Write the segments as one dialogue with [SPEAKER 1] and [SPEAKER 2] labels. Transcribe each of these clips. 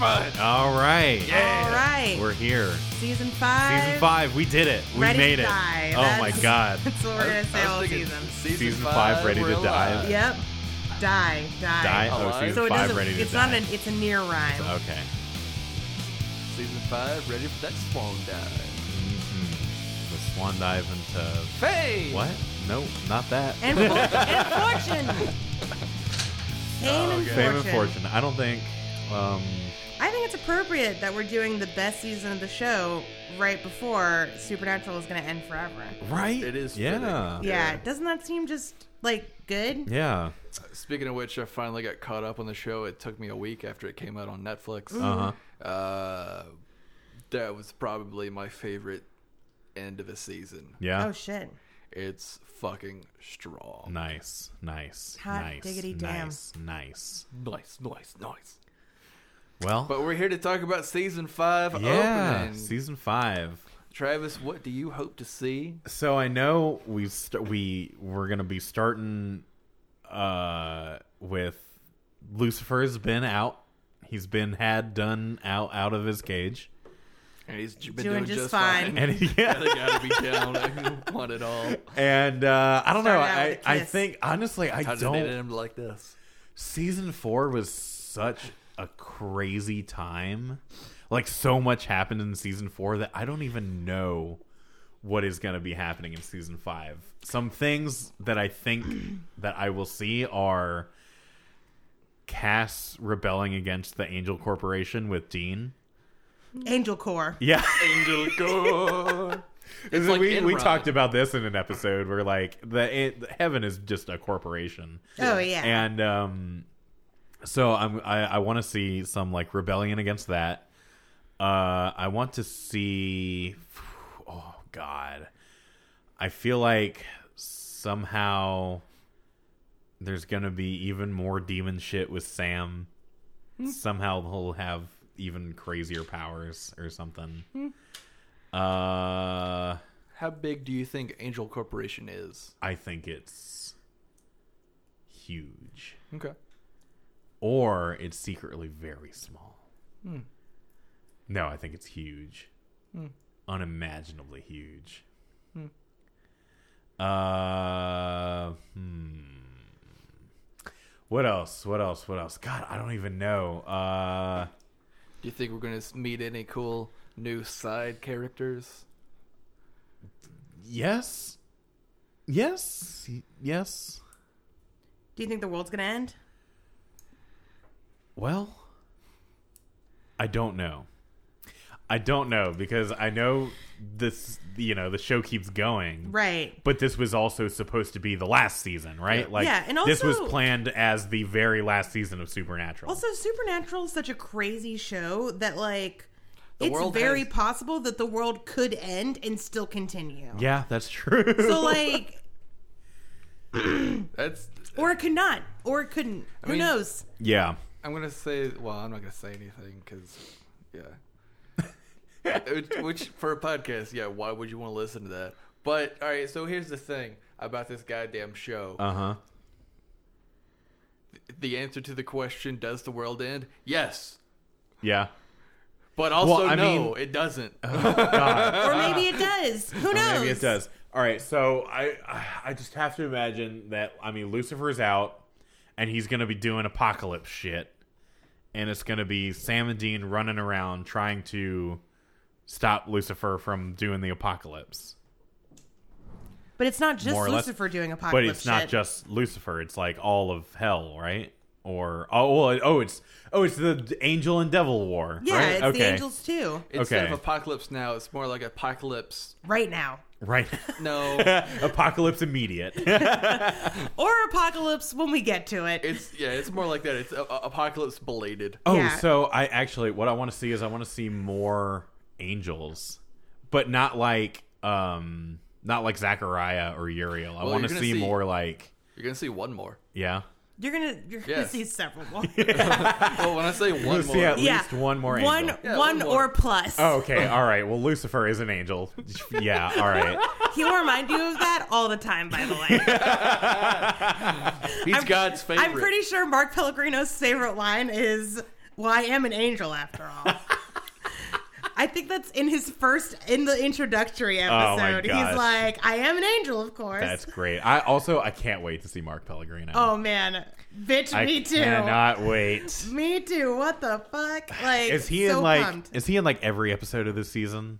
[SPEAKER 1] All right.
[SPEAKER 2] Yeah. All right.
[SPEAKER 1] We're here.
[SPEAKER 2] Season five.
[SPEAKER 1] Season five. We did it. We
[SPEAKER 2] Ready
[SPEAKER 1] made
[SPEAKER 2] to
[SPEAKER 1] it.
[SPEAKER 2] die.
[SPEAKER 1] Oh
[SPEAKER 2] That's-
[SPEAKER 1] my god.
[SPEAKER 2] That's what we're
[SPEAKER 3] I
[SPEAKER 2] gonna
[SPEAKER 3] was-
[SPEAKER 2] say
[SPEAKER 3] I was
[SPEAKER 2] all
[SPEAKER 3] thinking
[SPEAKER 2] season.
[SPEAKER 1] Season five, ready to die.
[SPEAKER 2] Yep. Die. Die.
[SPEAKER 1] Die. Oh,
[SPEAKER 3] Alive.
[SPEAKER 1] season
[SPEAKER 2] So it
[SPEAKER 1] five.
[SPEAKER 2] doesn't.
[SPEAKER 1] Ready to
[SPEAKER 2] it's
[SPEAKER 1] die.
[SPEAKER 2] not an. It's a near rhyme.
[SPEAKER 1] okay.
[SPEAKER 3] Season five, ready for that swan dive.
[SPEAKER 1] Mhm. The swan dive into
[SPEAKER 3] Hey!
[SPEAKER 1] what? No, not that.
[SPEAKER 2] And, for- and fortune. Fame, and
[SPEAKER 3] okay.
[SPEAKER 1] Oh, Fame and fortune. I don't think. Um,
[SPEAKER 2] I think it's appropriate that we're doing the best season of the show right before Supernatural is going to end forever.
[SPEAKER 1] right.
[SPEAKER 3] It is
[SPEAKER 1] Yeah.
[SPEAKER 3] fitting.
[SPEAKER 2] Yeah.
[SPEAKER 3] Yeah.
[SPEAKER 2] doesn't that seem just like good?
[SPEAKER 1] Yeah.
[SPEAKER 3] Speaking of which, I finally got caught up on the show. It took me a week after it came out on Netflix.
[SPEAKER 2] Mm-hmm.
[SPEAKER 1] Uh
[SPEAKER 3] Uh, that was probably my favorite end of a season.
[SPEAKER 1] Yeah.
[SPEAKER 2] Oh shit!
[SPEAKER 3] It's fucking strong.
[SPEAKER 1] Nice. Nice.
[SPEAKER 2] Hot
[SPEAKER 1] nice.
[SPEAKER 2] diggity damn.
[SPEAKER 1] nice. Nice.
[SPEAKER 3] Nice, nice, nice.
[SPEAKER 1] Well.
[SPEAKER 3] But we're here to talk about season five
[SPEAKER 1] yeah.
[SPEAKER 3] opening.
[SPEAKER 1] Season five.
[SPEAKER 3] Travis, what do you hope to see?
[SPEAKER 1] So I know we st- we we're gonna be starting uh with Lucifer's been out. He's been had done out out of his cage,
[SPEAKER 3] And he's j- been
[SPEAKER 2] Doing
[SPEAKER 3] doing
[SPEAKER 2] just
[SPEAKER 3] just,
[SPEAKER 2] fine.
[SPEAKER 3] fine.
[SPEAKER 1] and yeah,
[SPEAKER 3] I gotta be down. I want it all.
[SPEAKER 1] and uh, I don't know.
[SPEAKER 2] Started out
[SPEAKER 1] I
[SPEAKER 2] with a
[SPEAKER 1] I
[SPEAKER 2] kiss.
[SPEAKER 1] think honestly, I
[SPEAKER 3] How did
[SPEAKER 1] don't.
[SPEAKER 3] it end like this?
[SPEAKER 1] season four was such a crazy time. Like so much happened in season four that I don't even know what is going to be happening in season five. Some things that I think that I will see are Cass rebelling against the Angel Corporation with Dean.
[SPEAKER 2] Angel Core.
[SPEAKER 1] Yeah.
[SPEAKER 3] Angel Gore.
[SPEAKER 1] Is it-
[SPEAKER 3] like
[SPEAKER 1] we, we
[SPEAKER 3] Enron.
[SPEAKER 1] talked about this in an episode where like the it, heaven is just a corporation.
[SPEAKER 2] Oh yeah.
[SPEAKER 1] and um so i'm i, I want to see some like rebellion against that uh i want to see oh god i feel like somehow there's gonna be even more demon shit with sam somehow he'll have even crazier powers or something uh
[SPEAKER 3] How big do you think Angel Corporation is?
[SPEAKER 1] i think it's huge
[SPEAKER 3] Okay.
[SPEAKER 1] or it's secretly very small. No, I think it's huge, unimaginably huge. Uh, hmm. What else? What else? What else? God, I don't even know. Uh,
[SPEAKER 3] Do you think we're gonna s- meet any cool new side characters?
[SPEAKER 1] yes, yes, Y- yes.
[SPEAKER 2] Do you think the world's going to end?
[SPEAKER 1] Well, I don't know. I don't know because I know this. You know, the show keeps going,
[SPEAKER 2] Right.
[SPEAKER 1] But this was also supposed to be the last season, right? Like
[SPEAKER 2] Yeah, and
[SPEAKER 1] this was
[SPEAKER 2] also-
[SPEAKER 1] planned as the very last season of Supernatural.
[SPEAKER 2] Also, Supernatural is such a crazy show that like
[SPEAKER 3] The
[SPEAKER 2] it's
[SPEAKER 3] world
[SPEAKER 2] very
[SPEAKER 3] has-
[SPEAKER 2] possible that the world could end and still continue.
[SPEAKER 1] yeah, that's true.
[SPEAKER 2] So like,
[SPEAKER 3] That's.
[SPEAKER 2] or it could not, or it couldn't. Who
[SPEAKER 3] mean-
[SPEAKER 2] knows?
[SPEAKER 1] yeah.
[SPEAKER 3] I'm gonna say. Well, I'm not gonna say anything because, yeah. Which- Which for a podcast, yeah. Why would you want to listen to that? But all right. So here's the thing about this goddamn show.
[SPEAKER 1] Uh-huh.
[SPEAKER 3] the answer to the question, "Does the world end?" Yes,
[SPEAKER 1] Yeah.
[SPEAKER 3] but also
[SPEAKER 1] Well, I
[SPEAKER 3] no,
[SPEAKER 1] mean- uh,
[SPEAKER 3] it doesn't.
[SPEAKER 2] Or maybe it does. Who knows?
[SPEAKER 1] Maybe it does. All right, so I I- I just have to imagine that I mean Lucifer's out and he's going to be doing apocalypse shit and it's going to be Sam and Dean running around trying to stop Lucifer from doing the apocalypse.
[SPEAKER 2] But it's not just
[SPEAKER 1] More or less.
[SPEAKER 2] Lucifer doing
[SPEAKER 1] but
[SPEAKER 2] apocalypse.
[SPEAKER 1] it's not
[SPEAKER 2] shit.
[SPEAKER 1] just Lucifer. It's like all of hell, right? Or oh, well, oh, it's oh, it's the d- angel and devil war.
[SPEAKER 2] Yeah,
[SPEAKER 1] right?
[SPEAKER 2] it's
[SPEAKER 1] okay.
[SPEAKER 2] the angels too.
[SPEAKER 3] Instead
[SPEAKER 1] Okay.
[SPEAKER 3] of apocalypse now, it's more like apocalypse.
[SPEAKER 2] Right now.
[SPEAKER 1] right?
[SPEAKER 3] No,
[SPEAKER 1] Apocalypse immediate.
[SPEAKER 2] Or apocalypse when we get to it.
[SPEAKER 3] it's yeah, it's more like that. It's a- a- apocalypse belated.
[SPEAKER 1] oh,
[SPEAKER 2] Yeah.
[SPEAKER 1] so I actually what I want to see is I want to see more angels, but not like um not like Zachariah or Uriel. I
[SPEAKER 3] Well,
[SPEAKER 1] want to
[SPEAKER 3] you're gonna
[SPEAKER 1] see
[SPEAKER 3] see-
[SPEAKER 1] more like
[SPEAKER 3] You're gonna see one more.
[SPEAKER 1] yeah.
[SPEAKER 2] You're gonna you're gonna
[SPEAKER 3] Yes.
[SPEAKER 2] see several more.
[SPEAKER 3] Well, when I say one
[SPEAKER 1] Let's
[SPEAKER 3] more,
[SPEAKER 1] see at
[SPEAKER 2] Yeah.
[SPEAKER 1] least one more
[SPEAKER 2] One
[SPEAKER 1] angel.
[SPEAKER 3] Yeah,
[SPEAKER 2] one
[SPEAKER 3] one
[SPEAKER 2] or
[SPEAKER 3] more.
[SPEAKER 2] plus.
[SPEAKER 1] Oh, okay, all right. Well, Lucifer is an angel. Yeah, all right.
[SPEAKER 2] He'll remind you of that all the time, by the way.
[SPEAKER 3] he's God's favorite.
[SPEAKER 2] I'm pretty sure Mark Pellegrino's favorite line is Well, I am an angel after all. I think that's in his first in the introductory
[SPEAKER 1] Oh, my
[SPEAKER 2] episode.
[SPEAKER 1] gosh.
[SPEAKER 2] He's like, I am an angel, of course.
[SPEAKER 1] That's great. I also I can't wait to see Mark Pellegrino.
[SPEAKER 2] oh man, bitch,
[SPEAKER 1] I
[SPEAKER 2] me too.
[SPEAKER 1] cannot wait.
[SPEAKER 2] Me too. What the fuck? Like,
[SPEAKER 1] Is he
[SPEAKER 2] so
[SPEAKER 1] in like
[SPEAKER 2] pumped.
[SPEAKER 1] is he in like every episode of this season?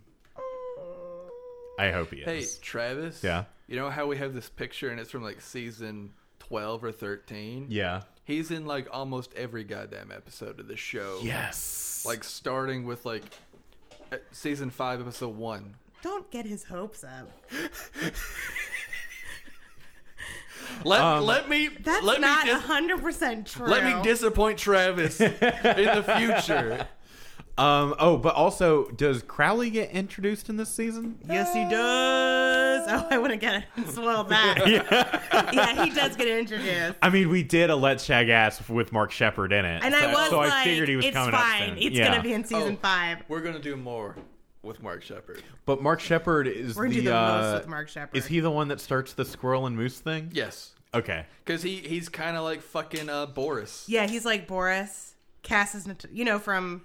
[SPEAKER 1] I hope he
[SPEAKER 3] Hey,
[SPEAKER 1] is.
[SPEAKER 3] Travis.
[SPEAKER 1] Yeah.
[SPEAKER 3] You know how we have this picture and it's from like season 12 or 13?
[SPEAKER 1] Yeah.
[SPEAKER 3] He's in like almost every goddamn episode of the show.
[SPEAKER 1] Yes.
[SPEAKER 3] Like starting with like uh, season 5 episode 1.
[SPEAKER 2] Don't get his hopes up.
[SPEAKER 3] Let
[SPEAKER 1] Um,
[SPEAKER 3] let me
[SPEAKER 2] That's
[SPEAKER 3] let
[SPEAKER 2] not
[SPEAKER 3] me dis-
[SPEAKER 2] hundred percent true.
[SPEAKER 3] let me disappoint Travis in the future.
[SPEAKER 1] um oh, but also does Crowley get introduced in this season?
[SPEAKER 2] Yes, he does. Oh, I wouldn't get it. Spoil that.
[SPEAKER 1] Yeah.
[SPEAKER 2] yeah, he does get introduced.
[SPEAKER 1] I mean, we did a Let Shag Ass with Mark Shepard in it.
[SPEAKER 2] And I was
[SPEAKER 1] So I
[SPEAKER 2] like,
[SPEAKER 1] figured he was
[SPEAKER 2] it's
[SPEAKER 1] coming up
[SPEAKER 2] fine.
[SPEAKER 1] soon.
[SPEAKER 2] It's
[SPEAKER 1] Yeah.
[SPEAKER 2] gonna be in season
[SPEAKER 3] Oh.
[SPEAKER 2] five.
[SPEAKER 3] We're going to do more with Mark Shepard.
[SPEAKER 1] but Mark Shepard is
[SPEAKER 2] We're gonna
[SPEAKER 1] the,
[SPEAKER 2] do the
[SPEAKER 1] uh,
[SPEAKER 2] most with Mark Shepard.
[SPEAKER 1] Is he the one that starts the squirrel and moose thing?
[SPEAKER 3] Yes.
[SPEAKER 1] Okay.
[SPEAKER 3] Cuz he he's kind of like fucking uh Boris.
[SPEAKER 2] Yeah, he's like Boris. Cass is, nat- you know, from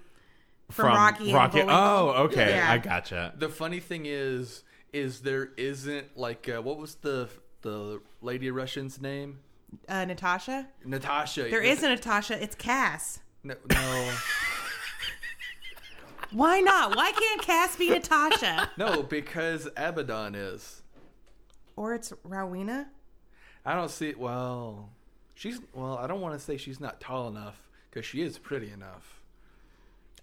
[SPEAKER 2] from,
[SPEAKER 1] From
[SPEAKER 2] Rocky. and
[SPEAKER 1] Rocky.
[SPEAKER 2] Bullwinkle.
[SPEAKER 1] Oh, okay.
[SPEAKER 2] Yeah.
[SPEAKER 1] I gotcha.
[SPEAKER 3] The funny thing is, is there isn't like uh, what was the the lady Russian's name?
[SPEAKER 2] uh, Natasha.
[SPEAKER 3] Natasha.
[SPEAKER 2] There is a Natasha. It's Cass.
[SPEAKER 3] no. no.
[SPEAKER 2] Why not? Why can't Cass be Natasha?
[SPEAKER 3] No, because Abaddon is.
[SPEAKER 2] Or it's Rowena.
[SPEAKER 3] I don't see. Well, she's. Well, I don't want to say she's not tall enough because she is pretty enough.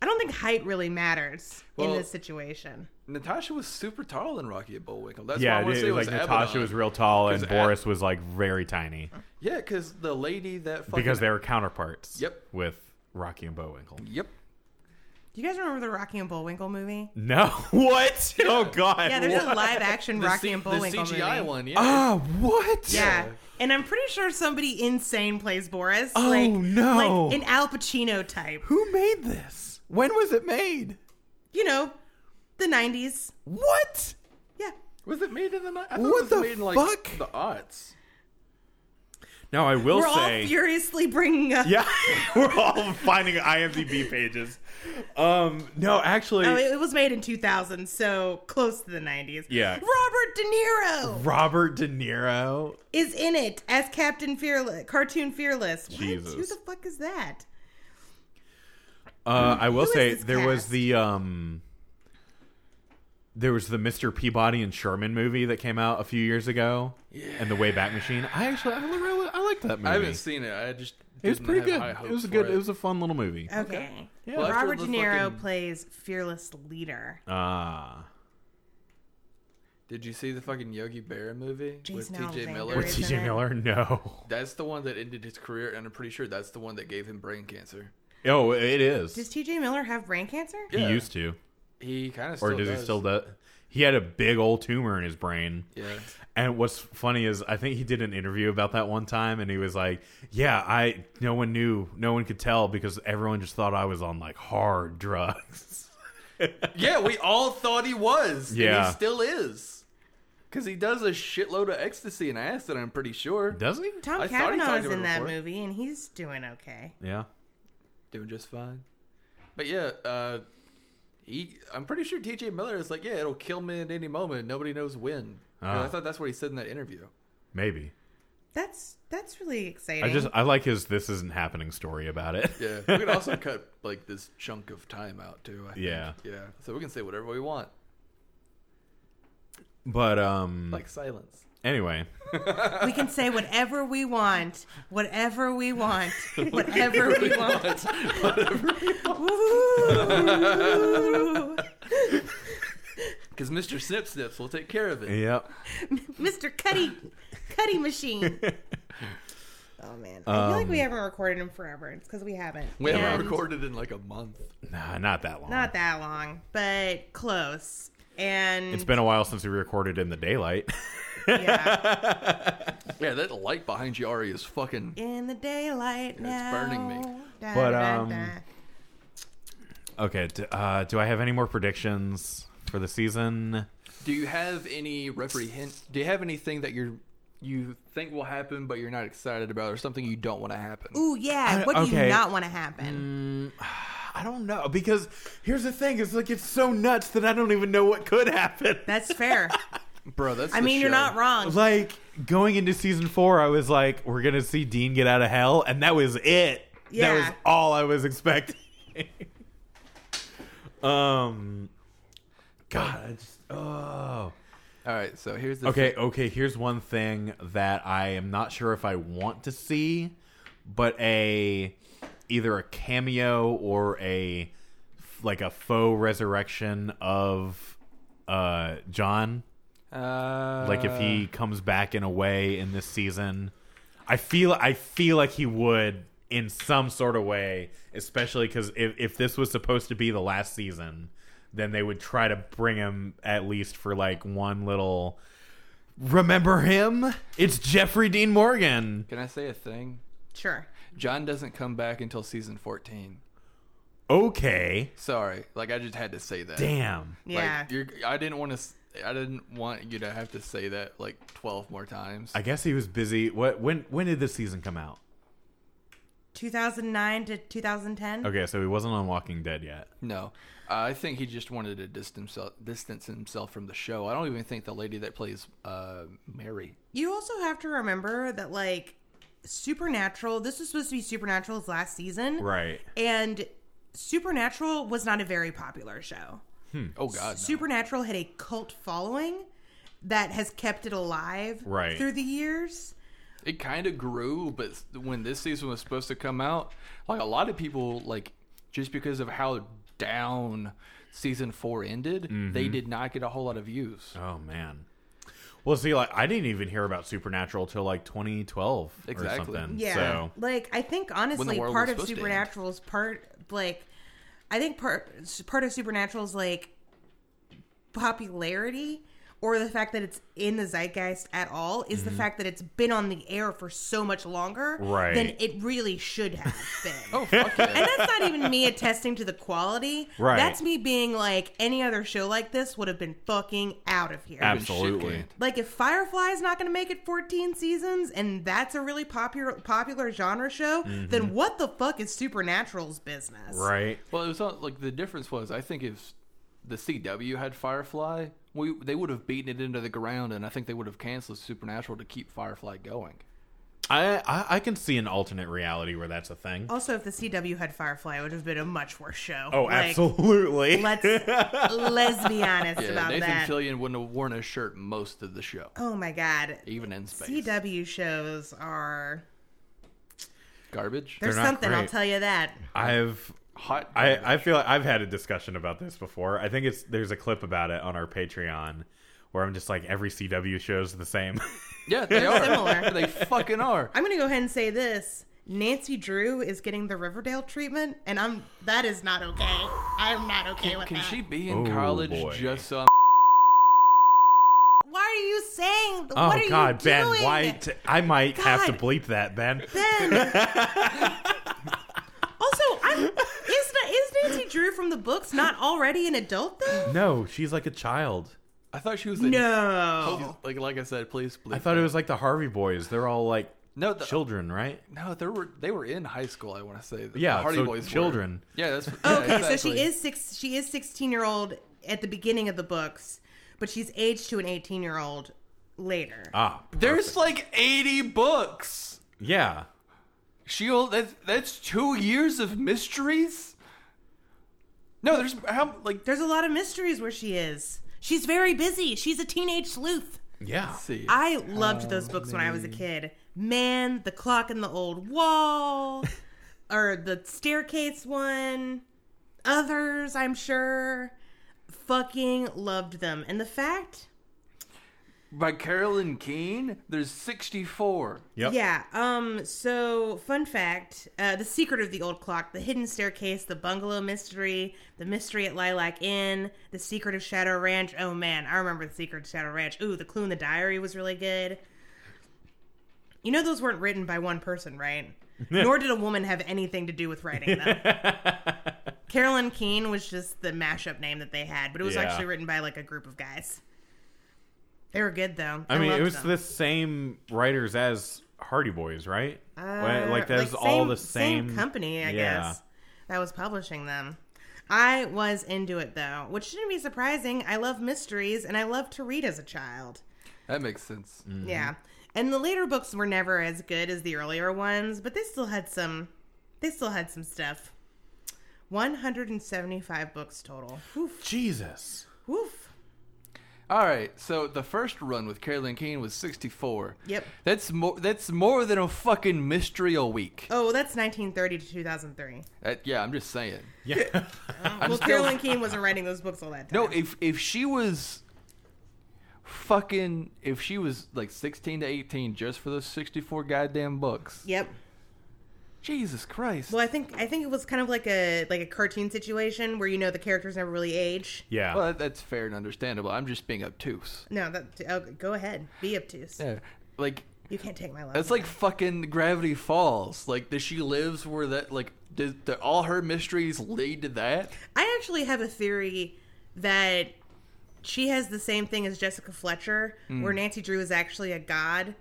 [SPEAKER 2] I don't think height really matters in
[SPEAKER 3] Well-
[SPEAKER 2] this situation.
[SPEAKER 3] Natasha was super tall in Rocky and Bullwinkle. That's why
[SPEAKER 1] yeah,
[SPEAKER 3] I
[SPEAKER 1] it,
[SPEAKER 3] want to say it
[SPEAKER 1] like
[SPEAKER 3] was
[SPEAKER 1] Natasha
[SPEAKER 3] Abaddon.
[SPEAKER 1] was real tall and
[SPEAKER 3] 'Cause Ab-
[SPEAKER 1] Boris was like very tiny
[SPEAKER 3] Yeah, because the lady that fucking,
[SPEAKER 1] because they were counterparts.
[SPEAKER 3] Yep.
[SPEAKER 1] With Rocky and Bullwinkle.
[SPEAKER 3] Yep.
[SPEAKER 2] Do you guys remember the Rocky and Bullwinkle movie?
[SPEAKER 1] No, what? Oh God.
[SPEAKER 2] Yeah, there's
[SPEAKER 1] what?
[SPEAKER 2] a live action
[SPEAKER 3] The,
[SPEAKER 2] Rocky
[SPEAKER 3] C-
[SPEAKER 2] and
[SPEAKER 3] the
[SPEAKER 2] Bullwinkle
[SPEAKER 3] CGI
[SPEAKER 2] movie.
[SPEAKER 3] one. Yeah.
[SPEAKER 1] Ah, what?
[SPEAKER 2] Yeah.
[SPEAKER 3] Yeah.
[SPEAKER 2] And I'm pretty sure somebody insane plays Boris.
[SPEAKER 1] Oh,
[SPEAKER 2] like,
[SPEAKER 1] no.
[SPEAKER 2] Like an Al Pacino type.
[SPEAKER 1] Who made this? When was it made?
[SPEAKER 2] You know, the 90s.
[SPEAKER 1] What?
[SPEAKER 2] Yeah.
[SPEAKER 3] Was it made in the? ni- I thought
[SPEAKER 1] What
[SPEAKER 3] it was
[SPEAKER 1] the
[SPEAKER 3] made in, like,
[SPEAKER 1] fuck?
[SPEAKER 3] The aughts.
[SPEAKER 1] No, I will
[SPEAKER 2] We're
[SPEAKER 1] say.
[SPEAKER 2] all furiously bringing up.
[SPEAKER 1] yeah, we're all finding IMDb pages. Um, no, actually,
[SPEAKER 2] Oh, it it was made in 2000, so close to the 90s.
[SPEAKER 1] Yeah.
[SPEAKER 2] Robert De Niro
[SPEAKER 1] Robert De Niro.
[SPEAKER 2] is in it as Captain Fearless, Cartoon Fearless. What?
[SPEAKER 1] Jesus.
[SPEAKER 2] Who the fuck is that?
[SPEAKER 1] Uh, I will
[SPEAKER 2] Who is
[SPEAKER 1] say
[SPEAKER 2] this
[SPEAKER 1] there was
[SPEAKER 2] cast?
[SPEAKER 1] the um, there was the Mr. Peabody and Sherman movie that came out a few years ago, and the Wayback Machine. I actually, I, really, I liked that movie.
[SPEAKER 3] I haven't seen it. I just.
[SPEAKER 1] it was
[SPEAKER 3] didn't
[SPEAKER 1] pretty good.
[SPEAKER 3] have high
[SPEAKER 1] It
[SPEAKER 3] hopes
[SPEAKER 1] was a
[SPEAKER 3] for
[SPEAKER 1] good. It. was a fun little movie.
[SPEAKER 2] Okay.
[SPEAKER 1] Yeah.
[SPEAKER 3] Well,
[SPEAKER 2] Robert De
[SPEAKER 3] after the
[SPEAKER 2] Niro
[SPEAKER 3] fucking-
[SPEAKER 2] plays fearless leader.
[SPEAKER 1] Ah,
[SPEAKER 3] Did you see the fucking Yogi Berra movie
[SPEAKER 2] Jason
[SPEAKER 3] with T.J.
[SPEAKER 2] Alexander
[SPEAKER 3] Miller?
[SPEAKER 1] with
[SPEAKER 2] With
[SPEAKER 1] T.J.
[SPEAKER 2] it?
[SPEAKER 1] Miller. No.
[SPEAKER 3] That's the one that ended his career, and I'm pretty sure that's the one that gave him brain cancer.
[SPEAKER 1] Oh, it is.
[SPEAKER 2] Does T.J. Miller have brain cancer?
[SPEAKER 1] he
[SPEAKER 3] Yeah.
[SPEAKER 1] used to,
[SPEAKER 3] He kind of
[SPEAKER 1] or
[SPEAKER 3] still
[SPEAKER 1] does,
[SPEAKER 3] does.
[SPEAKER 1] he still? Do- he had a big old tumor in his brain.
[SPEAKER 3] Yeah.
[SPEAKER 1] And what's funny is I think he did an interview about that one time, and he was like, "Yeah, I no one knew, no one could tell because everyone just thought I was on like hard drugs."
[SPEAKER 3] Yeah, we all thought he was. and
[SPEAKER 1] Yeah.
[SPEAKER 3] he still is. Because he does a shitload of ecstasy and acid, I'm pretty sure.
[SPEAKER 1] Does he?
[SPEAKER 2] Tom
[SPEAKER 3] I thought he
[SPEAKER 2] Cavanaugh
[SPEAKER 3] talked
[SPEAKER 2] is
[SPEAKER 3] about
[SPEAKER 2] in
[SPEAKER 3] it
[SPEAKER 2] that
[SPEAKER 3] before.
[SPEAKER 2] movie, and he's doing okay.
[SPEAKER 1] Yeah.
[SPEAKER 3] Doing just fine. But yeah, uh, he. I'm pretty sure T.J. Miller is like, yeah, it'll kill me at any moment. Nobody knows when. 'Cause
[SPEAKER 1] Ah.
[SPEAKER 3] I thought that's what he said in that interview.
[SPEAKER 1] Maybe.
[SPEAKER 2] That's that's really exciting.
[SPEAKER 1] I just I like his "this isn't happening" story about it.
[SPEAKER 3] Yeah, we could also cut like this chunk of time out too. I think.
[SPEAKER 1] Yeah.
[SPEAKER 3] yeah. So we can say whatever we want,
[SPEAKER 1] But um,
[SPEAKER 3] like silence.
[SPEAKER 1] anyway,
[SPEAKER 2] we can say whatever we want, whatever we want, whatever we want. Ooh.
[SPEAKER 3] Because Mister Snip Snips will take care of it.
[SPEAKER 1] yep.
[SPEAKER 2] Mr. Cuddy Cuddy Machine. Oh man, I feel like we haven't recorded him forever. It's because we haven't.
[SPEAKER 3] We haven't
[SPEAKER 2] And
[SPEAKER 3] recorded in like a month.
[SPEAKER 1] Nah, not that long.
[SPEAKER 2] Not that long, but close. And
[SPEAKER 1] it's been a while since we recorded in the daylight.
[SPEAKER 2] yeah,
[SPEAKER 3] Yeah, that light behind you, Ari, is fucking.
[SPEAKER 2] in the daylight now.
[SPEAKER 3] burning me.
[SPEAKER 2] Da,
[SPEAKER 1] But,
[SPEAKER 2] da,
[SPEAKER 1] um,
[SPEAKER 2] da.
[SPEAKER 1] okay. D- uh, do I have any more predictions for the season?
[SPEAKER 3] Do you have any reprehend? Do you have anything that you're you think will happen, but you're not excited about, or something you don't want to happen.
[SPEAKER 2] Ooh, yeah.
[SPEAKER 1] I-
[SPEAKER 2] What do
[SPEAKER 1] okay.
[SPEAKER 2] you not want to happen?
[SPEAKER 1] I don't know because here's the thing: it's like it's so nuts that I don't even know what could happen.
[SPEAKER 2] That's fair.
[SPEAKER 3] Bro, that's.
[SPEAKER 2] I
[SPEAKER 3] the
[SPEAKER 2] mean, you're
[SPEAKER 3] show.
[SPEAKER 2] not wrong.
[SPEAKER 1] Like going into season four, I was like, "We're gonna see Dean get out of hell," and that was it.
[SPEAKER 2] Yeah.
[SPEAKER 1] That was all I was expecting. um, God, I just oh.
[SPEAKER 3] All right, so here's the
[SPEAKER 1] Okay, okay. Here's one thing that I am not sure if I want to see, but a either a cameo or a like a faux resurrection of uh John.
[SPEAKER 3] thing. Uh,
[SPEAKER 1] Like if he comes back in a way in this season, I feel I feel like he would in some sort of way, especially because if if this was supposed to be the last season, then they would try to bring him at least for like one little. Remember him? It's Jeffrey Dean Morgan.
[SPEAKER 3] Can I say a thing?
[SPEAKER 2] Sure.
[SPEAKER 3] John doesn't come back until season 14.
[SPEAKER 1] Okay,
[SPEAKER 3] Sorry, like I just had to say that.
[SPEAKER 1] damn.
[SPEAKER 3] Like,
[SPEAKER 2] Yeah.
[SPEAKER 3] you're, I didn't want to. I didn't want you to have to say that like 12 more times.
[SPEAKER 1] I guess he was busy. What? When? When did this season come out?
[SPEAKER 2] 2009 to 2010.
[SPEAKER 1] Okay, so he wasn't on Walking Dead yet.
[SPEAKER 3] no, I think he just wanted to distance himself, distance himself from the show. I don't even think the lady that plays uh, Mary.
[SPEAKER 2] You also have to remember that, like, Supernatural, this was supposed to be Supernatural's last season.
[SPEAKER 1] Right.
[SPEAKER 2] And Supernatural was not a very popular show.
[SPEAKER 3] Oh God, no.
[SPEAKER 2] Supernatural had a cult following that has kept it alive
[SPEAKER 1] Right.
[SPEAKER 2] through the years.
[SPEAKER 3] it kind of grew, but when this season was supposed to come out, like a lot of people, like just because of how down season four ended,
[SPEAKER 1] Mm-hmm.
[SPEAKER 3] they did not get a whole lot of views.
[SPEAKER 1] Oh man. Well, see, like I didn't even hear about Supernatural till like 2012
[SPEAKER 3] Exactly.
[SPEAKER 1] or something.
[SPEAKER 2] Yeah.
[SPEAKER 1] So
[SPEAKER 2] Like I think honestly
[SPEAKER 3] world
[SPEAKER 2] part
[SPEAKER 3] was
[SPEAKER 2] of
[SPEAKER 3] supposed to end.
[SPEAKER 2] Supernatural's part like I think part part of Supernatural's like popularity or the fact that it's in the zeitgeist at all is
[SPEAKER 3] Mm-hmm.
[SPEAKER 2] the fact that it's been on the air for so much longer than
[SPEAKER 1] Right.
[SPEAKER 2] it really should have been.
[SPEAKER 3] Oh fuck yeah.
[SPEAKER 2] And that's not even me attesting to the quality.
[SPEAKER 1] Right.
[SPEAKER 2] That's me being like any other show like this would have been fucking out of here.
[SPEAKER 1] Ab-
[SPEAKER 3] Shit
[SPEAKER 1] absolutely.
[SPEAKER 3] canned.
[SPEAKER 2] like if Firefly is not going to make it 14 seasons and that's a really popular popular genre show, then what the fuck is Supernatural's business?
[SPEAKER 1] Mm-hmm. right.
[SPEAKER 3] Well, it was not like the difference was. I think if the CW had Firefly, we they would have beaten it into the ground, and I think they would have canceled Supernatural to keep Firefly going.
[SPEAKER 1] I, I I can see an alternate reality where that's a thing.
[SPEAKER 2] Also, if the CW had Firefly, it would have been a much worse show.
[SPEAKER 1] Oh,
[SPEAKER 2] Oh, Like,
[SPEAKER 1] absolutely.
[SPEAKER 2] Let's let's be honest
[SPEAKER 3] Yeah,
[SPEAKER 2] about
[SPEAKER 3] Nathan
[SPEAKER 2] that.
[SPEAKER 3] Fillion wouldn't have worn a shirt most of the show,
[SPEAKER 2] oh my god.
[SPEAKER 3] even in space.
[SPEAKER 2] CW shows are
[SPEAKER 3] Garbage.
[SPEAKER 2] there's
[SPEAKER 1] not
[SPEAKER 2] something, I'll
[SPEAKER 1] great.
[SPEAKER 2] tell you that.
[SPEAKER 1] I've
[SPEAKER 3] Hot. garbage.
[SPEAKER 1] I, I feel like I've had a discussion about this before. I think it's there's a clip about it on our Patreon where I'm just like every CW show's the same.
[SPEAKER 3] yeah, they are.
[SPEAKER 2] similar.
[SPEAKER 3] they fucking are.
[SPEAKER 2] I'm gonna go ahead and say this. Nancy Drew is getting the Riverdale treatment, and I'm that is not okay. I'm not okay with
[SPEAKER 3] Can
[SPEAKER 2] that.
[SPEAKER 3] she be in
[SPEAKER 1] Oh,
[SPEAKER 3] college
[SPEAKER 1] boy.
[SPEAKER 3] just so? I'm-
[SPEAKER 2] Why are you saying?
[SPEAKER 1] oh
[SPEAKER 2] what are
[SPEAKER 1] God,
[SPEAKER 2] you
[SPEAKER 1] Ben,
[SPEAKER 2] doing?
[SPEAKER 1] why? T- I might have to
[SPEAKER 2] God.
[SPEAKER 1] bleep that, Ben.
[SPEAKER 2] Ben. also, I'm, is Na- is Nancy Drew from the books not already an adult though?
[SPEAKER 1] No, she's like a child.
[SPEAKER 3] I thought she was. in- she's-
[SPEAKER 2] No.
[SPEAKER 3] Like like I said, please. please
[SPEAKER 1] I thought it was like the Harvey Boys. They're all like
[SPEAKER 3] no. The,
[SPEAKER 1] children, right?
[SPEAKER 3] No, they were they were in high school. I want to say. The
[SPEAKER 1] Yeah,
[SPEAKER 3] Hardy
[SPEAKER 1] so
[SPEAKER 3] Boys were.
[SPEAKER 1] children.
[SPEAKER 3] Yeah, that's okay.
[SPEAKER 2] Okay, so she is six. She is sixteen year old at the beginning of the books, but she's aged to an eighteen year old later.
[SPEAKER 1] Ah,
[SPEAKER 3] There's like 80 books.
[SPEAKER 1] yeah.
[SPEAKER 3] She'll that's that's two years of mysteries. No, there's how like
[SPEAKER 2] There's a lot of mysteries where she is. She's very busy. She's a teenage sleuth.
[SPEAKER 1] Yeah.
[SPEAKER 3] let's see.
[SPEAKER 2] I loved those books when I was a kid. Man, the clock in the old wall, or the staircase one. Others, I'm sure. Fucking loved them. And the fact,
[SPEAKER 3] By Carolyn Keene, there's 64.
[SPEAKER 1] Yep.
[SPEAKER 2] yeah. Um. So, fun fact: uh, the secret of the old clock, the hidden staircase, the bungalow mystery, the mystery at Lilac Inn, the secret of Shadow Ranch. Oh man, I remember the secret of Shadow Ranch. Ooh, the clue in the diary was really good. You know, those weren't written by one person, right? Nor did a woman have anything to do with writing them. Carolyn Keene was just the mashup name that they had, but it was
[SPEAKER 1] Yeah.
[SPEAKER 2] actually written by like a group of guys. They were good though.
[SPEAKER 1] I mean,
[SPEAKER 2] loved
[SPEAKER 1] it was
[SPEAKER 2] them.
[SPEAKER 1] the same writers as Hardy Boys, right? Wh- like that's
[SPEAKER 2] Uh, same-
[SPEAKER 1] all the same,
[SPEAKER 2] company, I
[SPEAKER 1] Yeah.
[SPEAKER 2] guess. That was publishing them. I was into it though, which shouldn't be surprising. I love mysteries and I loved to read as a child.
[SPEAKER 3] That makes sense.
[SPEAKER 1] Mm-hmm.
[SPEAKER 2] Yeah. And the later books were never as good as the earlier ones, but they still had some they still had some stuff. 175 books total. Woof.
[SPEAKER 1] Jesus.
[SPEAKER 2] Woof.
[SPEAKER 3] All right, so the first run with Carolyn Kane was 64.
[SPEAKER 2] Yep.
[SPEAKER 3] That's more. That's more than a fucking mystery a week.
[SPEAKER 2] Oh, that's 1930 to 2003.
[SPEAKER 3] That- yeah, I'm just saying.
[SPEAKER 1] Yeah.
[SPEAKER 2] well,
[SPEAKER 3] still-
[SPEAKER 2] Carolyn Keene wasn't writing those books all that time.
[SPEAKER 3] No, if if she was fucking, if she was like 16 to 18, just for those 64 goddamn books.
[SPEAKER 2] Yep.
[SPEAKER 3] Jesus Christ.
[SPEAKER 2] Well, I think I think it was kind of like a like a cartoon situation where you know the characters never really age.
[SPEAKER 1] yeah.
[SPEAKER 3] Well, that- that's fair and understandable. I'm just being obtuse.
[SPEAKER 2] No, that oh, go ahead, be obtuse.
[SPEAKER 3] Yeah, like
[SPEAKER 2] You can't take my love.
[SPEAKER 3] That's like fucking Gravity Falls. Like, does she lives where that like did, did all her mysteries lead to that?
[SPEAKER 2] I actually have a theory that she has the same thing as Jessica Fletcher,
[SPEAKER 1] Hmm.
[SPEAKER 2] where Nancy Drew is actually a god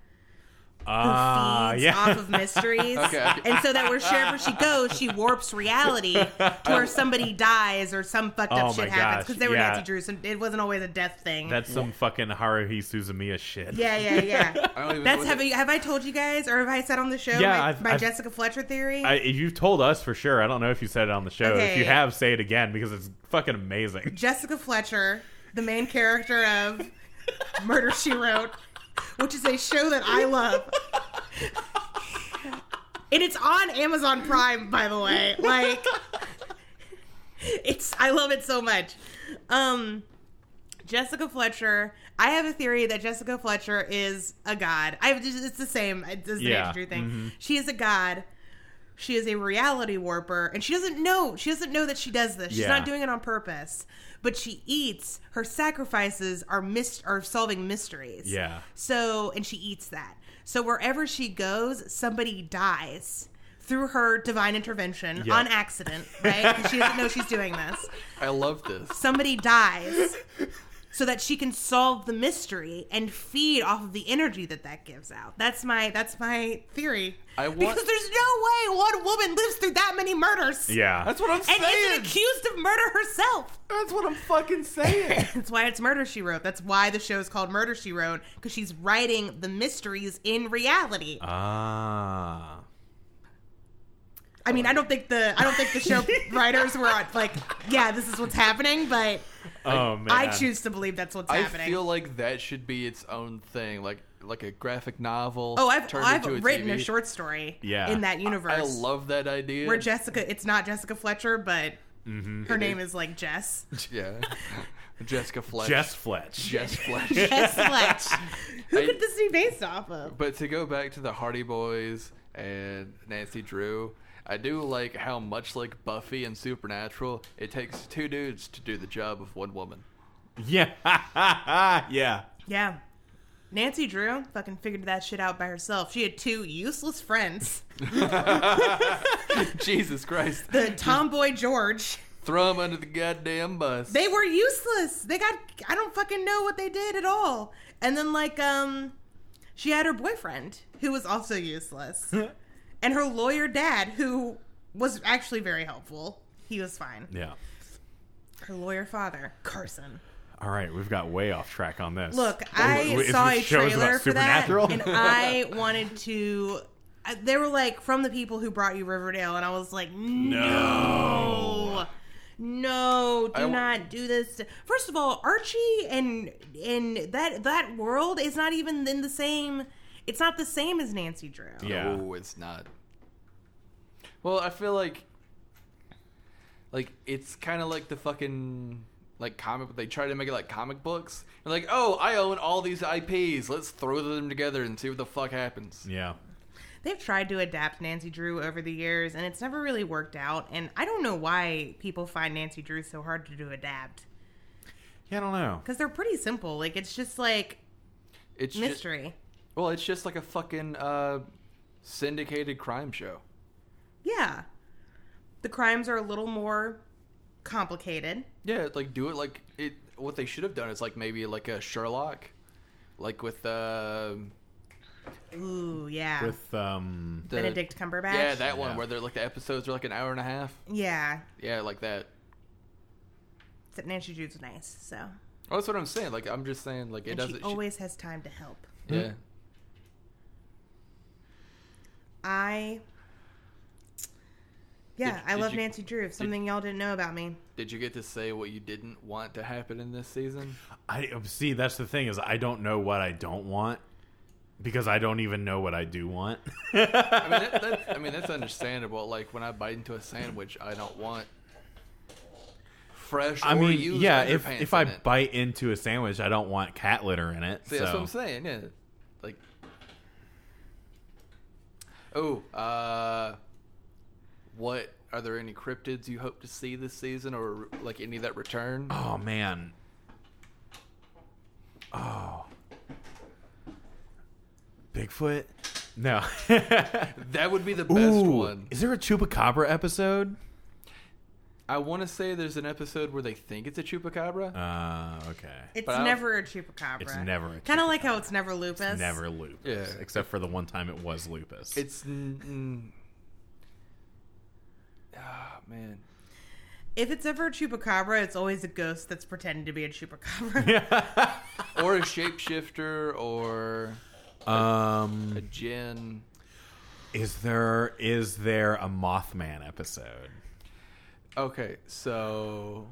[SPEAKER 2] who
[SPEAKER 1] Ah,
[SPEAKER 2] feeds
[SPEAKER 1] yeah.
[SPEAKER 2] off of mysteries,
[SPEAKER 3] Okay, okay.
[SPEAKER 2] and so that wherever she goes, she warps reality to where somebody dies or some fucked up
[SPEAKER 1] Oh
[SPEAKER 2] shit
[SPEAKER 1] my
[SPEAKER 2] happens
[SPEAKER 1] gosh,
[SPEAKER 2] because they were
[SPEAKER 1] yeah.
[SPEAKER 2] Nancy Drew, so it wasn't always a death thing.
[SPEAKER 1] That's some fucking Haruhi Suzumiya shit.
[SPEAKER 2] yeah, yeah, yeah.
[SPEAKER 3] I don't even
[SPEAKER 2] That's
[SPEAKER 3] know
[SPEAKER 2] have
[SPEAKER 3] what
[SPEAKER 2] you, have I told you guys or have I said on the show
[SPEAKER 1] Yeah,
[SPEAKER 2] my,
[SPEAKER 1] I've-
[SPEAKER 2] my
[SPEAKER 1] I've-
[SPEAKER 2] Jessica Fletcher theory?
[SPEAKER 1] I, you've told us for sure. I don't know if you said it on the show. If
[SPEAKER 2] Okay.
[SPEAKER 1] you have, say it again because it's fucking amazing.
[SPEAKER 2] Jessica Fletcher, the main character of Murder She Wrote, which is a show that I love. And it's on Amazon Prime, by the way. Like it's I love it so much. Um Jessica Fletcher, I have a theory that Jessica Fletcher is a god. I just it's the same. It's the
[SPEAKER 1] Yeah, mm-hmm.
[SPEAKER 2] Andrew thing. She is a god. She is a reality warper, and she doesn't know. She doesn't know that she does this. She's
[SPEAKER 1] Yeah.
[SPEAKER 2] not doing it on purpose. But she eats. Her sacrifices are mis- are solving mysteries.
[SPEAKER 1] Yeah.
[SPEAKER 2] So and she eats that. So wherever she goes, somebody dies through her divine intervention
[SPEAKER 1] Yeah.
[SPEAKER 2] on accident, right? 'Cause she doesn't know she's doing this
[SPEAKER 3] I love this.
[SPEAKER 2] somebody dies so that she can solve the mystery and feed off of the energy that that gives out. That's my that's my theory.
[SPEAKER 3] I want-
[SPEAKER 2] because there's no way one woman lives through that many murders.
[SPEAKER 1] Yeah.
[SPEAKER 3] That's what I'm
[SPEAKER 2] And
[SPEAKER 3] saying.
[SPEAKER 2] isn't accused of murder herself.
[SPEAKER 3] That's what I'm fucking saying.
[SPEAKER 2] That's why it's Murder She Wrote. That's why the show is called Murder She Wrote because she's writing the mysteries in reality.
[SPEAKER 1] ah.
[SPEAKER 2] I mean, I don't think the I don't think the show writers were on, like, yeah, this is what's happening, but
[SPEAKER 1] Oh man.
[SPEAKER 2] I choose to believe that's what's
[SPEAKER 3] I
[SPEAKER 2] happening.
[SPEAKER 3] feel like that should be its own thing, like like a graphic novel.
[SPEAKER 2] Oh, I've,
[SPEAKER 3] turned
[SPEAKER 2] I've
[SPEAKER 3] into
[SPEAKER 2] written a
[SPEAKER 3] TV.
[SPEAKER 2] short story
[SPEAKER 1] Yeah.
[SPEAKER 2] in that universe.
[SPEAKER 3] I love that idea.
[SPEAKER 2] where Jessica, it's not Jessica Fletcher, but
[SPEAKER 3] Mm-hmm.
[SPEAKER 2] her name is like Jess.
[SPEAKER 3] yeah, Jessica Fletch.
[SPEAKER 1] Jess Fletch.
[SPEAKER 3] Jess Fletch.
[SPEAKER 2] Jess Fletch. Who
[SPEAKER 3] I-
[SPEAKER 2] could this be based off of?
[SPEAKER 3] But to go back to the Hardy Boys and Nancy Drew, I do like how much like Buffy and Supernatural, it takes two dudes to do the job of one woman.
[SPEAKER 1] Yeah. yeah.
[SPEAKER 2] Yeah. Nancy Drew fucking figured that shit out by herself. She had two useless friends
[SPEAKER 3] Jesus Christ.
[SPEAKER 2] the tomboy George.
[SPEAKER 3] Throw them under the goddamn bus.
[SPEAKER 2] They were useless. They got, I don't fucking know what they did at all. And then, like, um, she had her boyfriend, who was also useless. and her lawyer dad, who was actually very helpful. He was fine.
[SPEAKER 1] Yeah.
[SPEAKER 2] Her lawyer father, Carson.
[SPEAKER 1] All right, we've got way off track on this.
[SPEAKER 2] Look,
[SPEAKER 1] Is
[SPEAKER 2] I
[SPEAKER 1] this
[SPEAKER 2] saw a
[SPEAKER 1] show is about
[SPEAKER 2] trailer for that,
[SPEAKER 1] Supernatural?
[SPEAKER 2] and I wanted to. I- They were like from the people who brought you Riverdale, and I was like, no, no, do
[SPEAKER 3] I w-
[SPEAKER 2] not do this. First of all, Archie and and that that world is not even in the same. It's not the same as Nancy Drew.
[SPEAKER 1] Yeah.
[SPEAKER 3] No, it's not. Well, I feel like like it's kind of like the fucking like comic they try to make it like comic books. And like, "Oh, I own all these IPs. Let's throw them together and see what the fuck happens."
[SPEAKER 1] yeah.
[SPEAKER 2] They've tried to adapt Nancy Drew over the years, and it's never really worked out. And I don't know why people find Nancy Drew so hard to do adapt
[SPEAKER 1] Yeah, I don't know.
[SPEAKER 2] because they're pretty simple. Like it's just like
[SPEAKER 3] It's ju-
[SPEAKER 2] mystery.
[SPEAKER 3] well, it's just like a fucking uh syndicated crime show.
[SPEAKER 2] Yeah. The crimes are a little more complicated.
[SPEAKER 3] Yeah, like do it like it what they should have done is like maybe like a Sherlock like with um,
[SPEAKER 2] Ooh, yeah.
[SPEAKER 1] with um
[SPEAKER 3] the
[SPEAKER 2] Benedict Cumberbatch.
[SPEAKER 3] Yeah, that one
[SPEAKER 1] Yeah.
[SPEAKER 3] where they're like the episodes are like an hour and a half.
[SPEAKER 2] Yeah.
[SPEAKER 3] Yeah, like that.
[SPEAKER 2] Except Nancy Drew's nice, so
[SPEAKER 3] Oh, that's what I'm saying. Like I'm just saying, like it
[SPEAKER 2] and
[SPEAKER 3] doesn't.
[SPEAKER 2] she
[SPEAKER 3] she-
[SPEAKER 2] always has time to help.
[SPEAKER 1] Hmm?
[SPEAKER 3] yeah.
[SPEAKER 2] I. Yeah,
[SPEAKER 3] Did-
[SPEAKER 2] I
[SPEAKER 3] did
[SPEAKER 2] love
[SPEAKER 3] you-
[SPEAKER 2] Nancy Drew. If something y'all didn't know about me,
[SPEAKER 3] Did you get to say what you didn't want to happen in this season?
[SPEAKER 1] I see. That's the thing is I don't know what I don't want because I don't even know what I do want.
[SPEAKER 3] I mean, that, that, I mean that's understandable. Like when I bite into a sandwich, I don't want fresh.
[SPEAKER 1] I
[SPEAKER 3] or
[SPEAKER 1] mean,
[SPEAKER 3] used
[SPEAKER 1] yeah. If
[SPEAKER 3] underpants
[SPEAKER 1] if I
[SPEAKER 3] in it.
[SPEAKER 1] bite into a sandwich, I don't want cat litter in it.
[SPEAKER 3] See,
[SPEAKER 1] so
[SPEAKER 3] that's what I'm saying. Yeah, like. Oh, uh, what are there any cryptids you hope to see this season, or like any that return?
[SPEAKER 1] oh man. Oh. Bigfoot. No.
[SPEAKER 3] That would be the best
[SPEAKER 1] Ooh,
[SPEAKER 3] one.
[SPEAKER 1] is there a chupacabra episode?
[SPEAKER 3] I want to say there's an episode where they think it's a chupacabra.
[SPEAKER 1] Uh, okay.
[SPEAKER 2] it's
[SPEAKER 3] But I don't-
[SPEAKER 2] never a chupacabra.
[SPEAKER 1] It's never a
[SPEAKER 2] Kind of like how it's never lupus.
[SPEAKER 1] Never lupus,
[SPEAKER 3] Yeah.
[SPEAKER 1] except for the one time it was lupus.
[SPEAKER 3] It's n- n- ah man.
[SPEAKER 2] If it's ever a chupacabra, it's always a ghost that's pretending to be a chupacabra.
[SPEAKER 3] or a shapeshifter or
[SPEAKER 1] um.
[SPEAKER 3] a djinn.
[SPEAKER 1] Is there is there a Mothman episode?
[SPEAKER 3] Okay, so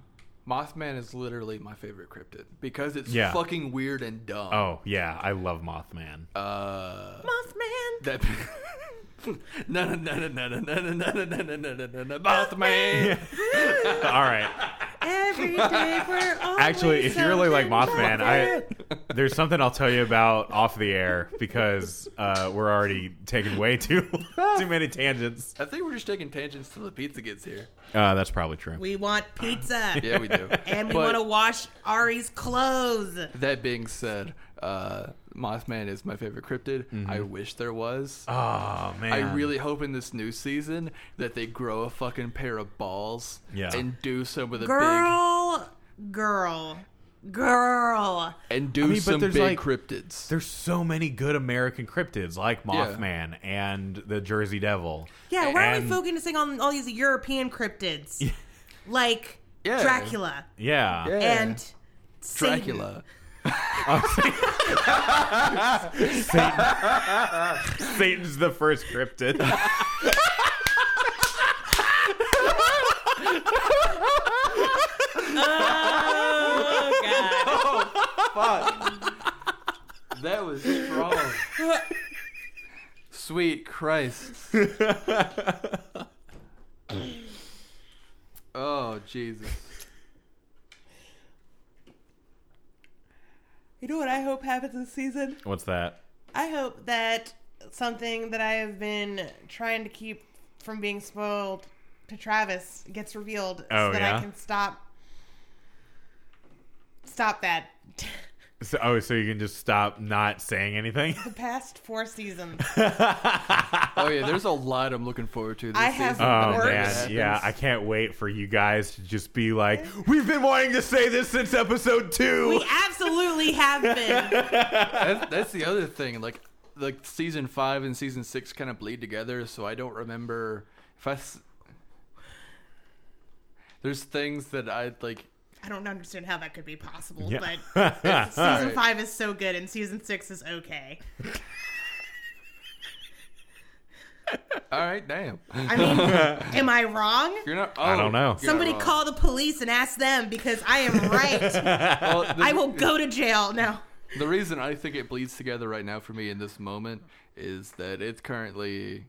[SPEAKER 3] Mothman is literally my favorite cryptid because it's
[SPEAKER 1] Yeah.
[SPEAKER 3] fucking weird and dumb.
[SPEAKER 1] Oh yeah, I love Mothman.
[SPEAKER 3] Uh,
[SPEAKER 2] Mothman.
[SPEAKER 3] that. No no no no no no no no no no no no no no Mothman.
[SPEAKER 1] All right,
[SPEAKER 2] Every day we're always
[SPEAKER 1] actually, if you really like
[SPEAKER 2] something
[SPEAKER 1] Mothman, I there's something I'll tell you about off the air because uh, we're already taking way too too many tangents.
[SPEAKER 3] I think we're just taking tangents till the pizza gets here.
[SPEAKER 1] Uh, that's probably true.
[SPEAKER 2] We want pizza.
[SPEAKER 3] Yeah, we do.
[SPEAKER 2] And we
[SPEAKER 3] But-
[SPEAKER 2] want to wash Ari's clothes.
[SPEAKER 3] That being said, uh, Mothman is my favorite cryptid. I wish there was.
[SPEAKER 1] Mm-hmm. Oh man,
[SPEAKER 3] I really hope in this new season that they grow a fucking pair of balls
[SPEAKER 1] Yeah.
[SPEAKER 3] and do some of the
[SPEAKER 2] Girl, girl, girl.
[SPEAKER 3] big and do
[SPEAKER 1] I mean, but
[SPEAKER 3] some
[SPEAKER 1] there's,
[SPEAKER 3] big
[SPEAKER 1] like-
[SPEAKER 3] cryptids.
[SPEAKER 1] there's so many good American cryptids like Mothman and the Jersey Devil.
[SPEAKER 2] Yeah, why are we
[SPEAKER 1] And-
[SPEAKER 2] focusing on all these European cryptids? Like
[SPEAKER 3] Yeah.
[SPEAKER 2] Dracula
[SPEAKER 1] Yeah,
[SPEAKER 3] Yeah.
[SPEAKER 2] and Satan.
[SPEAKER 1] Satan.
[SPEAKER 3] Dracula.
[SPEAKER 1] Satan's the first cryptid.
[SPEAKER 2] Oh,
[SPEAKER 3] That was strong. Sweet Christ. oh Jesus.
[SPEAKER 2] You know what I hope happens this season?
[SPEAKER 1] What's that?
[SPEAKER 2] I hope that something that I have been trying to keep from being spoiled to Travis gets revealed
[SPEAKER 1] Oh,
[SPEAKER 2] so that I
[SPEAKER 1] yeah?
[SPEAKER 2] can stop stop that.
[SPEAKER 1] So, oh, so you can just stop not saying anything?
[SPEAKER 2] the past four seasons.
[SPEAKER 3] Oh yeah, there's a lot I'm looking forward to this
[SPEAKER 2] I
[SPEAKER 3] season.
[SPEAKER 2] have
[SPEAKER 1] Oh
[SPEAKER 2] Works.
[SPEAKER 1] man, yeah, I can't wait for you guys to just be like, we've been wanting to say this since episode two.
[SPEAKER 2] We absolutely have been.
[SPEAKER 3] that's, that's the other thing. Like, like season five and season six kind of bleed together, so I don't remember if I. s- There's things that I like.
[SPEAKER 2] I don't understand how that could be possible,
[SPEAKER 1] Yeah.
[SPEAKER 2] but season
[SPEAKER 3] Alright.
[SPEAKER 2] five is so good and season six is okay.
[SPEAKER 3] All right, damn.
[SPEAKER 2] I mean, am I wrong?
[SPEAKER 3] You're not.
[SPEAKER 1] I don't
[SPEAKER 3] oh,
[SPEAKER 1] know.
[SPEAKER 3] you're
[SPEAKER 2] Somebody
[SPEAKER 3] not wrong.
[SPEAKER 2] call the police and ask them because I am right.
[SPEAKER 3] Well, the,
[SPEAKER 2] I will go to jail. No.
[SPEAKER 3] The reason I think it bleeds together right now for me in this moment is that it's currently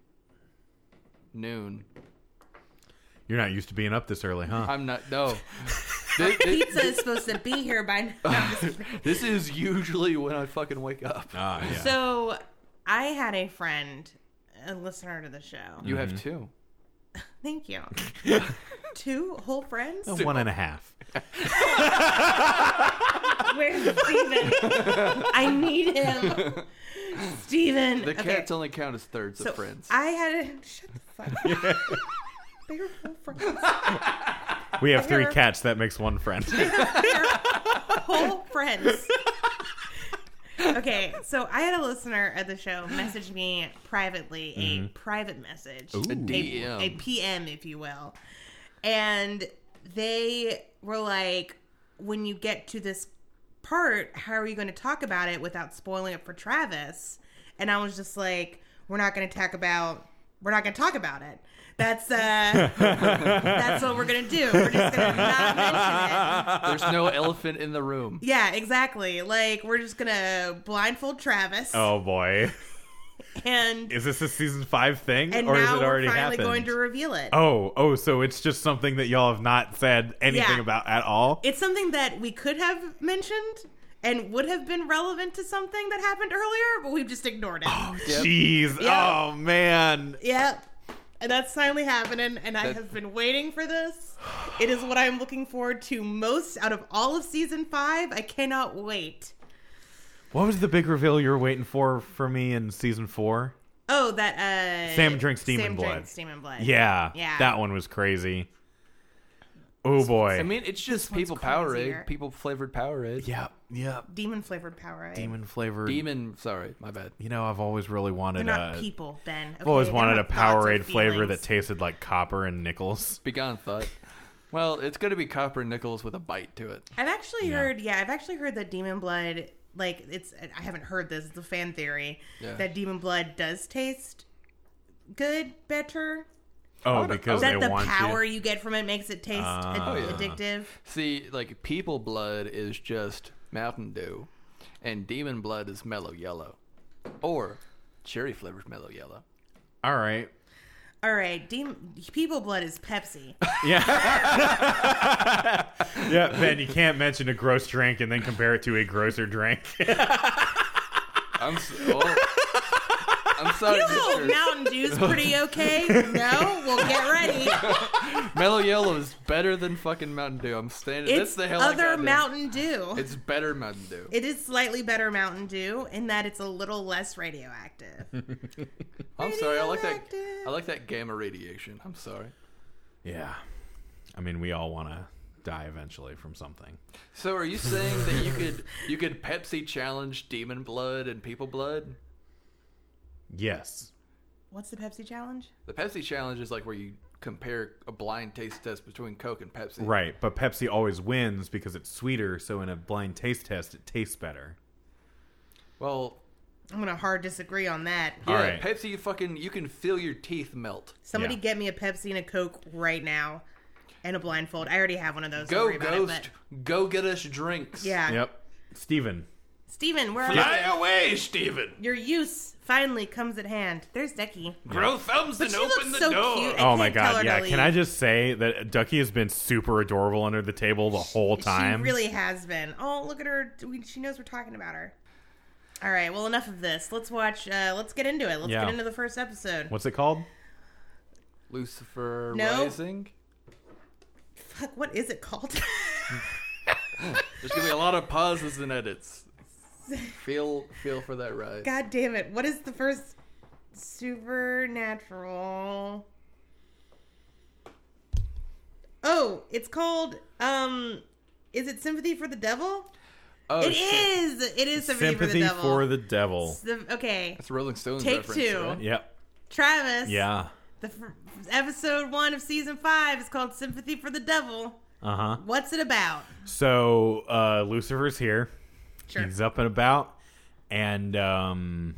[SPEAKER 3] noon.
[SPEAKER 1] You're not used to being up this early,
[SPEAKER 2] Uh,
[SPEAKER 1] huh?
[SPEAKER 3] I'm not. No. Thi- thi-
[SPEAKER 2] Pizza is supposed to be here by now.
[SPEAKER 3] this is usually when I fucking wake up.
[SPEAKER 1] Ah, yeah.
[SPEAKER 2] So I had a friend, a listener to the show.
[SPEAKER 3] You have
[SPEAKER 1] Mm-hmm.
[SPEAKER 3] two.
[SPEAKER 2] Thank you. Two whole friends?
[SPEAKER 1] One and a half.
[SPEAKER 2] Where's Steven? I need him. Steven.
[SPEAKER 3] The
[SPEAKER 2] Okay.
[SPEAKER 3] cats only count as thirds
[SPEAKER 2] So
[SPEAKER 3] of friends.
[SPEAKER 2] I had shut the fuck up. they were whole friends.
[SPEAKER 1] We have three
[SPEAKER 2] Here.
[SPEAKER 1] cats. That makes one friend.
[SPEAKER 2] They're whole friends. Okay, so I had a listener at the show message me privately a private message,
[SPEAKER 1] Ooh. A
[SPEAKER 3] DM.
[SPEAKER 2] a PM, if you will, and they were like, "When you get to this part, how are you going to talk about it without spoiling it for Travis?" And I was just like, "We're not going to talk about. We're not going to talk about it. That's uh, that's what we're going to do. We're just going to not mention it."
[SPEAKER 3] There's no elephant in the room.
[SPEAKER 2] Yeah, exactly. Like we're just gonna blindfold Travis,
[SPEAKER 1] Oh boy,
[SPEAKER 2] and
[SPEAKER 1] is this a season five thing,
[SPEAKER 2] and
[SPEAKER 1] or is
[SPEAKER 2] now
[SPEAKER 1] it already
[SPEAKER 2] we're finally
[SPEAKER 1] happened?
[SPEAKER 2] going to reveal it.
[SPEAKER 1] Oh, oh, so it's just something that y'all have not said anything
[SPEAKER 2] Yeah.
[SPEAKER 1] about at all.
[SPEAKER 2] It's something that we could have mentioned and would have been relevant to something that happened earlier, but we've just ignored it.
[SPEAKER 1] Oh.
[SPEAKER 3] Yep.
[SPEAKER 1] Jeez,
[SPEAKER 2] Yeah.
[SPEAKER 1] oh man,
[SPEAKER 2] Yep. And that's finally happening, and I
[SPEAKER 3] That-
[SPEAKER 2] have been waiting for this. It is what I'm looking forward to most out of all of season five. I cannot wait.
[SPEAKER 1] what was the big reveal you were waiting for for me in season four?
[SPEAKER 2] Oh, that uh
[SPEAKER 1] Sam drinks demon
[SPEAKER 2] Sam
[SPEAKER 1] blood.
[SPEAKER 2] Drinks demon blood.
[SPEAKER 1] Yeah,
[SPEAKER 2] Yeah.
[SPEAKER 1] that one was crazy. Oh boy,
[SPEAKER 3] I mean, it's just
[SPEAKER 2] one's
[SPEAKER 3] people Powerade,
[SPEAKER 2] crazier.
[SPEAKER 3] people flavored Powerade.
[SPEAKER 1] yeah, yeah,
[SPEAKER 2] Demon flavored power. Right?
[SPEAKER 1] demon flavored.
[SPEAKER 3] Demon. Sorry, my bad.
[SPEAKER 1] You know, I've always really wanted
[SPEAKER 2] They're not
[SPEAKER 1] a.
[SPEAKER 2] people, Ben.
[SPEAKER 1] uh, I've always
[SPEAKER 2] okay? They're
[SPEAKER 1] wanted a
[SPEAKER 2] not thoughts or
[SPEAKER 1] Powerade flavor
[SPEAKER 2] feelings.
[SPEAKER 1] that tasted like copper and nickels.
[SPEAKER 3] Begone thought. Well, it's going to be copper nickels with a bite to it.
[SPEAKER 2] I've actually
[SPEAKER 1] Yeah.
[SPEAKER 2] heard, yeah, I've actually heard that demon blood, like it's, I haven't heard this. It's a fan theory
[SPEAKER 3] Yeah.
[SPEAKER 2] that demon blood does taste good, better.
[SPEAKER 1] Oh,
[SPEAKER 3] would- I
[SPEAKER 1] because
[SPEAKER 3] would-
[SPEAKER 1] they
[SPEAKER 2] That the
[SPEAKER 1] want
[SPEAKER 2] power
[SPEAKER 1] you.
[SPEAKER 2] you. get from it makes it taste ad-
[SPEAKER 1] Ah. Oh,
[SPEAKER 3] yeah.
[SPEAKER 2] addictive.
[SPEAKER 3] See, like people blood is just Mountain Dew, and demon blood is mellow yellow, or cherry flavored mellow yellow.
[SPEAKER 1] All right.
[SPEAKER 2] All right, demon people blood is Pepsi.
[SPEAKER 1] Yeah. yeah, Ben, you can't mention a gross drink and then compare it to a grosser drink.
[SPEAKER 3] I'm so, oh, I'm sorry,
[SPEAKER 2] You know,
[SPEAKER 3] Mr.
[SPEAKER 2] Mountain Dew's pretty okay. No, well, get ready.
[SPEAKER 3] mellow yellow is better than fucking Mountain Dew. I'm standing.
[SPEAKER 2] It's
[SPEAKER 3] That's the hell I
[SPEAKER 2] other
[SPEAKER 3] got there.
[SPEAKER 2] Mountain Dew.
[SPEAKER 3] It's better Mountain Dew.
[SPEAKER 2] it is slightly better Mountain Dew in that it's a little less radioactive.
[SPEAKER 3] I'm sorry. I like that.
[SPEAKER 2] radioactive.
[SPEAKER 3] I like that gamma radiation. I'm sorry.
[SPEAKER 1] yeah. I mean, we all want to die eventually from something.
[SPEAKER 3] So are you saying that you could you could Pepsi challenge demon blood and people blood?
[SPEAKER 1] Yes.
[SPEAKER 2] What's the Pepsi challenge?
[SPEAKER 3] The Pepsi challenge is like where you compare a blind taste test between Coke and Pepsi.
[SPEAKER 1] Right, but Pepsi always wins because it's sweeter, so in a blind taste test, it tastes better.
[SPEAKER 3] Well,
[SPEAKER 2] I'm gonna hard disagree on that.
[SPEAKER 3] yeah,
[SPEAKER 1] All right.
[SPEAKER 3] Pepsi, you fucking you can feel your teeth melt.
[SPEAKER 2] Somebody
[SPEAKER 1] Yeah.
[SPEAKER 2] get me a Pepsi and a Coke right now, and a blindfold. I already have one of those. don't
[SPEAKER 3] Go
[SPEAKER 2] worry about it,
[SPEAKER 3] ghost, go get us drinks.
[SPEAKER 2] but- yeah.
[SPEAKER 1] Yep. Steven.
[SPEAKER 2] Steven, where are
[SPEAKER 3] Fly
[SPEAKER 2] you?
[SPEAKER 3] away, Steven.
[SPEAKER 2] Your use finally comes at hand. There's Decky.
[SPEAKER 3] Grow thumbs and
[SPEAKER 2] she
[SPEAKER 3] open
[SPEAKER 2] looks
[SPEAKER 3] the
[SPEAKER 2] so
[SPEAKER 3] door.
[SPEAKER 2] cute. I
[SPEAKER 1] Oh my
[SPEAKER 2] can't tell her
[SPEAKER 1] god,
[SPEAKER 2] to
[SPEAKER 1] yeah.
[SPEAKER 2] leave.
[SPEAKER 1] Can I just say that Ducky has been super adorable under the table the whole time?
[SPEAKER 2] She really has been. Oh, look at her. We- She knows we're talking about her. All right. Well, enough of this. Let's watch. Uh, let's get into it. Let's
[SPEAKER 1] Yeah.
[SPEAKER 2] get into the first episode.
[SPEAKER 1] What's it called?
[SPEAKER 3] Lucifer
[SPEAKER 2] No.
[SPEAKER 3] Rising.
[SPEAKER 2] Fuck. What is it called?
[SPEAKER 3] There's gonna be a lot of pauses and edits. Feel feel for that ride.
[SPEAKER 2] God damn it. What is the first supernatural? Oh, it's called um is it Sympathy for the Devil?
[SPEAKER 3] Oh,
[SPEAKER 2] It
[SPEAKER 3] shit.
[SPEAKER 2] is. It is Sympathy, for the
[SPEAKER 1] Sympathy
[SPEAKER 2] Devil.
[SPEAKER 1] for the devil.
[SPEAKER 2] It's the- okay.
[SPEAKER 3] That's a Rolling Stones
[SPEAKER 2] Take
[SPEAKER 3] reference.
[SPEAKER 2] two.
[SPEAKER 3] right?
[SPEAKER 1] Yep.
[SPEAKER 2] Travis.
[SPEAKER 1] Yeah.
[SPEAKER 2] The f- episode 1 of season 5 is called Sympathy for the Devil.
[SPEAKER 1] Uh huh.
[SPEAKER 2] What's it about?
[SPEAKER 1] So uh, Lucifer's here.
[SPEAKER 2] Sure.
[SPEAKER 1] He's up and about, and um,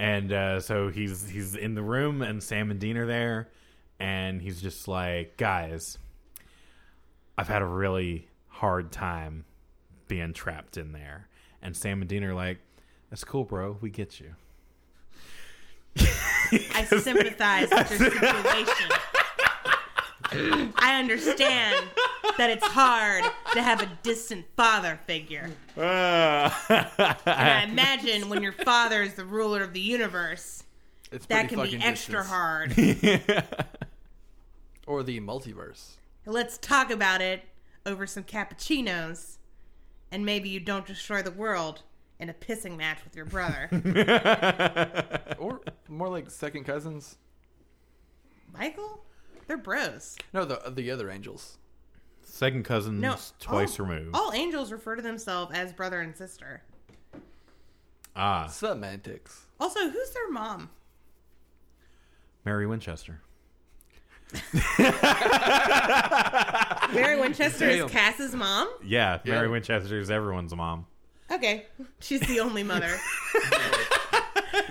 [SPEAKER 1] and uh, so he's he's in the room, and Sam and Dean are there, and he's just like, guys, I've had a really hard time being trapped in there, and Sam and Dean are like, that's cool, bro, we get you.
[SPEAKER 2] I sympathize with your situation. I understand that it's hard to have a distant father figure. And Ah. I imagine when your father is the ruler of the universe,
[SPEAKER 3] It's
[SPEAKER 2] that
[SPEAKER 3] pretty
[SPEAKER 2] can be
[SPEAKER 3] fucking
[SPEAKER 2] extra
[SPEAKER 3] distance.
[SPEAKER 2] hard.
[SPEAKER 3] Or the multiverse.
[SPEAKER 2] Let's talk about it over some cappuccinos, and maybe you don't destroy the world in a pissing match with your brother.
[SPEAKER 3] Or more like second cousins.
[SPEAKER 2] Michael? They're bros.
[SPEAKER 3] No, the the other angels.
[SPEAKER 1] Second cousins
[SPEAKER 2] No, Oh.
[SPEAKER 1] twice
[SPEAKER 2] all-
[SPEAKER 1] removed.
[SPEAKER 2] All angels refer to themselves as brother and sister.
[SPEAKER 1] Ah,
[SPEAKER 3] Semantics.
[SPEAKER 2] Also, who's their mom?
[SPEAKER 1] Mary Winchester.
[SPEAKER 2] Mary Winchester
[SPEAKER 3] Damn.
[SPEAKER 2] is Cass's mom.
[SPEAKER 1] Yeah, Mary
[SPEAKER 3] Yeah.
[SPEAKER 1] Winchester is everyone's mom.
[SPEAKER 2] Okay, she's the only mother,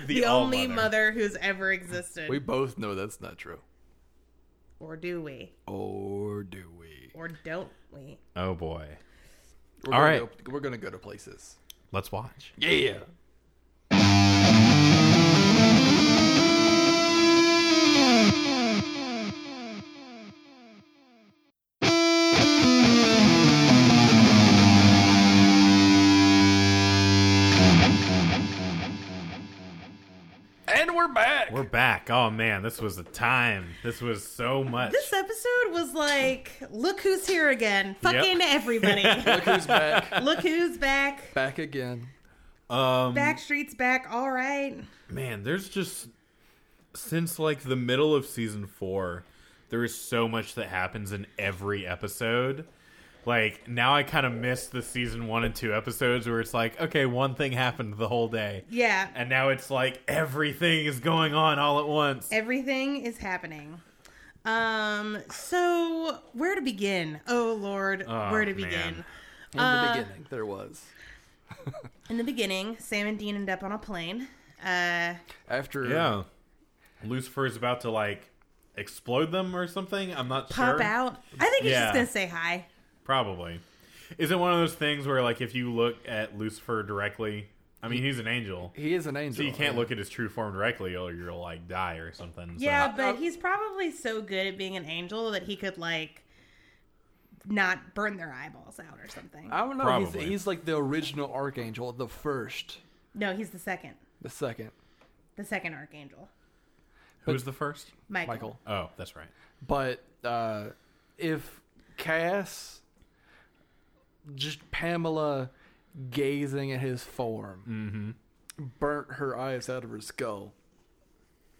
[SPEAKER 2] the,
[SPEAKER 1] all
[SPEAKER 2] only mother. who's ever existed.
[SPEAKER 3] We both know that's not true.
[SPEAKER 2] Or do we?
[SPEAKER 3] Or do we?
[SPEAKER 2] Or don't we?
[SPEAKER 1] Oh boy,
[SPEAKER 3] We're
[SPEAKER 1] All
[SPEAKER 3] gonna
[SPEAKER 1] right.
[SPEAKER 3] Go, we're gonna go to places.
[SPEAKER 1] let's watch.
[SPEAKER 3] Yeah. And we're back.
[SPEAKER 1] We're back. Oh man, this was a time. This was so much.
[SPEAKER 2] This episode was like, look who's here again. Fucking everybody.
[SPEAKER 3] Look who's back.
[SPEAKER 2] look who's back.
[SPEAKER 3] back again.
[SPEAKER 1] Um,
[SPEAKER 2] Backstreet's back. All right.
[SPEAKER 1] man, there's just since like the middle of season four, there is so much that happens in every episode. Like now, I kind of miss the season one and two episodes where it's like, okay, one thing happened the whole day,
[SPEAKER 2] Yeah.
[SPEAKER 1] and now it's like everything is going on all at once.
[SPEAKER 2] Everything is happening. Um, so where to begin? Oh Lord,
[SPEAKER 1] Oh,
[SPEAKER 2] where to
[SPEAKER 1] man.
[SPEAKER 2] begin?
[SPEAKER 3] In the beginning, there was.
[SPEAKER 2] In the beginning, Sam and Dean end up on a plane. Uh
[SPEAKER 3] After
[SPEAKER 1] Yeah, Lucifer is about to like explode them or something. I'm not
[SPEAKER 2] pop
[SPEAKER 1] sure.
[SPEAKER 2] out. I think he's
[SPEAKER 1] Yeah.
[SPEAKER 2] just gonna say hi.
[SPEAKER 1] Probably. Is it one of those things where, like, if you look at Lucifer directly, I mean, he's an angel,
[SPEAKER 3] he is an angel.
[SPEAKER 1] so you can't
[SPEAKER 3] yeah.
[SPEAKER 1] look at his true form directly, or you'll like die or something. So-
[SPEAKER 2] Yeah, but he's probably so good at being an angel that he could like not burn their eyeballs out or
[SPEAKER 1] Uh,
[SPEAKER 2] something.
[SPEAKER 3] I don't know. He's,
[SPEAKER 1] Probably.
[SPEAKER 3] he's like the original archangel, the first,
[SPEAKER 2] No, he's the second.
[SPEAKER 3] the second,
[SPEAKER 2] The second archangel.
[SPEAKER 1] who's the first?
[SPEAKER 2] Michael.
[SPEAKER 3] Michael.
[SPEAKER 1] Oh, that's right.
[SPEAKER 3] But uh, if Cass, just Pamela gazing at his form,
[SPEAKER 1] Mm-hmm.
[SPEAKER 3] burnt her eyes out of her skull.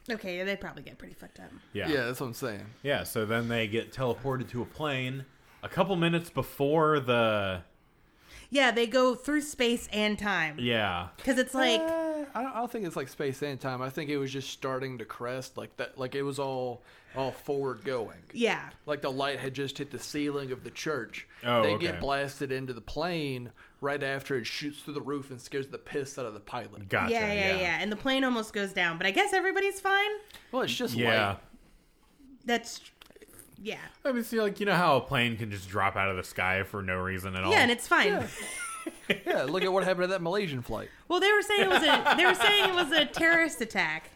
[SPEAKER 2] Okay, they probably get pretty fucked up.
[SPEAKER 1] Yeah.
[SPEAKER 3] Yeah, that's what I'm saying.
[SPEAKER 1] Yeah, So then they get teleported to a plane a couple minutes before the.
[SPEAKER 2] Yeah, they go through space and time.
[SPEAKER 1] Yeah.
[SPEAKER 2] Because it's like,
[SPEAKER 3] Uh, I, don't, I don't think it's like space and time. I think it was just starting to crest like that. Like it was all all forward going.
[SPEAKER 2] yeah.
[SPEAKER 3] like the light had just hit the ceiling of the church.
[SPEAKER 1] Oh,
[SPEAKER 3] they
[SPEAKER 1] okay.
[SPEAKER 3] get blasted into the plane right after it shoots through the roof and scares the piss out of the pilot.
[SPEAKER 1] Gotcha.
[SPEAKER 2] yeah, yeah, yeah, And the plane almost goes down, but I guess everybody's fine.
[SPEAKER 3] Well, it's just
[SPEAKER 1] Yeah.
[SPEAKER 3] light.
[SPEAKER 2] That's, yeah.
[SPEAKER 1] I mean, see, like, you know how a plane can just drop out of the sky for no reason at all?
[SPEAKER 2] Yeah, and it's fine.
[SPEAKER 3] Yeah, look at what happened to that Malaysian flight.
[SPEAKER 2] Well, they were saying it was a they were saying it was a terrorist attack.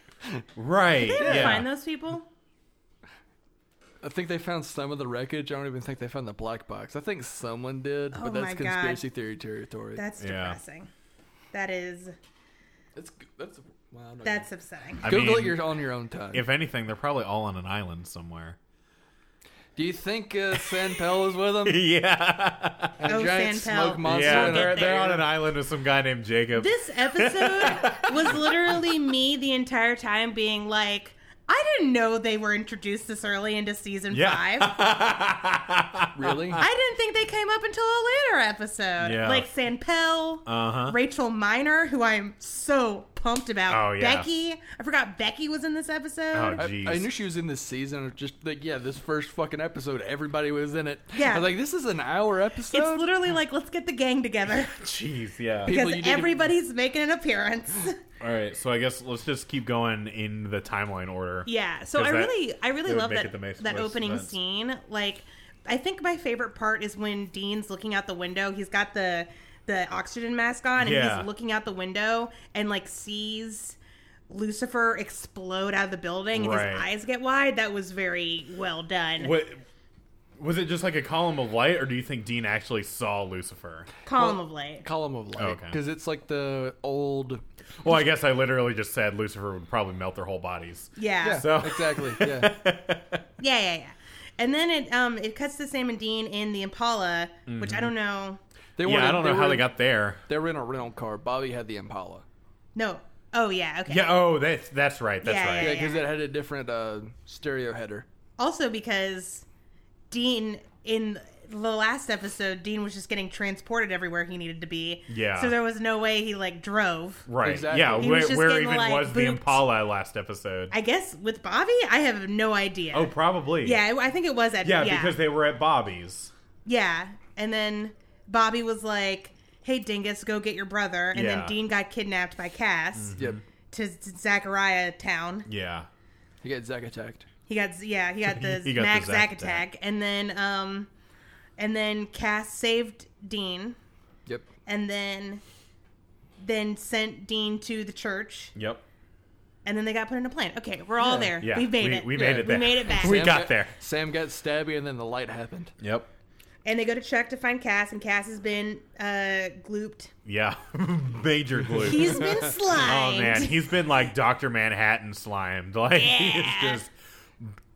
[SPEAKER 1] Right.
[SPEAKER 2] They didn't
[SPEAKER 1] yeah.
[SPEAKER 2] find those people.
[SPEAKER 3] I think they found some of the wreckage. I don't even think they found the black box. I think someone did,
[SPEAKER 2] Oh
[SPEAKER 3] but that's
[SPEAKER 2] my God.
[SPEAKER 3] conspiracy theory territory.
[SPEAKER 2] That's
[SPEAKER 1] Yeah.
[SPEAKER 2] depressing. That is
[SPEAKER 3] that's that's well, I don't know.
[SPEAKER 2] that's upsetting.
[SPEAKER 1] I
[SPEAKER 3] Google
[SPEAKER 1] mean,
[SPEAKER 3] it. You're on your own time.
[SPEAKER 1] If anything, they're probably all on an island somewhere.
[SPEAKER 3] Do you think uh, San Pel is with them?
[SPEAKER 1] yeah.
[SPEAKER 3] And a
[SPEAKER 2] Oh,
[SPEAKER 3] giant
[SPEAKER 2] San Pel.
[SPEAKER 3] smoke monster.
[SPEAKER 1] Yeah,
[SPEAKER 3] and a-
[SPEAKER 1] they're, they're
[SPEAKER 2] there.
[SPEAKER 1] on an island with some guy named Jacob.
[SPEAKER 2] This episode was literally me the entire time being like, I didn't know they were introduced this early into season
[SPEAKER 1] Yeah.
[SPEAKER 2] five.
[SPEAKER 3] really?
[SPEAKER 2] I didn't think they came up until a later episode.
[SPEAKER 1] Yeah.
[SPEAKER 2] Like San Pel,
[SPEAKER 1] Uh-huh.
[SPEAKER 2] Rachel Miner, who I am so pumped about.
[SPEAKER 1] Oh, yeah.
[SPEAKER 2] Becky. I forgot Becky was in this episode.
[SPEAKER 1] Oh,
[SPEAKER 3] I,
[SPEAKER 1] jeez.
[SPEAKER 3] I knew she was in this season. or Just like yeah, this first fucking episode, everybody was in it.
[SPEAKER 2] Yeah.
[SPEAKER 3] I was like this is an hour episode.
[SPEAKER 2] it's literally like, let's get the gang together
[SPEAKER 1] Jeez, yeah.
[SPEAKER 3] People,
[SPEAKER 2] because
[SPEAKER 3] you need to-
[SPEAKER 2] everybody's making an appearance.
[SPEAKER 1] All right, so I guess let's just keep going in the timeline order.
[SPEAKER 2] yeah. So
[SPEAKER 1] 'Cause
[SPEAKER 2] I
[SPEAKER 1] that-
[SPEAKER 2] really, I really
[SPEAKER 1] that would
[SPEAKER 2] love
[SPEAKER 1] make
[SPEAKER 2] that
[SPEAKER 1] it the most-
[SPEAKER 2] that
[SPEAKER 1] most
[SPEAKER 2] opening
[SPEAKER 1] events.
[SPEAKER 2] scene. Like, I think my favorite part is when Dean's looking out the window. He's got the the oxygen mask on, and
[SPEAKER 1] Yeah.
[SPEAKER 2] he's looking out the window and like sees. Lucifer explode out of the building and
[SPEAKER 1] Right.
[SPEAKER 2] his eyes get wide. That was very well done.
[SPEAKER 1] What was it? Just like a column of light, or do you think Dean actually saw Lucifer?
[SPEAKER 2] Column
[SPEAKER 3] Well-
[SPEAKER 2] of light.
[SPEAKER 3] column of light
[SPEAKER 1] Okay.
[SPEAKER 3] because it's like the old.
[SPEAKER 1] Well, I guess I literally just said Lucifer would probably melt their whole bodies.
[SPEAKER 2] Yeah.
[SPEAKER 3] Yeah,
[SPEAKER 2] yeah.
[SPEAKER 1] So-
[SPEAKER 3] exactly. Yeah,
[SPEAKER 2] Yeah, yeah, And then it um it cuts to Sam and Dean in the Impala,
[SPEAKER 1] Mm-hmm.
[SPEAKER 2] which I don't know.
[SPEAKER 3] they
[SPEAKER 1] yeah, I don't know how
[SPEAKER 3] were-
[SPEAKER 1] they got there.
[SPEAKER 3] They were in a rental car. Bobby had the Impala.
[SPEAKER 2] No. Oh yeah, okay.
[SPEAKER 1] Yeah. Oh, that's that's right. That's
[SPEAKER 2] Yeah,
[SPEAKER 1] right.
[SPEAKER 3] Yeah,
[SPEAKER 2] yeah.
[SPEAKER 3] because it had a different uh, stereo header.
[SPEAKER 2] Also because Dean in the last episode, Dean was just getting transported everywhere he needed to be.
[SPEAKER 1] Yeah.
[SPEAKER 2] So there was no way he like drove.
[SPEAKER 1] Right.
[SPEAKER 3] Exactly.
[SPEAKER 1] Yeah.
[SPEAKER 3] He
[SPEAKER 1] Where,
[SPEAKER 2] was just
[SPEAKER 1] where
[SPEAKER 2] getting,
[SPEAKER 1] even
[SPEAKER 2] like,
[SPEAKER 1] was the
[SPEAKER 2] booped.
[SPEAKER 1] Impala last episode?
[SPEAKER 2] I guess with Bobby, I have no idea.
[SPEAKER 1] oh, probably.
[SPEAKER 2] yeah, I I think it was at
[SPEAKER 1] yeah.
[SPEAKER 2] yeah, yeah.
[SPEAKER 1] because they were at Bobby's.
[SPEAKER 2] And then Bobby was like, "Hey, dingus, go get your brother." And
[SPEAKER 1] Yeah. Mm-hmm.
[SPEAKER 2] then Dean got kidnapped by Cass
[SPEAKER 3] Yep.
[SPEAKER 2] to, to Zachariah Town.
[SPEAKER 1] Yeah.
[SPEAKER 3] He got Zack attacked.
[SPEAKER 2] He got yeah, he got the
[SPEAKER 1] He got the
[SPEAKER 2] Mac
[SPEAKER 1] Zack
[SPEAKER 2] Zack
[SPEAKER 1] attack.
[SPEAKER 2] attack, and then um, and then Cass saved Dean,
[SPEAKER 3] Yep.
[SPEAKER 2] and then then sent Dean to the church,
[SPEAKER 1] Yep.
[SPEAKER 2] and then they got put in a plane. Okay, we're all
[SPEAKER 3] Yeah.
[SPEAKER 2] there.
[SPEAKER 1] Yeah.
[SPEAKER 2] we made it.
[SPEAKER 1] We
[SPEAKER 3] Yeah.
[SPEAKER 1] made it.
[SPEAKER 2] We
[SPEAKER 1] there.
[SPEAKER 2] made it back.
[SPEAKER 1] We
[SPEAKER 3] Sam
[SPEAKER 1] got there.
[SPEAKER 3] Sam got stabby, and then the light happened.
[SPEAKER 4] Yep.
[SPEAKER 2] And they go to check to find Cass, and Cass has been uh glooped.
[SPEAKER 1] Yeah. Major glue.
[SPEAKER 2] He's been
[SPEAKER 1] Oh
[SPEAKER 2] slimed.
[SPEAKER 1] man, he's been like Doctor Manhattan slimed. Like
[SPEAKER 2] Yeah.
[SPEAKER 1] he's just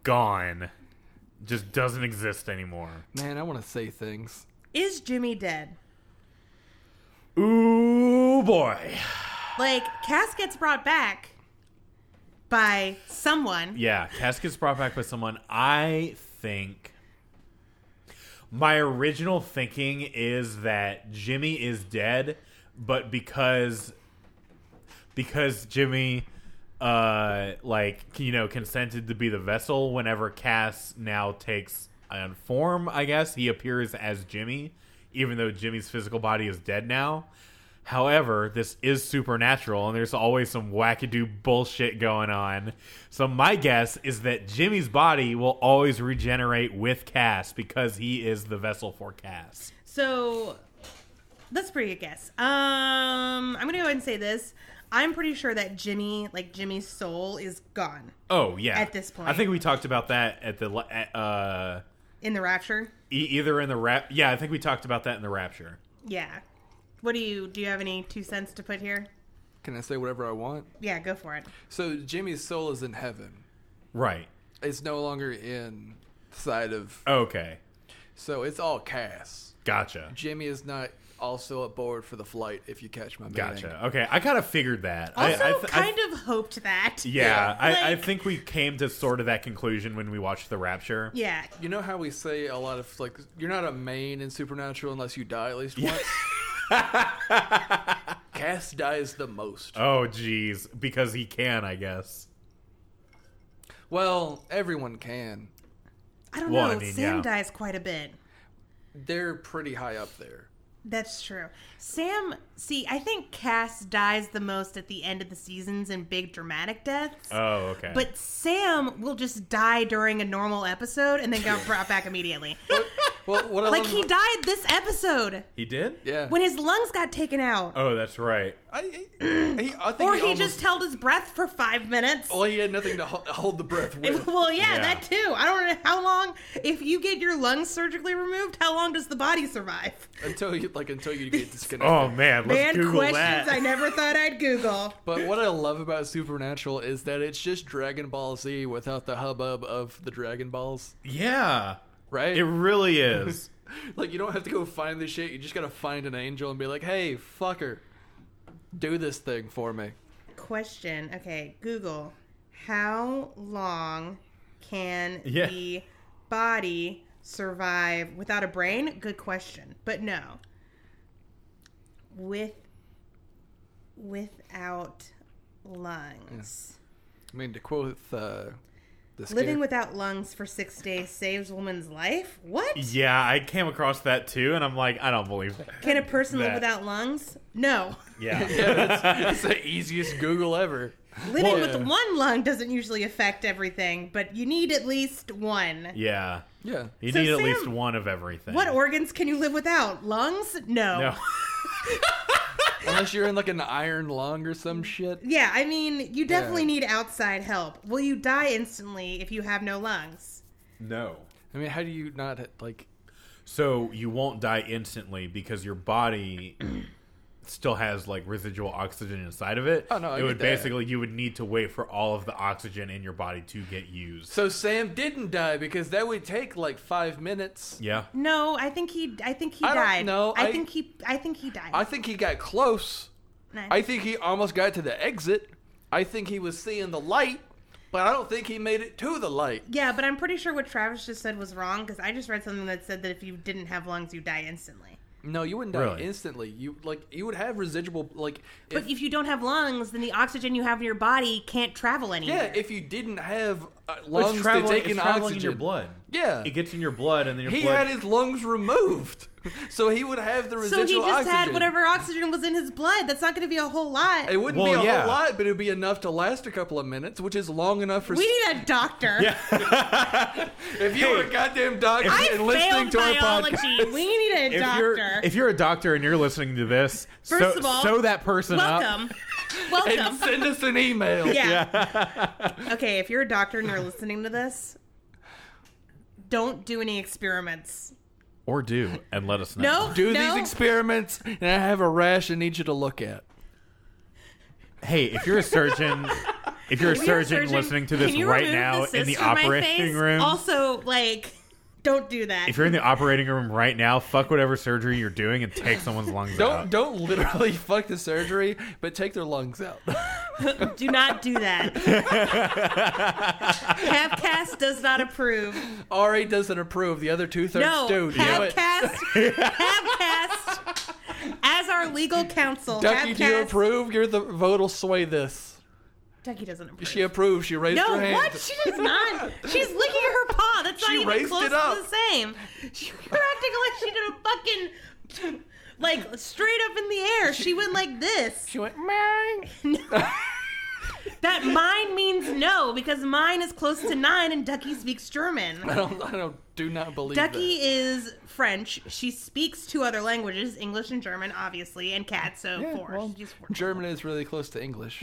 [SPEAKER 1] gone. Just doesn't exist anymore.
[SPEAKER 3] Man, I want to say things.
[SPEAKER 2] Is Jimmy dead?
[SPEAKER 1] Ooh boy.
[SPEAKER 2] Like Cass gets brought back by someone.
[SPEAKER 1] Yeah, caskets brought back by someone. I think my original thinking is that Jimmy is dead, but because because Jimmy uh like you know consented to be the vessel whenever Cass now takes on form, I guess, he appears as Jimmy, even though Jimmy's physical body is dead now. However, this is supernatural, and there's always some wackadoo bullshit going on. So my guess is that Jimmy's body will always regenerate with Cass because he is the vessel for Cass.
[SPEAKER 2] So that's a pretty good guess. Um, I'm gonna go ahead and say this. I'm pretty sure that Jimmy, like Jimmy's soul, is gone
[SPEAKER 1] Oh yeah.
[SPEAKER 2] At this point.
[SPEAKER 1] I think we talked about that at the la- at, uh,
[SPEAKER 2] in the rapture.
[SPEAKER 1] e- either in the rap. Yeah, I think we talked about that in the Rapture.
[SPEAKER 2] Yeah. What do you do? You have any two cents to put here?
[SPEAKER 3] Can I say whatever I want?
[SPEAKER 2] Yeah, go for it.
[SPEAKER 3] So Jimmy's soul is in heaven.
[SPEAKER 1] Right.
[SPEAKER 3] It's no longer in side of.
[SPEAKER 1] Okay.
[SPEAKER 3] So it's all Cass.
[SPEAKER 1] Gotcha.
[SPEAKER 3] Jimmy is not also aboard for the flight. If you catch my meaning.
[SPEAKER 1] Gotcha. Okay. I kind of figured that. I-
[SPEAKER 2] Also,
[SPEAKER 1] I, th- I
[SPEAKER 2] kind of hoped that.
[SPEAKER 1] Yeah,
[SPEAKER 3] Yeah.
[SPEAKER 1] I, I
[SPEAKER 2] Like-
[SPEAKER 1] think we came to sort of that conclusion when we watched The Rapture.
[SPEAKER 2] Yeah.
[SPEAKER 3] You know how we say a lot of like you're not a main in Supernatural unless you die at least once. Cass dies the most.
[SPEAKER 1] Oh, geez, because he can, I guess.
[SPEAKER 3] Well, everyone can.
[SPEAKER 2] I don't
[SPEAKER 1] Well,
[SPEAKER 2] know.
[SPEAKER 1] I mean,
[SPEAKER 2] Sam
[SPEAKER 1] yeah.
[SPEAKER 2] dies quite a bit.
[SPEAKER 3] They're pretty high up there.
[SPEAKER 2] That's true. Sam, see, I think Cass dies the most at the end of the seasons in big dramatic deaths.
[SPEAKER 1] Oh, okay.
[SPEAKER 2] But Sam will just die during a normal episode and then get brought back immediately.
[SPEAKER 3] Well, what I
[SPEAKER 2] like
[SPEAKER 3] love
[SPEAKER 2] he
[SPEAKER 3] about-
[SPEAKER 2] died this episode
[SPEAKER 1] he did.
[SPEAKER 3] Yeah.
[SPEAKER 2] when his lungs got taken out,
[SPEAKER 1] Oh, that's right.
[SPEAKER 3] I, I- he,
[SPEAKER 1] Oh,
[SPEAKER 3] I think
[SPEAKER 2] or
[SPEAKER 3] he,
[SPEAKER 2] he
[SPEAKER 3] almost,
[SPEAKER 2] just held his breath for five minutes.
[SPEAKER 3] Well, he had nothing to ho- hold the breath with.
[SPEAKER 2] well, yeah,
[SPEAKER 1] Yeah.
[SPEAKER 2] that too. I don't know how long. If you get your lungs surgically removed, how long does the body survive?
[SPEAKER 3] until you like until you get disconnected.
[SPEAKER 1] Oh man, let's
[SPEAKER 2] Man,
[SPEAKER 1] Google
[SPEAKER 2] questions
[SPEAKER 1] that.
[SPEAKER 2] I never thought I'd Google.
[SPEAKER 3] But what I love about Supernatural is that it's just Dragon Ball Z without the hubbub of the Dragon Balls,
[SPEAKER 1] yeah,
[SPEAKER 3] right?
[SPEAKER 1] it really is.
[SPEAKER 3] Like you don't have to go find this shit. You just gotta find an angel and be like, "Hey, fucker, do this thing for me."
[SPEAKER 2] Question. Okay, Google. How long can
[SPEAKER 1] Yeah.
[SPEAKER 2] the body survive without a brain? Good question. But no. With without lungs.
[SPEAKER 3] I mean, to quote uh, the scare-
[SPEAKER 2] Living without lungs for 6 days saves woman's life? What?
[SPEAKER 1] yeah, I came across that too, and I'm like, I don't believe that.
[SPEAKER 2] Can a person live
[SPEAKER 1] That.
[SPEAKER 2] without lungs? No.
[SPEAKER 1] Yeah,
[SPEAKER 3] yeah, it's, it's the easiest Google ever.
[SPEAKER 2] Living
[SPEAKER 3] Well,
[SPEAKER 2] with
[SPEAKER 3] yeah.
[SPEAKER 2] one lung doesn't usually affect everything, but you need at least one.
[SPEAKER 1] yeah.
[SPEAKER 3] Yeah,
[SPEAKER 1] You
[SPEAKER 2] So
[SPEAKER 1] need at
[SPEAKER 2] Sam-
[SPEAKER 1] least one of everything.
[SPEAKER 2] What organs can you live without? Lungs? No.
[SPEAKER 1] No.
[SPEAKER 3] unless you're in like an iron lung or some shit.
[SPEAKER 2] Yeah, I mean, you definitely
[SPEAKER 3] Yeah.
[SPEAKER 2] need outside help. Will you die instantly if you have no lungs?
[SPEAKER 1] no.
[SPEAKER 3] I mean, how do you not like?
[SPEAKER 1] So you won't die instantly because your body still has like residual oxygen inside of it.
[SPEAKER 3] Oh, no, I
[SPEAKER 1] it
[SPEAKER 3] get
[SPEAKER 1] would
[SPEAKER 3] that.
[SPEAKER 1] basically you would need to wait for all of the oxygen in your body to get used.
[SPEAKER 3] So Sam didn't die because that would take like five minutes.
[SPEAKER 1] yeah.
[SPEAKER 2] No, I think he. I think he
[SPEAKER 3] I don't
[SPEAKER 2] died.
[SPEAKER 3] know.
[SPEAKER 2] I,
[SPEAKER 3] I-
[SPEAKER 2] think he. I think he died.
[SPEAKER 3] I think he got close.
[SPEAKER 2] Nah.
[SPEAKER 3] I think he almost got to the exit. I think he was seeing the light, but I don't think he made it to the light.
[SPEAKER 2] Yeah, but I'm pretty sure what Travis just said was wrong because I just read something that said that if you didn't have lungs, you die instantly.
[SPEAKER 3] No, you wouldn't die
[SPEAKER 1] Really?
[SPEAKER 3] instantly. You like you would have residual like.
[SPEAKER 2] But if, you don't have lungs, then the oxygen you have in your body can't travel anywhere.
[SPEAKER 3] yeah, if you didn't have uh,
[SPEAKER 5] It's
[SPEAKER 3] lungs to
[SPEAKER 5] traveling,
[SPEAKER 3] take
[SPEAKER 5] it's
[SPEAKER 3] in
[SPEAKER 5] traveling
[SPEAKER 3] oxygen,
[SPEAKER 5] in your blood.
[SPEAKER 3] Yeah,
[SPEAKER 5] It gets in your blood, and then your
[SPEAKER 3] he
[SPEAKER 5] blood.
[SPEAKER 3] had his lungs removed, so he would have the
[SPEAKER 2] so
[SPEAKER 3] residual
[SPEAKER 2] he just
[SPEAKER 3] oxygen.
[SPEAKER 2] had whatever oxygen was in his blood. That's not going to be a whole lot.
[SPEAKER 3] It wouldn't
[SPEAKER 5] Well,
[SPEAKER 3] be a
[SPEAKER 5] yeah.
[SPEAKER 3] whole lot, but it'd be enough to last a couple of minutes, which is long enough for.
[SPEAKER 2] we need a doctor.
[SPEAKER 5] Yeah.
[SPEAKER 3] if you were a goddamn doctor
[SPEAKER 2] I
[SPEAKER 3] and listening
[SPEAKER 2] failed
[SPEAKER 3] to our podcast,
[SPEAKER 2] biology. We need a
[SPEAKER 1] If
[SPEAKER 2] doctor.
[SPEAKER 1] you're if you're a doctor and you're listening to this,
[SPEAKER 2] First
[SPEAKER 1] so,
[SPEAKER 2] of all,
[SPEAKER 1] so that person up.
[SPEAKER 2] Welcome.
[SPEAKER 3] and
[SPEAKER 2] Welcome.
[SPEAKER 3] send us an email.
[SPEAKER 2] Yeah. okay, if you're a doctor and you're listening to this, don't do any experiments.
[SPEAKER 1] or do and let us know.
[SPEAKER 2] No,
[SPEAKER 3] Do
[SPEAKER 2] no.
[SPEAKER 3] these experiments, and I have a rash I need you to look at.
[SPEAKER 1] Hey, if you're a surgeon, if you're a
[SPEAKER 2] If you're a
[SPEAKER 1] surgeon,
[SPEAKER 2] surgeon,
[SPEAKER 1] listening to
[SPEAKER 2] can
[SPEAKER 1] this
[SPEAKER 2] you
[SPEAKER 1] right
[SPEAKER 2] remove
[SPEAKER 1] now
[SPEAKER 2] the
[SPEAKER 1] in the
[SPEAKER 2] cyst from my
[SPEAKER 1] operating
[SPEAKER 2] face?
[SPEAKER 1] room,
[SPEAKER 2] Also, like, don't do that.
[SPEAKER 1] if you're in the operating room right now, fuck whatever surgery you're doing and take someone's lungs
[SPEAKER 3] Don't
[SPEAKER 1] out.
[SPEAKER 3] don't literally fuck the surgery, but take their lungs out.
[SPEAKER 2] do not do that. Capcast does not approve.
[SPEAKER 3] Ari doesn't approve. The other two thirds
[SPEAKER 2] No,
[SPEAKER 3] do. Do it.
[SPEAKER 2] Capcast, Capcast, as our legal counsel.
[SPEAKER 3] Ducky, do you
[SPEAKER 2] Capcast-
[SPEAKER 3] approve? You're the vote will sway this.
[SPEAKER 2] Ducky doesn't approve.
[SPEAKER 3] She approves. She raised
[SPEAKER 2] no,
[SPEAKER 3] her hand.
[SPEAKER 2] what? She does not. She's licking her paw. That's
[SPEAKER 3] She
[SPEAKER 2] not even
[SPEAKER 3] raised
[SPEAKER 2] close
[SPEAKER 3] it
[SPEAKER 2] to
[SPEAKER 3] up.
[SPEAKER 2] the same. She, you're acting like she did a fucking, like straight up in the air. She went like this.
[SPEAKER 3] She went. Mine.
[SPEAKER 2] That mine means no because mine is close to nine and Ducky speaks German.
[SPEAKER 3] I don't. I don't. Do not believe
[SPEAKER 2] Ducky is French. She speaks two other languages, English and German, obviously, and cat, so
[SPEAKER 3] that. Yeah,
[SPEAKER 2] four.
[SPEAKER 3] well,
[SPEAKER 2] She's four.
[SPEAKER 3] German is really close to English.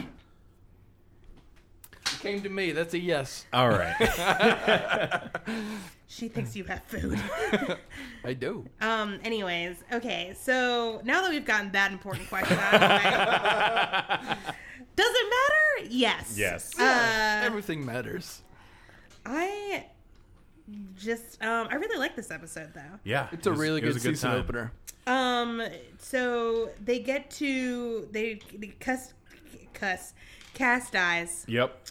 [SPEAKER 3] You came to me. That's a yes.
[SPEAKER 1] All right.
[SPEAKER 2] She thinks you have food.
[SPEAKER 3] I do.
[SPEAKER 2] um, anyways, okay, so now that we've gotten that important question out of the way, does it matter? Yes.
[SPEAKER 1] Yes.
[SPEAKER 2] Uh,
[SPEAKER 3] Everything matters.
[SPEAKER 2] I just, um, I really like this episode, though.
[SPEAKER 1] Yeah,
[SPEAKER 3] It's a
[SPEAKER 1] it was-
[SPEAKER 3] really
[SPEAKER 1] it was
[SPEAKER 3] good,
[SPEAKER 1] a
[SPEAKER 3] season
[SPEAKER 1] time.
[SPEAKER 3] opener.
[SPEAKER 2] Um. So they get to they, they cuss cuss Cass dies.
[SPEAKER 1] Yep.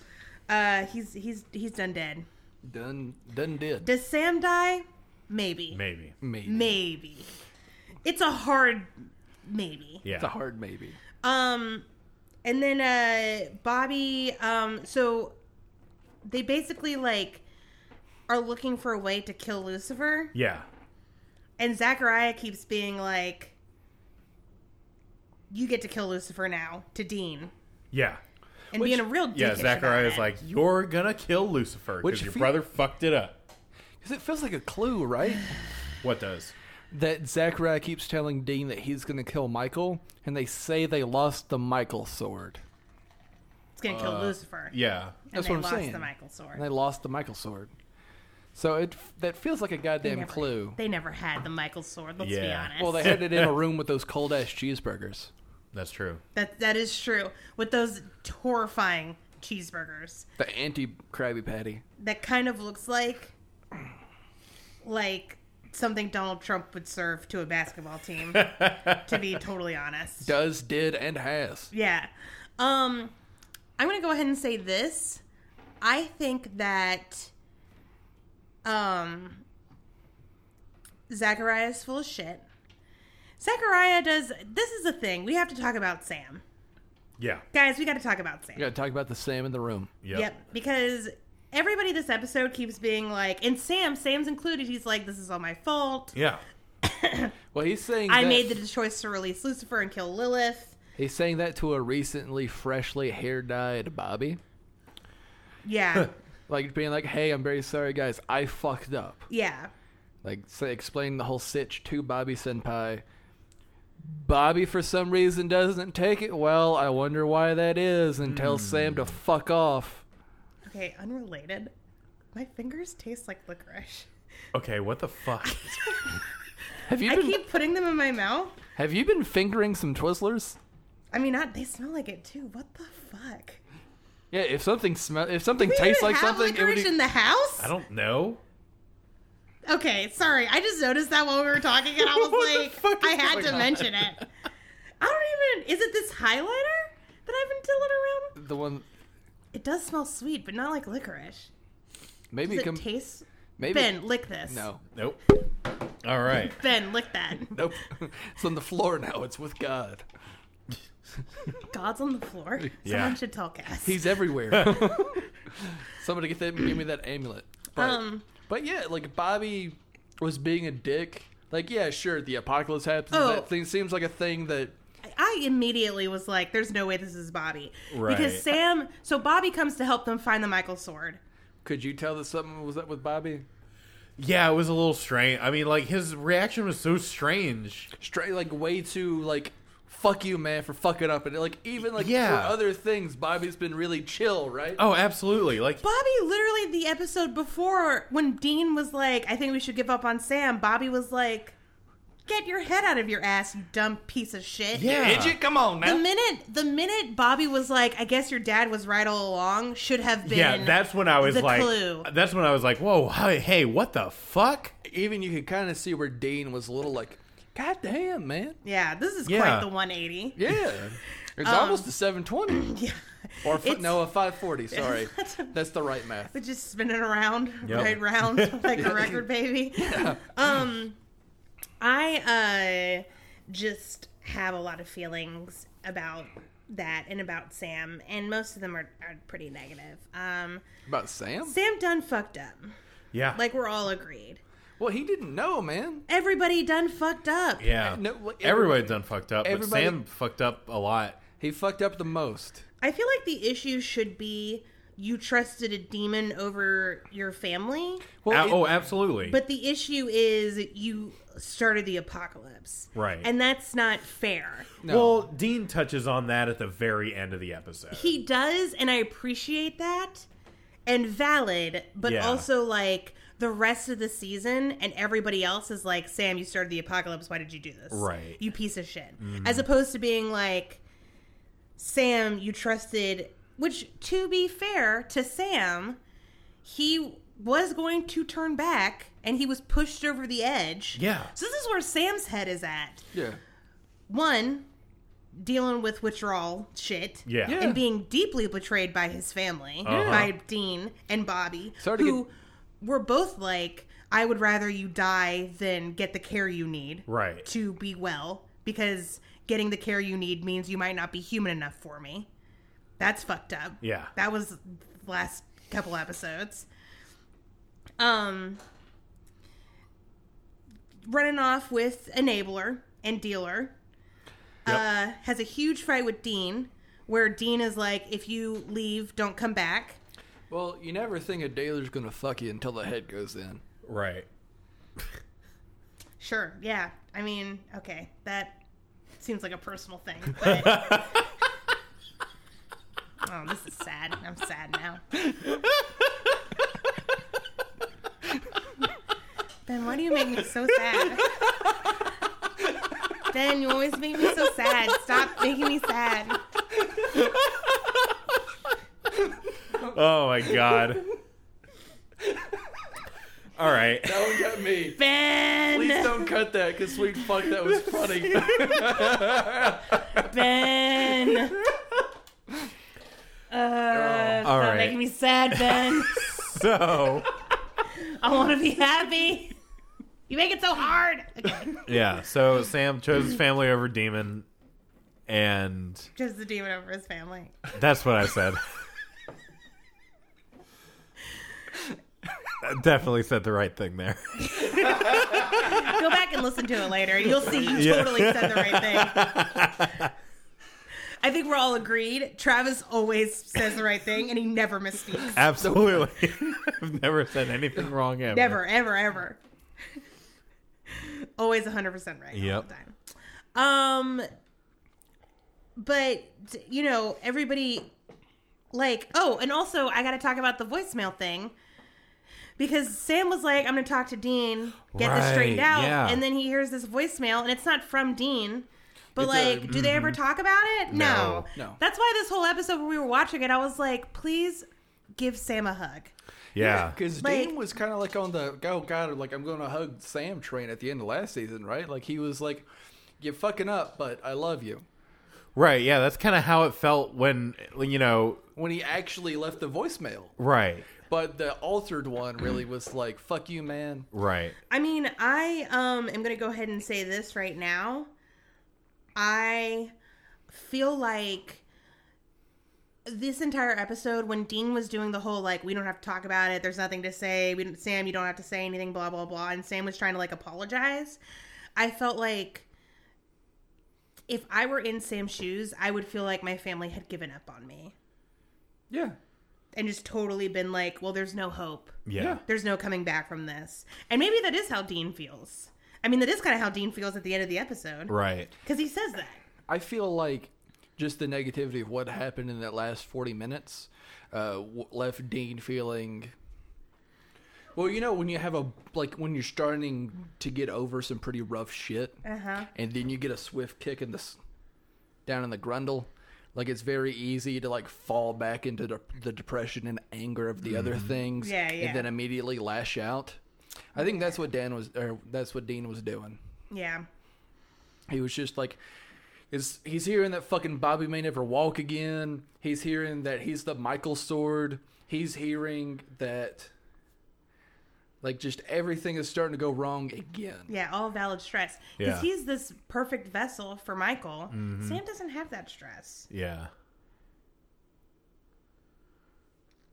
[SPEAKER 2] Uh, he's he's he's done dead.
[SPEAKER 3] Done. Done. Did.
[SPEAKER 2] Does Sam die? Maybe.
[SPEAKER 1] Maybe.
[SPEAKER 3] Maybe.
[SPEAKER 2] Maybe. It's a hard maybe.
[SPEAKER 1] Yeah.
[SPEAKER 3] It's a hard maybe.
[SPEAKER 2] Um, and then uh, Bobby. Um, so they basically like are looking for a way to kill Lucifer.
[SPEAKER 1] Yeah.
[SPEAKER 2] And Zachariah keeps being like, "You get to kill Lucifer now." To Dean
[SPEAKER 1] Yeah.
[SPEAKER 2] and being a real dick.
[SPEAKER 1] Yeah. Zachariah is like, you're gonna kill Lucifer
[SPEAKER 3] Which
[SPEAKER 1] because your
[SPEAKER 3] fe-
[SPEAKER 1] brother fucked it up.
[SPEAKER 3] Because it feels like a clue, right?
[SPEAKER 1] What does?
[SPEAKER 3] that Zachariah keeps telling Dean that he's going to kill Michael, and they say they lost the Michael sword.
[SPEAKER 2] "It's gonna kill Lucifer."
[SPEAKER 1] uh, Yeah.
[SPEAKER 2] and
[SPEAKER 3] That's
[SPEAKER 2] they
[SPEAKER 3] what I'm
[SPEAKER 2] lost
[SPEAKER 3] saying.
[SPEAKER 2] the Michael
[SPEAKER 3] And
[SPEAKER 2] sword.
[SPEAKER 3] they lost the Michael sword. So it that feels like a
[SPEAKER 2] They
[SPEAKER 3] goddamn
[SPEAKER 2] never-
[SPEAKER 3] clue.
[SPEAKER 2] They never had the Michael sword. Let's be
[SPEAKER 1] Yeah.
[SPEAKER 2] honest.
[SPEAKER 3] Well, they had it in a room with those cold ass cheeseburgers.
[SPEAKER 1] That's true.
[SPEAKER 2] that that is true. With those horrifying cheeseburgers,
[SPEAKER 3] The anti Krabby Patty.
[SPEAKER 2] that kind of looks like like something Donald Trump would serve to a basketball team. to be totally honest.
[SPEAKER 3] Does, did, and has.
[SPEAKER 2] Yeah. Um I'm going to go ahead and say this. I think that um Zachariah is full of shit. Zachariah does this is the thing. We have to talk about Sam.
[SPEAKER 1] Yeah.
[SPEAKER 2] Guys, we got to talk about Sam.
[SPEAKER 3] We got to talk about the Sam in the room.
[SPEAKER 1] Yep.
[SPEAKER 2] because everybody this episode keeps being like and Sam, Sam's included, he's like this is all my fault.
[SPEAKER 1] Yeah.
[SPEAKER 3] Well, he's saying
[SPEAKER 2] I
[SPEAKER 3] that,
[SPEAKER 2] made the choice to release Lucifer and kill Lilith.
[SPEAKER 3] he's saying that to a recently freshly hair dyed Bobby,
[SPEAKER 2] Yeah.
[SPEAKER 3] like being like, "Hey, I'm very sorry, guys. I fucked up."
[SPEAKER 2] yeah.
[SPEAKER 3] like say, explain the whole sitch to Bobby Senpai. Bobby, for some reason, doesn't take it well. I wonder why that is, and tells Sam to fuck off.
[SPEAKER 2] Okay, unrelated. My fingers taste like licorice.
[SPEAKER 1] Okay. What the fuck?
[SPEAKER 3] Have you
[SPEAKER 2] I
[SPEAKER 3] been
[SPEAKER 2] keep putting them in my mouth.
[SPEAKER 3] Have you been fingering some Twizzlers?
[SPEAKER 2] I mean, not they smell like it too. What the fuck?
[SPEAKER 3] Yeah, if something smell, if something
[SPEAKER 2] We
[SPEAKER 3] tastes
[SPEAKER 2] even
[SPEAKER 3] like
[SPEAKER 2] have
[SPEAKER 3] something, it would e-
[SPEAKER 2] licorice in the house.
[SPEAKER 1] I don't know.
[SPEAKER 2] Okay, sorry. I just noticed that while we were talking, and I
[SPEAKER 3] What the
[SPEAKER 2] was like,
[SPEAKER 3] fuck is
[SPEAKER 2] I had
[SPEAKER 3] going
[SPEAKER 2] to
[SPEAKER 3] on?
[SPEAKER 2] mention it. I don't even. Is it this highlighter that I've been tilling around?
[SPEAKER 3] the one.
[SPEAKER 2] It does smell sweet, but not like licorice.
[SPEAKER 3] Maybe
[SPEAKER 2] Does it
[SPEAKER 3] com-
[SPEAKER 2] taste?
[SPEAKER 3] maybe
[SPEAKER 2] Ben, lick this.
[SPEAKER 3] no,
[SPEAKER 1] Nope. All right.
[SPEAKER 2] Ben, lick that.
[SPEAKER 3] nope. it's on the floor now. It's with God.
[SPEAKER 2] God's on the floor. Someone
[SPEAKER 1] Yeah.
[SPEAKER 2] should tell Cass.
[SPEAKER 3] He's everywhere. Somebody get that. Give me that amulet. But,
[SPEAKER 2] Um.
[SPEAKER 3] but yeah, like Bobby was being a dick. Like yeah, sure, the apocalypse happens.
[SPEAKER 2] Oh.
[SPEAKER 3] That thing seems like a thing that
[SPEAKER 2] I immediately was like, "There's no way this is Bobby,"
[SPEAKER 1] Right.
[SPEAKER 2] because Sam. So Bobby comes to help them find the Michael sword.
[SPEAKER 3] could you tell that something was up with Bobby?
[SPEAKER 5] Yeah, it was a little strange. I mean, like his reaction was so strange.
[SPEAKER 3] Straight like way too like fuck you man for fucking up and like even like
[SPEAKER 5] Yeah.
[SPEAKER 3] for other things Bobby's been really chill, right?
[SPEAKER 5] Oh, absolutely. Like
[SPEAKER 2] Bobby literally the episode before when Dean was like, "I think we should give up on Sam." Bobby was like, "Get your head out of your ass, you dumb piece of shit."
[SPEAKER 5] Yeah.
[SPEAKER 3] Idiot, come on
[SPEAKER 2] The
[SPEAKER 3] now.
[SPEAKER 2] minute the minute Bobby was like, "I guess your dad was right all along," should have been.
[SPEAKER 5] yeah, that's when I was
[SPEAKER 2] the
[SPEAKER 5] like
[SPEAKER 2] clue.
[SPEAKER 5] that's when I was like, "Whoa, hi- hey, what the fuck?"
[SPEAKER 3] Even you could kind of see where Dean was a little like, God damn, man.
[SPEAKER 2] Yeah, this is
[SPEAKER 5] Yeah.
[SPEAKER 2] quite the 180.
[SPEAKER 3] Yeah. It's almost a 720.
[SPEAKER 2] Yeah.
[SPEAKER 3] Or f-
[SPEAKER 2] Um, It's-
[SPEAKER 3] no, a 540. Sorry.
[SPEAKER 2] That's a-
[SPEAKER 3] That's the right math.
[SPEAKER 2] But just spinning around,
[SPEAKER 1] Yep.
[SPEAKER 2] right round like a record baby. Um, I uh just have a lot of feelings about that and about Sam, and most of them are, are pretty negative. Um,
[SPEAKER 3] About Sam?
[SPEAKER 2] Sam done fucked up.
[SPEAKER 5] Yeah.
[SPEAKER 2] Like we're all agreed.
[SPEAKER 3] Well, he didn't know, man.
[SPEAKER 2] Everybody done fucked up.
[SPEAKER 5] yeah.
[SPEAKER 3] No, like,
[SPEAKER 5] everybody done fucked up, but
[SPEAKER 3] everybody-
[SPEAKER 5] Sam fucked up a lot.
[SPEAKER 3] He fucked up the most.
[SPEAKER 2] I feel like the issue should be you trusted a demon over your family,
[SPEAKER 3] Well,
[SPEAKER 5] A-
[SPEAKER 3] it-
[SPEAKER 5] oh, absolutely.
[SPEAKER 2] but the issue is you started the apocalypse.
[SPEAKER 5] Right.
[SPEAKER 2] And that's not fair.
[SPEAKER 5] oh, Well, Dean touches on that at the very end of the episode.
[SPEAKER 2] He does, and I appreciate that and valid, but
[SPEAKER 5] Yeah.
[SPEAKER 2] also like the rest of the season and everybody else is like, Sam, you started the apocalypse. Why did you do this?
[SPEAKER 5] Right. Mm-hmm.
[SPEAKER 2] You piece of shit. As opposed to being like, Sam, you trusted, which to be fair to Sam, he was going to turn back and he was pushed over the edge.
[SPEAKER 5] Yeah.
[SPEAKER 2] So this is where Sam's head is at.
[SPEAKER 3] yeah.
[SPEAKER 2] One, dealing with withdrawal shit
[SPEAKER 5] Yeah.
[SPEAKER 3] Yeah.
[SPEAKER 2] and being deeply betrayed by his family,
[SPEAKER 5] Uh-huh.
[SPEAKER 2] by Dean and Bobby,
[SPEAKER 3] Sorry to
[SPEAKER 2] who were both like, "I would rather you die than get the care you need
[SPEAKER 5] Right.
[SPEAKER 2] to be well, because getting the care you need means you might not be human enough for me." That's fucked up.
[SPEAKER 5] Yeah.
[SPEAKER 2] that was the last couple episodes. Um, running off with enabler and dealer uh, has a huge fight with Dean, where Dean is like, "If you leave, don't come back."
[SPEAKER 3] Well, you never think a dealer's going to fuck you until the head goes in.
[SPEAKER 5] Right.
[SPEAKER 2] Sure, yeah. I mean, okay, that seems like a personal thing. But... oh, this is sad. I'm sad now. Ben, why do you make me so sad? Ben, you always make me so sad. Stop making me sad.
[SPEAKER 5] Oh my god. All right.
[SPEAKER 3] That one got me.
[SPEAKER 2] Ben!
[SPEAKER 3] Please don't cut that because sweet fuck, that was funny.
[SPEAKER 2] Ben. Uh, stop
[SPEAKER 5] All right.
[SPEAKER 2] making me sad, Ben.
[SPEAKER 5] So,
[SPEAKER 2] I want to be happy. You make it so hard. Okay,
[SPEAKER 5] yeah. So Sam chose his family over Demon and
[SPEAKER 2] just the demon over his family.
[SPEAKER 5] That's what I said. I definitely said the right thing there.
[SPEAKER 2] Go back and listen to it later. You'll see. You
[SPEAKER 5] Yeah.
[SPEAKER 2] totally said the right thing. I think we're all agreed. Travis always says the right thing, and he never misspeaks.
[SPEAKER 5] Absolutely. I've never said anything wrong ever.
[SPEAKER 2] Never, ever, ever. Always 100% right all
[SPEAKER 5] Yep.
[SPEAKER 2] the time. Um but you know, everybody like, oh, and also I got to talk about the voicemail thing because Sam was like, I'm going to talk to Dean, get this straightened
[SPEAKER 5] Right,
[SPEAKER 2] out,
[SPEAKER 5] yeah.
[SPEAKER 2] and then he hears this voicemail and it's not from Dean. But
[SPEAKER 3] It's a-
[SPEAKER 2] like, do they ever talk about it? No.
[SPEAKER 3] No. No.
[SPEAKER 2] That's why this whole episode when we were watching it, I was like, please give Sam a hug.
[SPEAKER 5] Yeah.
[SPEAKER 3] Because
[SPEAKER 2] Like-
[SPEAKER 3] Dean was kind of like on the oh god, like I'm gonna hug Sam train at the end of last season, right? Like he was like, "You're fucking up, but I love you."
[SPEAKER 1] Right. Yeah. That's kind of how it felt when you know.
[SPEAKER 3] when he actually left the voicemail.
[SPEAKER 1] Right.
[SPEAKER 3] But the altered one really was like, "Fuck you, man."
[SPEAKER 1] Right.
[SPEAKER 2] I mean, I um am gonna go ahead and say this right now. I feel like this entire episode, when Dean was doing the whole like, we don't have to talk about it. There's nothing to say. We don't, Sam, you don't have to say anything. Blah blah blah. And Sam was trying to like apologize. I felt like if I were in Sam's shoes, I would feel like my family had given up on me
[SPEAKER 3] Yeah.
[SPEAKER 2] and just totally been like, well, there's no hope
[SPEAKER 6] Yeah.
[SPEAKER 3] Yeah.
[SPEAKER 2] there's no coming back from this. And maybe that is how Dean feels. I mean, that is kind of how Dean feels at the end of the episode
[SPEAKER 1] Right.
[SPEAKER 2] because he says that.
[SPEAKER 3] I feel like just the negativity of what happened in that last 40 minutes uh, w- left Dean feeling. Well, you know, when you have a. Like, when you're starting to get over some pretty rough shit,
[SPEAKER 2] Uh huh.
[SPEAKER 3] and then you get a swift kick in the. s- down in the grundle. Like it's very easy to like fall back into de- the depression and anger of the other things,
[SPEAKER 2] Mm-hmm. Yeah, yeah.
[SPEAKER 3] and then immediately lash out. I think that's what Dan was, or that's what Dean was doing.
[SPEAKER 2] Yeah.
[SPEAKER 3] He was just like, is he's hearing that fucking Bobby may never walk again. He's hearing that he's the Michael sword. He's hearing that, like, just everything is starting to go wrong again.
[SPEAKER 2] Yeah. All valid stress
[SPEAKER 6] Yeah.
[SPEAKER 2] because he's this perfect vessel for Michael.
[SPEAKER 1] Mm-hmm.
[SPEAKER 2] Sam doesn't have that stress.
[SPEAKER 1] Yeah.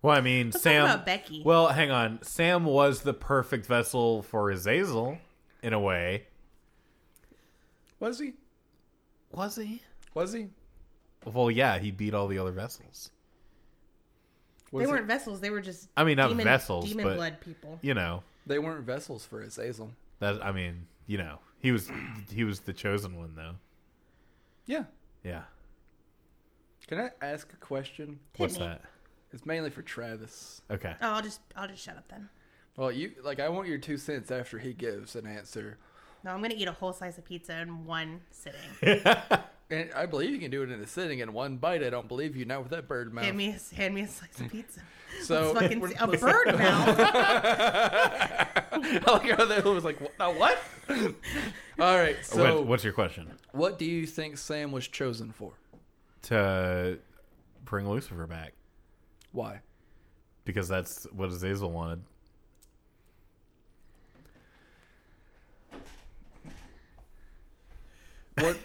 [SPEAKER 1] Well, I mean,
[SPEAKER 2] Let's talk
[SPEAKER 1] Sam.
[SPEAKER 2] about Becky.
[SPEAKER 1] Well, hang on. Sam was the perfect vessel for Azazel, in a way.
[SPEAKER 3] Was he?
[SPEAKER 1] Was he?
[SPEAKER 3] Was he?
[SPEAKER 1] Well, yeah. He beat all the other vessels.
[SPEAKER 3] Was
[SPEAKER 2] they
[SPEAKER 3] he-
[SPEAKER 2] weren't vessels. They were just.
[SPEAKER 1] I mean, not vessels,
[SPEAKER 2] Demon
[SPEAKER 1] but-
[SPEAKER 2] blood people.
[SPEAKER 1] You know
[SPEAKER 3] They weren't vessels for Azazel.
[SPEAKER 1] that. I mean, you know, he was he was the chosen one, though.
[SPEAKER 3] Yeah.
[SPEAKER 1] Yeah.
[SPEAKER 3] Can I ask a question?
[SPEAKER 2] Hit
[SPEAKER 1] What's
[SPEAKER 2] me.
[SPEAKER 1] that?
[SPEAKER 3] It's mainly for Travis.
[SPEAKER 1] Okay.
[SPEAKER 2] Oh, I'll just I'll just shut up then.
[SPEAKER 3] Well, you like I want your two cents after he gives an answer,
[SPEAKER 2] No, I'm gonna eat a whole slice of pizza in one sitting.
[SPEAKER 3] and I believe you can do it in a sitting in one bite. I don't believe you not with that bird mouth.
[SPEAKER 2] hand me a hand me a slice of pizza.
[SPEAKER 1] Oh,
[SPEAKER 3] So
[SPEAKER 2] Let's fucking
[SPEAKER 3] we're-
[SPEAKER 2] see- a bird mouth.
[SPEAKER 3] I like how that was like, what? Now what? All right. So,
[SPEAKER 2] Oh,
[SPEAKER 1] what, what's your question?
[SPEAKER 3] what do you think Sam was chosen for?
[SPEAKER 1] To bring Lucifer back
[SPEAKER 3] Why?
[SPEAKER 1] because that's what Azazel wanted.
[SPEAKER 3] What?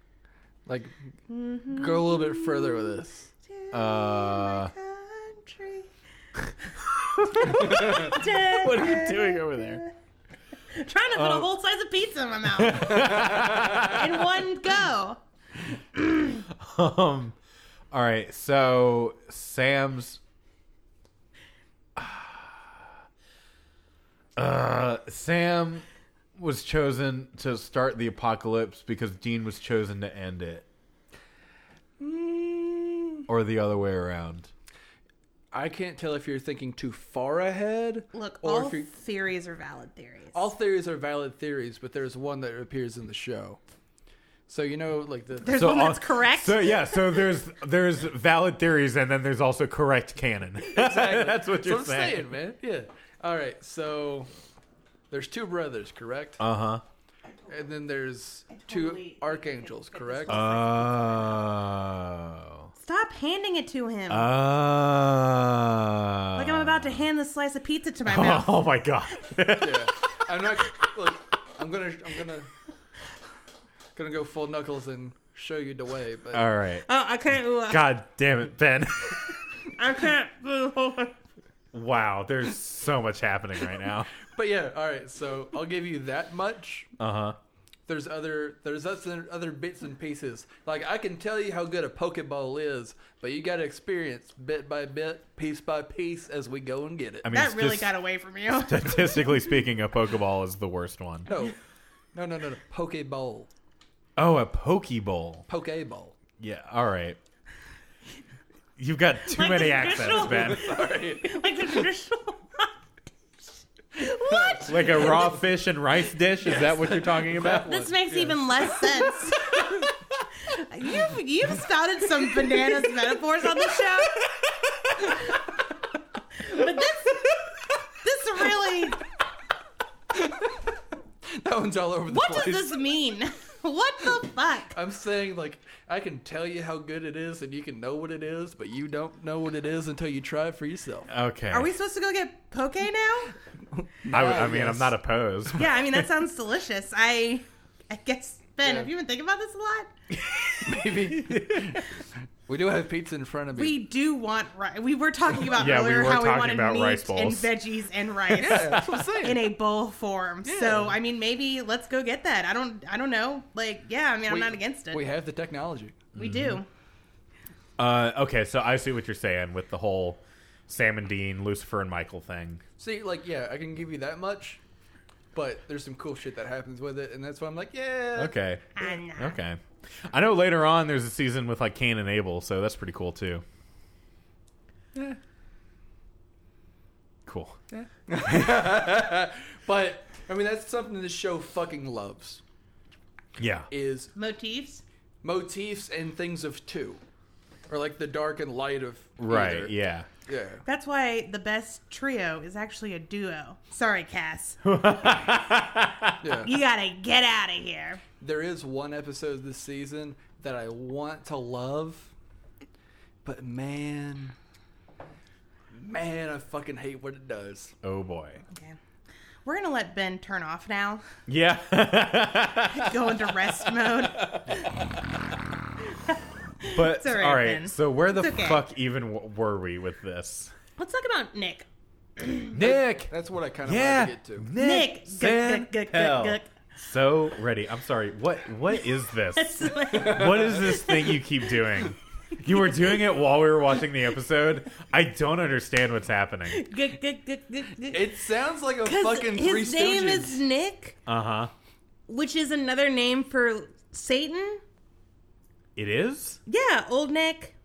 [SPEAKER 3] like, go a little bit further with this.
[SPEAKER 1] Uh,
[SPEAKER 2] Country.
[SPEAKER 1] what are you doing over there?
[SPEAKER 2] trying to put
[SPEAKER 1] Uh,
[SPEAKER 2] a whole size of pizza in my mouth in one go.
[SPEAKER 1] Um, all right. So Sam's. Uh, Sam was chosen to start the apocalypse because Dean was chosen to end it, or the other way around.
[SPEAKER 3] I can't tell if you're thinking too far ahead.
[SPEAKER 2] Look,
[SPEAKER 3] or
[SPEAKER 2] all
[SPEAKER 3] if you
[SPEAKER 2] theories are valid theories.
[SPEAKER 3] all theories are valid theories, but there's one that appears in the show. So you know, like the
[SPEAKER 2] There's one
[SPEAKER 1] all-
[SPEAKER 2] that's correct.
[SPEAKER 1] So yeah, so there's there's valid theories, and then there's also correct canon. That's what
[SPEAKER 3] So
[SPEAKER 1] you're
[SPEAKER 3] I'm
[SPEAKER 1] saying.
[SPEAKER 3] saying, man. Yeah. All right. So there's two brothers, correct?
[SPEAKER 1] Uh huh.
[SPEAKER 3] and then there's two
[SPEAKER 2] totally-
[SPEAKER 3] archangels, correct?
[SPEAKER 1] Uh. Oh.
[SPEAKER 2] Stop handing it to him.
[SPEAKER 1] Uh, Oh.
[SPEAKER 2] like I'm about to hand the slice of pizza to my mouth.
[SPEAKER 1] Oh my god.
[SPEAKER 3] yeah. I'm not. Look, I'm gonna. I'm gonna. Gonna go full knuckles and show you the way. But
[SPEAKER 1] All right.
[SPEAKER 2] Oh, I can't. uh,
[SPEAKER 1] God damn it, Ben.
[SPEAKER 2] I can't. uh,
[SPEAKER 1] wow, there's so much happening right now.
[SPEAKER 3] but yeah. All right. So I'll give you that much.
[SPEAKER 1] Uh huh.
[SPEAKER 3] There's other. There's other other bits and pieces. Like I can tell you how good a pokeball is, but you gotta experience bit by bit, piece by piece, as we go and get it.
[SPEAKER 1] I mean,
[SPEAKER 2] that
[SPEAKER 1] it's
[SPEAKER 2] really
[SPEAKER 1] just-
[SPEAKER 2] got away from you.
[SPEAKER 1] Statistically speaking, a Pokeball is the worst one.
[SPEAKER 3] no. No, no, no, no. Pokeball.
[SPEAKER 1] Oh, a Pokeball.
[SPEAKER 3] Pokeball.
[SPEAKER 1] Yeah, all right. You've got too
[SPEAKER 2] Like
[SPEAKER 1] many
[SPEAKER 2] the
[SPEAKER 1] accents,
[SPEAKER 2] traditional-
[SPEAKER 1] Ben.
[SPEAKER 2] like the traditional. what?
[SPEAKER 1] Like a raw fish and rice dish? Is that what you're talking about?
[SPEAKER 2] This makes even less sense. you've you've spouted some bananas metaphors on the show, but this this really
[SPEAKER 3] That one's all over the
[SPEAKER 2] what
[SPEAKER 3] place.
[SPEAKER 2] does this mean? what the fuck?
[SPEAKER 3] I'm saying like I can tell you how good it is and you can know what it is, but you don't know what it is until you try it for yourself.
[SPEAKER 1] Okay.
[SPEAKER 2] Are we supposed to go get poke now?
[SPEAKER 1] I, I mean,
[SPEAKER 3] Yes.
[SPEAKER 1] I'm not opposed.
[SPEAKER 2] Yeah, I mean that sounds delicious. I, I guess Ben,
[SPEAKER 3] Yeah.
[SPEAKER 2] have you been thinking about this a lot?
[SPEAKER 3] Maybe we do have pizza in front of me.
[SPEAKER 2] We do want rice. We were talking about
[SPEAKER 1] Yeah, we
[SPEAKER 2] earlier
[SPEAKER 1] were
[SPEAKER 2] how we
[SPEAKER 1] talking
[SPEAKER 2] wanted
[SPEAKER 1] about
[SPEAKER 2] meat
[SPEAKER 1] rice
[SPEAKER 2] and
[SPEAKER 1] balls.
[SPEAKER 2] veggies and rice
[SPEAKER 3] that's what I'm saying.
[SPEAKER 2] in a bowl form.
[SPEAKER 3] Yeah.
[SPEAKER 2] So I mean, maybe let's go get that. I don't. I don't know. Like, yeah. I mean, I'm
[SPEAKER 3] We-
[SPEAKER 2] not against it. We,
[SPEAKER 3] We have the technology.
[SPEAKER 2] do.
[SPEAKER 1] Uh, okay, so I see what you're saying with the whole Sam and Dean, Lucifer and Michael thing.
[SPEAKER 3] See, like, yeah, I can give you that much, but there's some cool shit that happens with it, and that's why I'm like, yeah.
[SPEAKER 1] Okay.
[SPEAKER 3] mm-hmm.
[SPEAKER 2] And, uh,
[SPEAKER 1] Okay. I know later on there's a season with like Cain and Abel, so that's pretty cool too.
[SPEAKER 3] Yeah,
[SPEAKER 1] Cool.
[SPEAKER 3] yeah. but I mean, that's something this show fucking loves
[SPEAKER 1] Yeah.
[SPEAKER 3] is
[SPEAKER 2] Motifs.
[SPEAKER 3] motifs and things of two, or like the dark and light of
[SPEAKER 1] Right.
[SPEAKER 3] either.
[SPEAKER 1] Yeah.
[SPEAKER 3] yeah.
[SPEAKER 2] That's why the best trio is actually a duo. Sorry, Cass.
[SPEAKER 3] Yeah.
[SPEAKER 2] You gotta get out of here.
[SPEAKER 3] There is one episode this season that I want to love, but man, man, I fucking hate what it does.
[SPEAKER 1] Oh boy.
[SPEAKER 2] Okay. We're gonna let Ben turn off now.
[SPEAKER 1] Yeah.
[SPEAKER 2] Go into rest mode.
[SPEAKER 1] but
[SPEAKER 2] all
[SPEAKER 1] all
[SPEAKER 2] right,
[SPEAKER 1] right.
[SPEAKER 2] Ben.
[SPEAKER 1] so where the
[SPEAKER 2] It's okay.
[SPEAKER 1] fuck even w- were we with this?
[SPEAKER 2] Let's talk about Nick.
[SPEAKER 1] Nick.
[SPEAKER 3] That's what I kind of
[SPEAKER 1] yeah.
[SPEAKER 3] want to get to.
[SPEAKER 2] Nick.
[SPEAKER 1] Nick.
[SPEAKER 2] Guck, guck, guck, guck,
[SPEAKER 1] Sandel.
[SPEAKER 2] guck.
[SPEAKER 1] So ready. I'm sorry. What what is this?
[SPEAKER 2] It's like-
[SPEAKER 1] what is this thing you keep doing? You were doing it while we were watching the episode. I don't understand what's happening.
[SPEAKER 2] Good, good, good, good, good.
[SPEAKER 3] It sounds like a
[SPEAKER 2] 'Cause
[SPEAKER 3] fucking
[SPEAKER 2] his
[SPEAKER 3] Three
[SPEAKER 2] name
[SPEAKER 3] Stooges.
[SPEAKER 2] is Nick,
[SPEAKER 1] Uh huh.
[SPEAKER 2] which is another name for Satan.
[SPEAKER 1] It is.
[SPEAKER 2] Yeah, old Nick.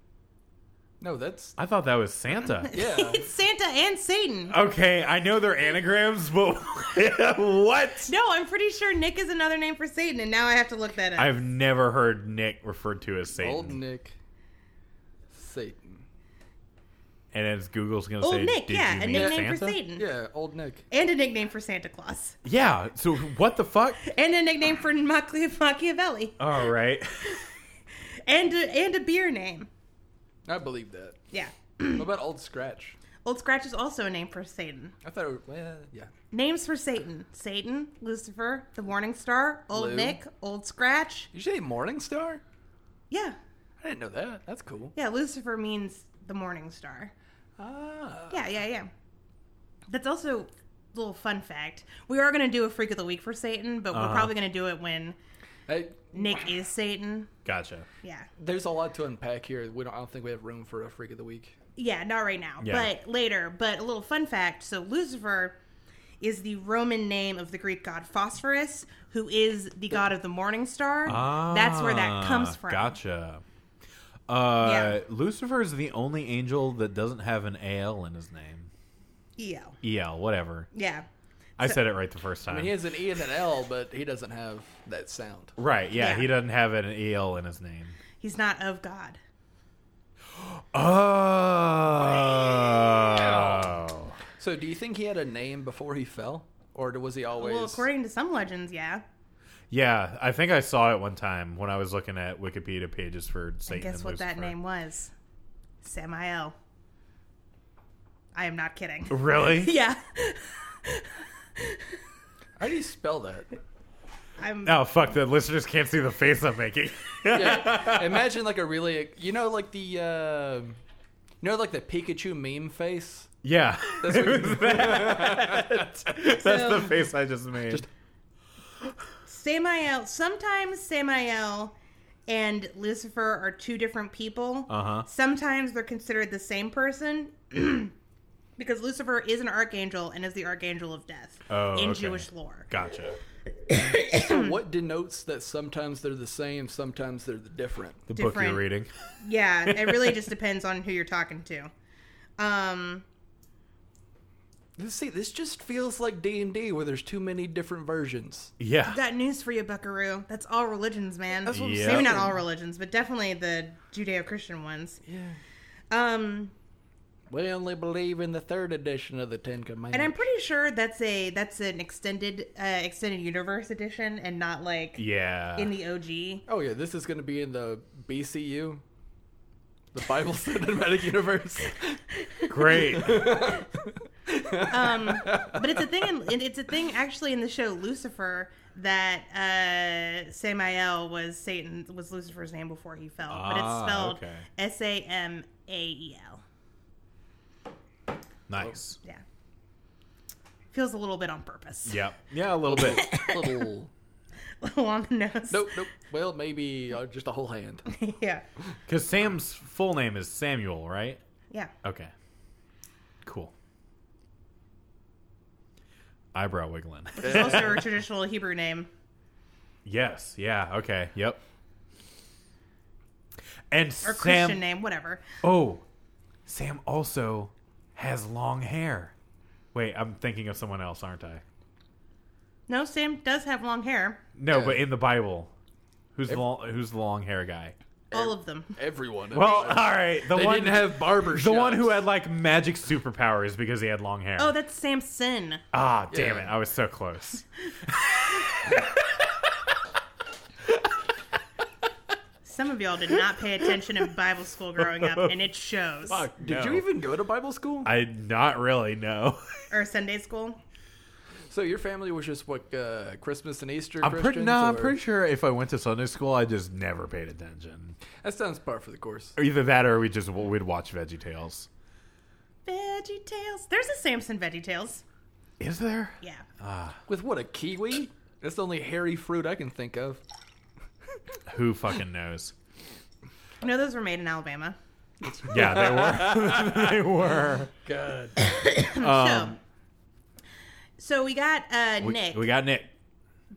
[SPEAKER 3] No, that's
[SPEAKER 1] I thought that was Santa.
[SPEAKER 3] yeah.
[SPEAKER 2] it's Santa and Satan.
[SPEAKER 1] Okay, I know they're anagrams, but what?
[SPEAKER 2] No, I'm pretty sure Nick is another name for Satan, and now I have to look that up.
[SPEAKER 1] I've never heard Nick referred to as
[SPEAKER 3] Old
[SPEAKER 1] Satan.
[SPEAKER 3] Nick, Satan.
[SPEAKER 1] And as Google's gonna
[SPEAKER 2] old
[SPEAKER 1] say,
[SPEAKER 2] Nick,
[SPEAKER 1] Did
[SPEAKER 2] yeah,
[SPEAKER 1] you
[SPEAKER 2] a
[SPEAKER 1] mean Santa?
[SPEAKER 2] nickname for Satan,
[SPEAKER 3] Yeah, Old Nick.
[SPEAKER 2] and a nickname for Santa Claus,
[SPEAKER 1] Yeah. So what the fuck?
[SPEAKER 2] and a nickname for Machia- Machiavelli,
[SPEAKER 1] All right.
[SPEAKER 2] and a, and a beer name.
[SPEAKER 3] I believe that.
[SPEAKER 2] Yeah,
[SPEAKER 3] what about Old Scratch?
[SPEAKER 2] Old Scratch is also a name for Satan.
[SPEAKER 3] I thought it was, well, yeah.
[SPEAKER 2] Names for Satan: Satan, Lucifer, the Morning Star, Old
[SPEAKER 3] Lou.
[SPEAKER 2] Nick, Old Scratch.
[SPEAKER 3] You say Morning Star?
[SPEAKER 2] Yeah,
[SPEAKER 3] I didn't know that. That's cool.
[SPEAKER 2] yeah. Lucifer means the Morning Star.
[SPEAKER 3] Ah.
[SPEAKER 2] Yeah, yeah, yeah. That's also a little fun fact. We are going to do a freak of the week for Satan, but we're
[SPEAKER 1] Uh-huh.
[SPEAKER 2] probably going to do it when
[SPEAKER 3] I,
[SPEAKER 2] Nick is Satan.
[SPEAKER 1] Gotcha.
[SPEAKER 2] Yeah.
[SPEAKER 3] there's a lot to unpack here. We don't. I don't think we have room for a freak of the week.
[SPEAKER 2] Yeah, not right now,
[SPEAKER 1] Yeah.
[SPEAKER 2] but later. But a little fun fact. So Lucifer is the Roman name of the Greek god Phosphorus, who is the god of the morning star. That's where that comes
[SPEAKER 1] Ah,
[SPEAKER 2] from.
[SPEAKER 1] Gotcha. Uh,
[SPEAKER 2] Yeah.
[SPEAKER 1] Lucifer is the only angel that doesn't have an AL in his name.
[SPEAKER 2] Yeah.
[SPEAKER 1] EL, E whatever.
[SPEAKER 2] Yeah.
[SPEAKER 1] I said it right the first
[SPEAKER 3] I
[SPEAKER 1] time.
[SPEAKER 3] mean, he has an E and an L, but he doesn't have that sound.
[SPEAKER 1] right, yeah,
[SPEAKER 2] Yeah.
[SPEAKER 1] he doesn't have an EL in his name.
[SPEAKER 2] He's not of God.
[SPEAKER 1] Oh.
[SPEAKER 3] So, do you think he had a name before he fell, or was he always?
[SPEAKER 2] Well, according to some legends, yeah.
[SPEAKER 1] Yeah, I think I saw it one time when I was looking at Wikipedia pages for Satan.
[SPEAKER 2] Guess
[SPEAKER 1] and
[SPEAKER 2] what that
[SPEAKER 1] Lucifer.
[SPEAKER 2] name was? Samael. I am not kidding.
[SPEAKER 1] Really?
[SPEAKER 2] yeah.
[SPEAKER 3] How do you spell that?
[SPEAKER 2] I'm
[SPEAKER 1] Oh fuck! The listeners can't see the face I'm making.
[SPEAKER 3] Yeah. Imagine like a really, you know, like the, uh, you know, like the Pikachu meme face.
[SPEAKER 1] yeah,
[SPEAKER 3] That's what you-
[SPEAKER 1] that's
[SPEAKER 2] So-
[SPEAKER 1] the face I just made.
[SPEAKER 3] Just-
[SPEAKER 2] Samael. Sometimes Samael and Lucifer are two different people.
[SPEAKER 1] Uh-huh.
[SPEAKER 2] Sometimes they're considered the same person because Lucifer is an archangel and is the archangel of death
[SPEAKER 1] Oh,
[SPEAKER 2] in
[SPEAKER 1] okay.
[SPEAKER 2] Jewish lore.
[SPEAKER 1] gotcha.
[SPEAKER 3] what denotes that sometimes they're the same, sometimes they're the different?
[SPEAKER 1] The book
[SPEAKER 2] Different.
[SPEAKER 1] you're reading.
[SPEAKER 2] Yeah, it really just depends on who you're talking to. Um,
[SPEAKER 3] This- See, this just feels like D and D, where there's too many different versions.
[SPEAKER 1] Yeah.
[SPEAKER 2] got news for you, Buckaroo. That's all religions, man.
[SPEAKER 3] That's what I'm
[SPEAKER 1] Yeah.
[SPEAKER 2] Maybe not
[SPEAKER 3] saying.
[SPEAKER 2] all religions, but definitely the Judeo-Christian ones.
[SPEAKER 3] Yeah.
[SPEAKER 2] Um,
[SPEAKER 3] We only believe in the third edition of the Ten Commandments.
[SPEAKER 2] And I'm pretty sure that's a that's an extended uh, extended universe edition and not like
[SPEAKER 1] Yeah.
[SPEAKER 2] in the OG.
[SPEAKER 3] oh yeah, this is going to be in the BCU, the Bible Cinematic Universe.
[SPEAKER 1] Great.
[SPEAKER 2] Um, but it's a thing. In, and it's a thing actually in the show Lucifer that uh, Samael was Satan was Lucifer's name before he fell, but
[SPEAKER 1] Ah,
[SPEAKER 2] it's spelled
[SPEAKER 1] okay.
[SPEAKER 2] S A M A E L.
[SPEAKER 1] nice.
[SPEAKER 2] Yeah, feels a little bit on purpose.
[SPEAKER 1] Yep. Yeah, a little bit.
[SPEAKER 3] Little.
[SPEAKER 2] little on the nose.
[SPEAKER 3] Nope, nope. Well, maybe uh, just a whole hand.
[SPEAKER 2] yeah,
[SPEAKER 1] Because Sam's full name is Samuel, right?
[SPEAKER 2] yeah.
[SPEAKER 1] Okay. Cool. Eyebrow wiggling.
[SPEAKER 2] It's also a traditional Hebrew name.
[SPEAKER 1] yes. Yeah. Okay. Yep. And
[SPEAKER 2] or
[SPEAKER 1] Sam.
[SPEAKER 2] Christian name, whatever.
[SPEAKER 1] Oh, Sam also has long hair. Wait, I'm thinking of someone else, aren't I?
[SPEAKER 2] No, Sam does have long hair.
[SPEAKER 1] No,
[SPEAKER 3] Yeah.
[SPEAKER 1] but in the Bible, who's the long, who's the long hair guy?
[SPEAKER 2] All of them.
[SPEAKER 3] Everyone.
[SPEAKER 1] Well, all right, the
[SPEAKER 3] they
[SPEAKER 1] one
[SPEAKER 3] didn't have barbers.
[SPEAKER 1] the one who had like magic superpowers because he had long hair.
[SPEAKER 2] Oh, that's Samson.
[SPEAKER 1] ah, damn
[SPEAKER 3] Yeah.
[SPEAKER 1] it! I was so close.
[SPEAKER 2] Some of y'all did not pay attention in Bible school growing up, and it shows.
[SPEAKER 3] Fuck, did
[SPEAKER 1] No.
[SPEAKER 3] you even go to Bible school?
[SPEAKER 1] I not really know.
[SPEAKER 2] Or Sunday school.
[SPEAKER 3] so your family was just what uh, Christmas and Easter.
[SPEAKER 1] I'm pretty
[SPEAKER 3] Christians,
[SPEAKER 1] no. I'm
[SPEAKER 3] or-
[SPEAKER 1] pretty sure if I went to Sunday school, I just never paid attention.
[SPEAKER 3] That sounds par for the course.
[SPEAKER 1] Or Either that, or we just we'd watch Veggie Tales.
[SPEAKER 2] Veggie Tales. There's a Samson Veggie Tales.
[SPEAKER 1] Is there?
[SPEAKER 2] Yeah.
[SPEAKER 1] Uh,
[SPEAKER 3] With what a kiwi? That's the only hairy fruit I can think of.
[SPEAKER 1] Who fucking knows?
[SPEAKER 2] No, those were made in Alabama.
[SPEAKER 1] Yeah, they were. they were.
[SPEAKER 3] God.
[SPEAKER 2] so, so we got uh,
[SPEAKER 1] um, We,
[SPEAKER 2] Nick,
[SPEAKER 1] we got Nick,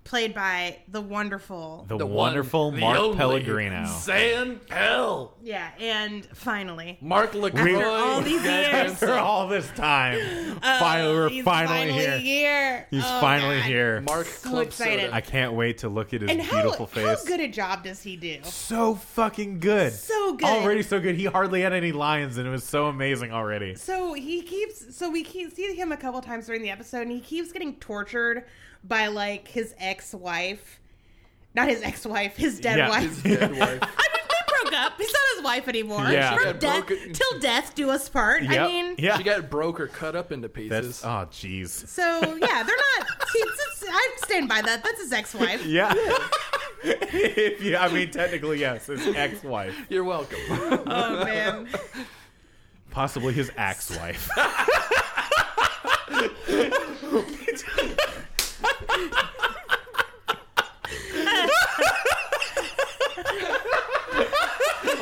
[SPEAKER 2] played by the wonderful.
[SPEAKER 1] the,
[SPEAKER 3] The one,
[SPEAKER 1] wonderful
[SPEAKER 3] the
[SPEAKER 1] Mark
[SPEAKER 3] only
[SPEAKER 1] Pellegrino.
[SPEAKER 3] San Pell.
[SPEAKER 2] yeah, and finally.
[SPEAKER 3] Mark LaCroix.
[SPEAKER 2] all these
[SPEAKER 3] Goddamn
[SPEAKER 2] years.
[SPEAKER 3] son.
[SPEAKER 1] After all this time, finally, we're
[SPEAKER 2] Oh, He's
[SPEAKER 1] finally, here. He's
[SPEAKER 2] Oh,
[SPEAKER 1] finally
[SPEAKER 2] God.
[SPEAKER 1] here.
[SPEAKER 3] Mark
[SPEAKER 2] So
[SPEAKER 3] Club
[SPEAKER 2] excited.
[SPEAKER 3] Soda.
[SPEAKER 1] I can't wait to look at his
[SPEAKER 2] And how,
[SPEAKER 1] beautiful
[SPEAKER 2] how
[SPEAKER 1] face.
[SPEAKER 2] good a job does he do?
[SPEAKER 1] so fucking good.
[SPEAKER 2] So good.
[SPEAKER 1] Already so good. He hardly had any lines, and it was so amazing already.
[SPEAKER 2] So he keeps. So we keep see him a couple times during the episode, and he keeps getting tortured by like his ex-wife, not his ex-wife, his dead
[SPEAKER 1] Yeah.
[SPEAKER 2] wife.
[SPEAKER 3] His dead wife.
[SPEAKER 2] I mean, they broke up. He's not his wife anymore.
[SPEAKER 1] Yeah.
[SPEAKER 2] From
[SPEAKER 3] Yeah,
[SPEAKER 2] death
[SPEAKER 3] broken-
[SPEAKER 2] till death do us part. I
[SPEAKER 1] Yep.
[SPEAKER 2] mean,
[SPEAKER 1] yeah.
[SPEAKER 3] She got broke or cut up into
[SPEAKER 1] That's
[SPEAKER 3] pieces.
[SPEAKER 1] oh jeez.
[SPEAKER 2] So yeah, they're not. he's- it's- I stand by that. That's his ex-wife.
[SPEAKER 1] Yeah. if you, I mean, technically, yes, his ex-wife,
[SPEAKER 3] You're welcome.
[SPEAKER 2] Oh man.
[SPEAKER 1] possibly his ex-wife.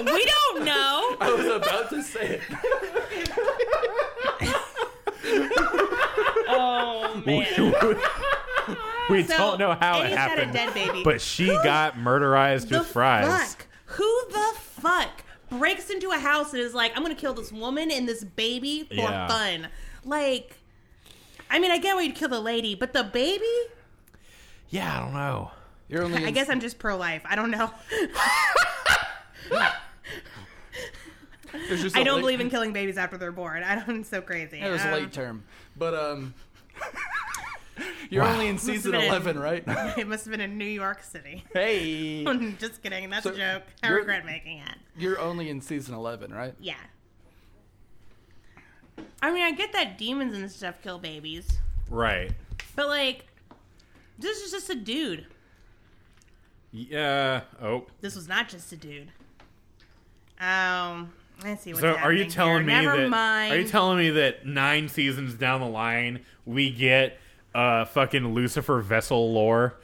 [SPEAKER 2] We don't know.
[SPEAKER 3] I was about to say it.
[SPEAKER 2] Oh man.
[SPEAKER 1] we
[SPEAKER 2] So,
[SPEAKER 1] don't know how
[SPEAKER 2] and
[SPEAKER 1] it
[SPEAKER 2] he's got a
[SPEAKER 1] happened,
[SPEAKER 2] dead baby.
[SPEAKER 1] but she got murderized
[SPEAKER 2] the
[SPEAKER 1] with fries.
[SPEAKER 2] fuck? Who the fuck breaks into a house and is like, I'm gonna kill this woman and this baby for
[SPEAKER 1] Yeah.
[SPEAKER 2] fun? Like, I mean, I get why you'd kill the lady, but the baby?
[SPEAKER 1] Yeah, I don't know.
[SPEAKER 3] You're only
[SPEAKER 2] I
[SPEAKER 3] in-
[SPEAKER 2] guess I'm just pro life. I don't know.
[SPEAKER 3] there's just
[SPEAKER 2] I
[SPEAKER 3] a
[SPEAKER 2] don't
[SPEAKER 3] late-
[SPEAKER 2] believe in killing babies after they're born. I don't. It's so crazy.
[SPEAKER 3] It was
[SPEAKER 2] Um,
[SPEAKER 3] late term, but um, you're
[SPEAKER 1] Wow.
[SPEAKER 3] only in season
[SPEAKER 2] been.
[SPEAKER 3] eleven, right?
[SPEAKER 2] Um, It must have been in New York City.
[SPEAKER 3] hey,
[SPEAKER 2] Oh, just kidding. That's
[SPEAKER 3] So,
[SPEAKER 2] a joke. I
[SPEAKER 3] you're-
[SPEAKER 2] regret making it.
[SPEAKER 3] you're only in season eleven, right?
[SPEAKER 2] Yeah. I mean, I get that demons and stuff kill babies,
[SPEAKER 1] Right.
[SPEAKER 2] but like, this is just a dude.
[SPEAKER 1] Yeah. Oh.
[SPEAKER 2] This was not just a dude. Um, I see. What's
[SPEAKER 1] So are you
[SPEAKER 2] happening
[SPEAKER 1] telling me
[SPEAKER 2] here. Never
[SPEAKER 1] that?
[SPEAKER 2] Mind.
[SPEAKER 1] Are you telling me that nine seasons down the line we get uh fucking Lucifer vessel lore?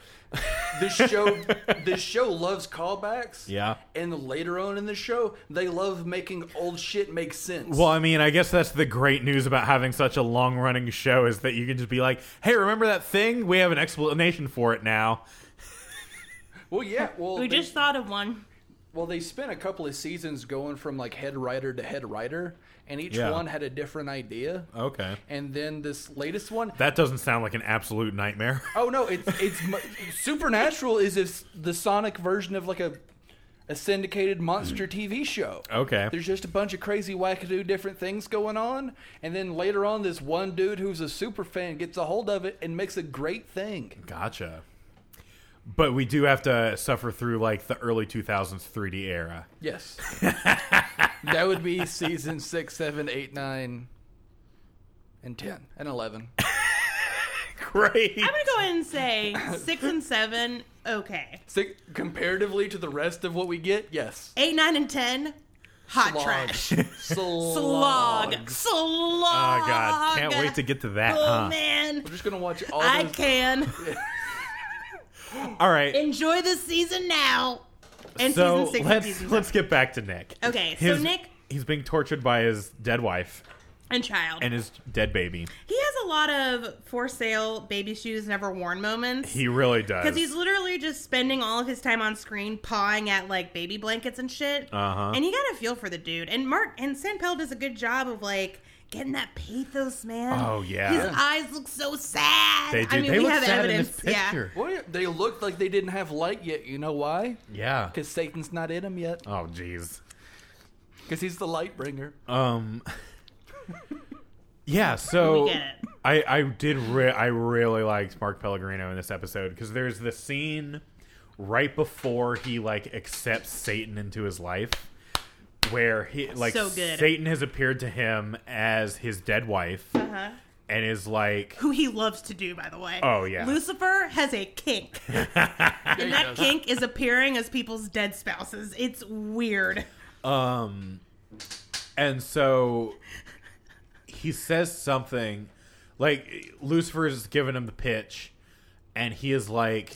[SPEAKER 3] This show, this show loves callbacks.
[SPEAKER 1] Yeah.
[SPEAKER 3] And later on in the show, they love making old shit make sense.
[SPEAKER 1] Well, I mean, I guess that's the great news about having such a long running show is that you can just be like, hey, remember that thing? We have an explanation for it now.
[SPEAKER 3] Well, yeah. Well,
[SPEAKER 2] we
[SPEAKER 3] they,
[SPEAKER 2] just thought of one.
[SPEAKER 3] well, they spent a couple of seasons going from like head writer to head writer, and each
[SPEAKER 1] Yeah. Oh.
[SPEAKER 3] one had a different idea.
[SPEAKER 1] Okay.
[SPEAKER 3] And then this latest one,
[SPEAKER 1] That doesn't sound like an absolute nightmare.
[SPEAKER 3] Oh no, it's it's mu- supernatural is if the Sonic version of like a a syndicated monster TV
[SPEAKER 2] Oh,
[SPEAKER 3] show.
[SPEAKER 7] Okay.
[SPEAKER 3] There's just a bunch of crazy wackadoo different things going on, and then later on, this one dude who's a super fan gets a hold of it and makes a great thing.
[SPEAKER 1] Gotcha. But we do have to suffer through like the early 2000s 3D era.
[SPEAKER 3] Yes, that would be season six, seven, eight, nine, and ten, and eleven.
[SPEAKER 1] Great.
[SPEAKER 2] I'm gonna go ahead and say six and seven. Okay,
[SPEAKER 3] Six, comparatively to the rest of what we get, yes.
[SPEAKER 2] eight, nine, and ten. Hot trash. Slog.
[SPEAKER 3] Slog.
[SPEAKER 2] Slog.
[SPEAKER 1] Oh god, can't wait to get to that.
[SPEAKER 2] Oh
[SPEAKER 1] huh?
[SPEAKER 2] man,
[SPEAKER 3] We're just gonna watch all
[SPEAKER 2] I
[SPEAKER 3] those.
[SPEAKER 2] can
[SPEAKER 1] All right.
[SPEAKER 2] enjoy the season now. And
[SPEAKER 1] so
[SPEAKER 2] season 6 and
[SPEAKER 1] let's
[SPEAKER 2] season
[SPEAKER 1] let's get back to Nick.
[SPEAKER 2] Okay, so
[SPEAKER 1] His-
[SPEAKER 2] Nick-
[SPEAKER 1] he's being tortured by his dead wife
[SPEAKER 2] seven. and child.
[SPEAKER 1] and his dead baby.
[SPEAKER 2] he has a lot of for sale baby shoes never worn moments.
[SPEAKER 1] He really does.
[SPEAKER 2] Because he's literally just spending all of his time on screen pawing at like baby blankets and shit.
[SPEAKER 1] Uh-huh.
[SPEAKER 2] And you got to feel for the dude. And Mark and Sanpel does a good job of like getting that pathos, man.
[SPEAKER 1] Oh, yeah.
[SPEAKER 2] His
[SPEAKER 1] Yeah.
[SPEAKER 2] eyes look so sad.
[SPEAKER 1] they do.
[SPEAKER 2] I mean,
[SPEAKER 1] they
[SPEAKER 2] we
[SPEAKER 1] look
[SPEAKER 2] have
[SPEAKER 1] sad
[SPEAKER 2] evidence.
[SPEAKER 1] in this picture.
[SPEAKER 3] What? They looked like they didn't have light yet. You know why?
[SPEAKER 1] Yeah.
[SPEAKER 3] Because Satan's not in them yet.
[SPEAKER 1] Oh jeez.
[SPEAKER 3] Because he's the light bringer.
[SPEAKER 1] Um. yeah. So
[SPEAKER 2] We get it.
[SPEAKER 1] I I did re- I really liked Mark Pellegrino in this episode because there's the scene right before he like accepts Satan into his life where he like
[SPEAKER 2] So good.
[SPEAKER 1] Satan has appeared to him as his dead wife
[SPEAKER 2] Yeah. Uh-huh.
[SPEAKER 1] and is like
[SPEAKER 2] Who he loves to do, by the way.
[SPEAKER 1] Oh, yeah.
[SPEAKER 2] Lucifer has a kink.
[SPEAKER 3] Yeah, he
[SPEAKER 2] and that
[SPEAKER 3] does.
[SPEAKER 2] kink is appearing as people's dead spouses. It's weird.
[SPEAKER 1] Um, and so he says something like Lucifer's giving him the pitch, and he is like,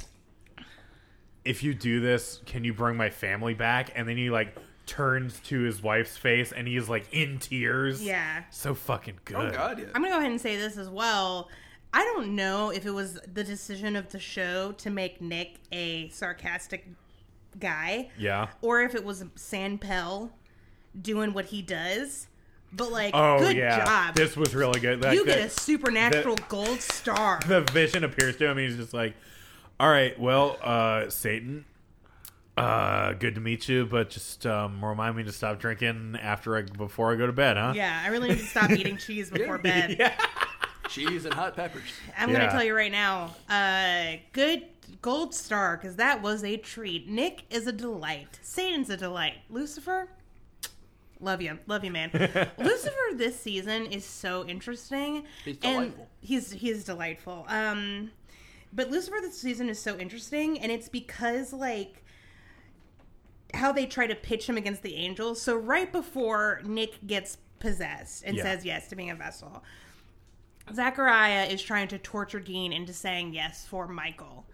[SPEAKER 1] "If you do this, can you bring my family back?" And then he like turns to his wife's face, and he is like in tears.
[SPEAKER 2] Yeah.
[SPEAKER 1] so fucking good.
[SPEAKER 3] Oh God, yeah.
[SPEAKER 2] I'm gonna go ahead and say this as well. I don't know if it was the decision of the show to make Nick a sarcastic guy,
[SPEAKER 1] Yeah.
[SPEAKER 2] or if it was San Pell doing what he does. But like,
[SPEAKER 1] Oh
[SPEAKER 2] good
[SPEAKER 1] yeah,
[SPEAKER 2] job.
[SPEAKER 1] this was really good. Like,
[SPEAKER 2] you get
[SPEAKER 1] the-
[SPEAKER 2] a supernatural gold star.
[SPEAKER 1] the vision appears to him. He's just like, "All right, well, uh, Satan, uh, good to meet you, but just um, remind me to stop drinking after I before I go to bed, huh?"
[SPEAKER 2] yeah, I really need to stop eating cheese before bed.
[SPEAKER 3] Cheese and hot peppers.
[SPEAKER 2] I'm
[SPEAKER 1] Yeah.
[SPEAKER 2] gonna tell you right now. Uh, good gold star because that was a treat. Nick is a delight. Satan's a delight. Lucifer, love you, love you, man. Lucifer this season is so interesting.
[SPEAKER 3] He's
[SPEAKER 2] and
[SPEAKER 3] delightful.
[SPEAKER 2] he's he's delightful. Um, but Lucifer this season is so interesting, and it's because like how they try to pitch him against the angels. So right before Nick gets possessed and
[SPEAKER 1] Yeah.
[SPEAKER 2] says yes to being a vessel, Zachariah is trying to torture Dean into saying yes for Michael.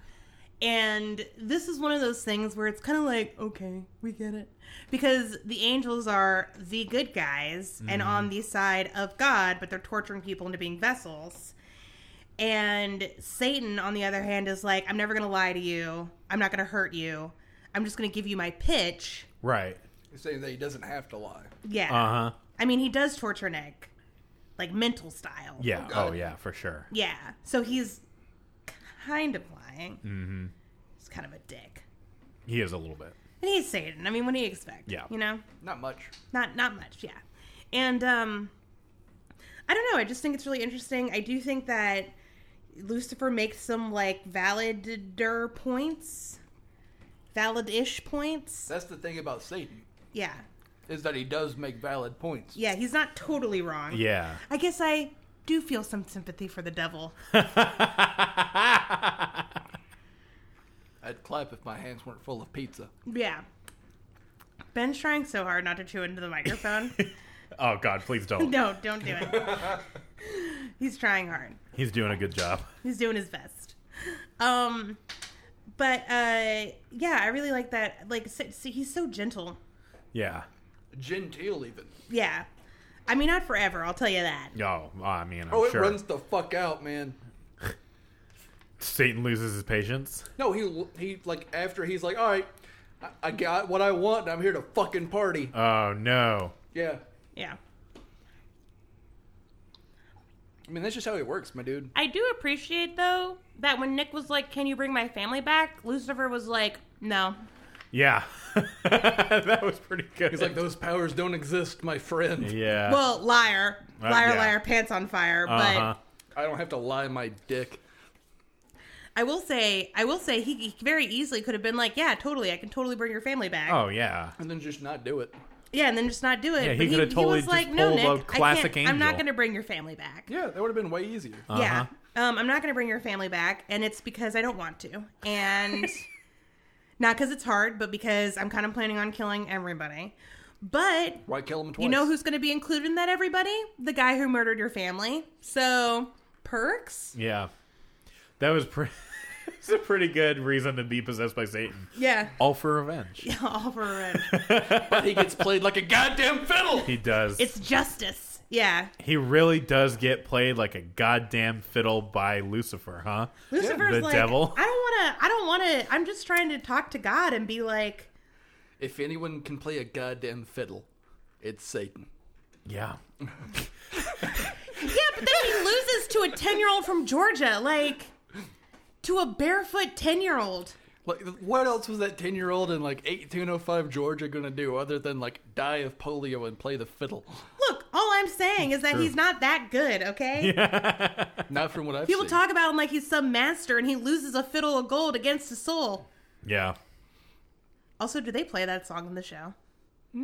[SPEAKER 2] And this is one of those things where it's kind of like, okay, we get it. Because the angels are the good guys and on the side of God, but they're torturing people into being vessels. And Satan, on the other hand, is like, I'm never going to lie to you. I'm not going to hurt you. I'm just going to give you my pitch.
[SPEAKER 1] Right.
[SPEAKER 3] He's saying that he doesn't have to lie.
[SPEAKER 2] Yeah.
[SPEAKER 1] Uh huh.
[SPEAKER 2] I mean, he does torture Nick, like mental style.
[SPEAKER 1] Yeah.
[SPEAKER 3] God.
[SPEAKER 1] Oh, yeah, for sure.
[SPEAKER 2] Yeah. So he's kind of lying. Mm-hmm. He's kind of a dick.
[SPEAKER 1] He is a little bit.
[SPEAKER 2] And he's Satan. I mean, what do you expect?
[SPEAKER 1] Yeah.
[SPEAKER 2] You know?
[SPEAKER 3] Not much.
[SPEAKER 2] Not not much, yeah. And um I don't know, I just think it's really interesting. I do think that Lucifer makes some like valider points. Valid ish points.
[SPEAKER 3] That's the thing about Satan
[SPEAKER 2] Yeah.
[SPEAKER 3] is that he does make valid points.
[SPEAKER 2] Yeah, he's not totally wrong.
[SPEAKER 1] Yeah.
[SPEAKER 2] I guess I do feel some sympathy for the devil.
[SPEAKER 3] I'd clap if my hands weren't full of pizza.
[SPEAKER 2] Yeah. Ben's trying so hard not to chew into the microphone.
[SPEAKER 1] Oh God, please don't.
[SPEAKER 2] No, don't do it. He's trying hard.
[SPEAKER 1] He's doing a good job.
[SPEAKER 2] He's doing his best. Um, but uh, yeah, I really like that. Like, so, so he's so gentle.
[SPEAKER 1] Yeah.
[SPEAKER 3] Genteel even.
[SPEAKER 2] Yeah, I mean, not forever. I'll tell you that.
[SPEAKER 1] Oh, I mean, I'm
[SPEAKER 3] Oh, it
[SPEAKER 1] sure.
[SPEAKER 3] runs the fuck out, man.
[SPEAKER 1] Satan loses his patience.
[SPEAKER 3] No, he he like after he's like, all right, I, I got what I want. and I'm here to fucking party.
[SPEAKER 1] Oh no.
[SPEAKER 3] yeah.
[SPEAKER 2] Yeah,
[SPEAKER 3] I mean, that's just how it works, my dude.
[SPEAKER 2] I do appreciate though that when Nick was like, "Can you bring my family back?" Lucifer was like, "No."
[SPEAKER 1] Yeah, that was pretty good.
[SPEAKER 3] He's like, those powers don't exist, my friend.
[SPEAKER 1] yeah,
[SPEAKER 2] Well, liar,
[SPEAKER 1] Uh,
[SPEAKER 2] liar,
[SPEAKER 1] yeah.
[SPEAKER 2] liar, pants on fire.
[SPEAKER 1] uh-huh.
[SPEAKER 2] But
[SPEAKER 3] I don't have to lie my dick.
[SPEAKER 2] I will say, I will say, he, he very easily could have been like, "Yeah, totally, I can totally bring your family back."
[SPEAKER 1] oh yeah,
[SPEAKER 3] And then just not do it.
[SPEAKER 2] Yeah, and then just not do it.
[SPEAKER 1] Yeah, he
[SPEAKER 2] But
[SPEAKER 1] could have totally
[SPEAKER 2] was
[SPEAKER 1] just
[SPEAKER 2] like, "No,
[SPEAKER 1] pulled
[SPEAKER 2] Nick,
[SPEAKER 1] a
[SPEAKER 2] I
[SPEAKER 1] classic
[SPEAKER 2] can't, I'm not
[SPEAKER 1] angel."
[SPEAKER 2] going to bring your family back."
[SPEAKER 3] Yeah, that would have been way easier.
[SPEAKER 1] Uh-huh.
[SPEAKER 2] Yeah. Um, I'm not going to bring your family back, and it's because I don't want to. And not because it's hard, but because I'm kind of planning on killing everybody. But
[SPEAKER 3] Why kill him twice?
[SPEAKER 2] you know who's going to be included in that, everybody? The guy who murdered your family. So, perks?
[SPEAKER 1] yeah. That was pretty. it's a pretty good reason to be possessed by Satan.
[SPEAKER 2] Yeah.
[SPEAKER 1] All for revenge.
[SPEAKER 2] All for revenge.
[SPEAKER 3] But he gets played like a goddamn fiddle.
[SPEAKER 1] He does.
[SPEAKER 2] It's justice. Yeah.
[SPEAKER 1] he really does get played like a goddamn fiddle by Lucifer, huh?
[SPEAKER 2] Lucifer's
[SPEAKER 1] The
[SPEAKER 2] like, "Ah."
[SPEAKER 1] devil.
[SPEAKER 2] I don't want to, I don't want to, I'm just trying to talk to God and be like,
[SPEAKER 3] If anyone can play a goddamn fiddle, it's Satan.
[SPEAKER 1] Yeah.
[SPEAKER 2] Yeah, but then he loses to a 10 year old from Georgia. Like, to a barefoot 10 year old.
[SPEAKER 3] Like, what else was that ten-year-old in like 1805 Georgia gonna do other than like die of polio and play the fiddle?
[SPEAKER 2] Look, all I'm saying is that he's not that good, okay?
[SPEAKER 3] Not from what I've
[SPEAKER 2] People
[SPEAKER 3] seen.
[SPEAKER 2] talk about him like he's some master and he loses a fiddle of gold against his soul.
[SPEAKER 1] Yeah.
[SPEAKER 2] Also, do they play that song in the show? I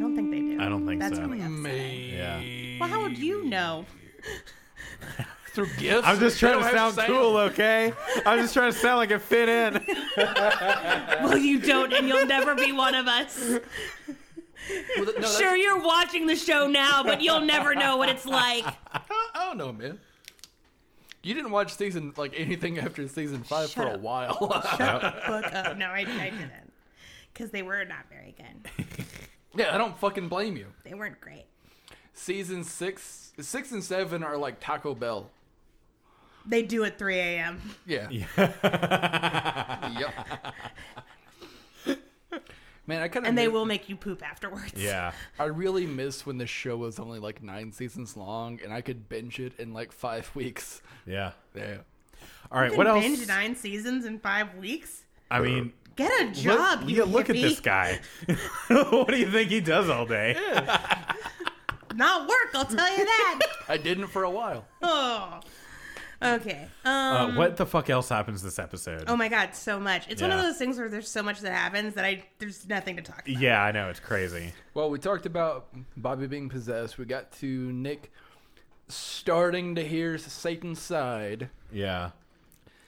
[SPEAKER 2] don't think they do.
[SPEAKER 1] I don't think
[SPEAKER 2] That's
[SPEAKER 1] so.
[SPEAKER 2] really upsetting.
[SPEAKER 3] Maybe.
[SPEAKER 1] Yeah.
[SPEAKER 2] Well, how would you know?
[SPEAKER 3] through gifts.
[SPEAKER 1] I'm just
[SPEAKER 3] They
[SPEAKER 1] trying to
[SPEAKER 3] don't have
[SPEAKER 1] sound cool,
[SPEAKER 3] sound.
[SPEAKER 1] okay? I'm just trying to sound like it fit in.
[SPEAKER 2] Well, you don't, and you'll never be one of us.
[SPEAKER 3] Well, th- no, that's-
[SPEAKER 2] Sure, you're watching the show now, but you'll never know what it's like.
[SPEAKER 3] I- I don't know, man. You didn't watch season like anything after season five
[SPEAKER 2] Shut
[SPEAKER 3] for a
[SPEAKER 2] up.
[SPEAKER 3] while.
[SPEAKER 2] book up. No, I, I didn't. Because they were not very good.
[SPEAKER 3] yeah, I don't fucking blame you.
[SPEAKER 2] They weren't great.
[SPEAKER 3] Season six, six and seven are like Taco Bell.
[SPEAKER 2] They do at 3 a.m.
[SPEAKER 3] Yeah. yep. Man, I kind of
[SPEAKER 2] And they will make you poop afterwards.
[SPEAKER 1] Yeah.
[SPEAKER 3] I really miss when this show was only like nine seasons long, and I could binge it in like five weeks.
[SPEAKER 1] Yeah.
[SPEAKER 3] Yeah.
[SPEAKER 1] All right.
[SPEAKER 2] You
[SPEAKER 1] What
[SPEAKER 2] can
[SPEAKER 1] else?
[SPEAKER 2] binge nine seasons in five weeks?
[SPEAKER 1] I mean,
[SPEAKER 2] Get a job,
[SPEAKER 1] look,
[SPEAKER 2] you
[SPEAKER 1] yeah, look at
[SPEAKER 2] hippie.
[SPEAKER 1] this guy. what do you think he does all day?
[SPEAKER 2] Not work, I'll tell you that.
[SPEAKER 3] I didn't for a while.
[SPEAKER 2] oh. Okay. Um,
[SPEAKER 1] Uh, what the fuck else happens this episode?
[SPEAKER 2] oh my god, so much. It's one of
[SPEAKER 1] Yeah.
[SPEAKER 2] those things where there's so much that happens that I there's nothing to talk about.
[SPEAKER 1] yeah, I know it's crazy.
[SPEAKER 3] Well, we talked about Bobby being possessed. We got to Nick starting to hear Satan's side
[SPEAKER 1] Yeah.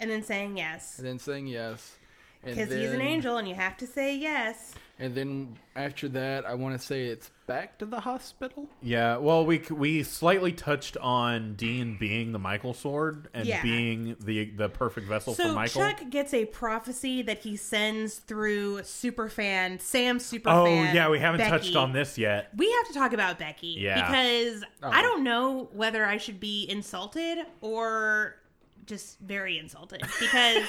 [SPEAKER 2] And then saying yes.
[SPEAKER 3] and then saying yes. and
[SPEAKER 2] Because he's an
[SPEAKER 3] then-
[SPEAKER 2] angel and you have to say yes.
[SPEAKER 3] And then after that, I want to say it's back to the hospital.
[SPEAKER 1] Yeah. Well, we we slightly touched on Dean being the Michael sword and
[SPEAKER 2] Yeah.
[SPEAKER 1] being the the perfect vessel for
[SPEAKER 2] So
[SPEAKER 1] Michael.
[SPEAKER 2] Chuck gets a prophecy that he sends through superfan Sam Superfan.
[SPEAKER 1] oh yeah, we haven't touched
[SPEAKER 2] Becky.
[SPEAKER 1] on this yet.
[SPEAKER 2] We have to talk about Becky
[SPEAKER 1] Yeah.
[SPEAKER 2] because I don't know whether I should be insulted or just very insulted because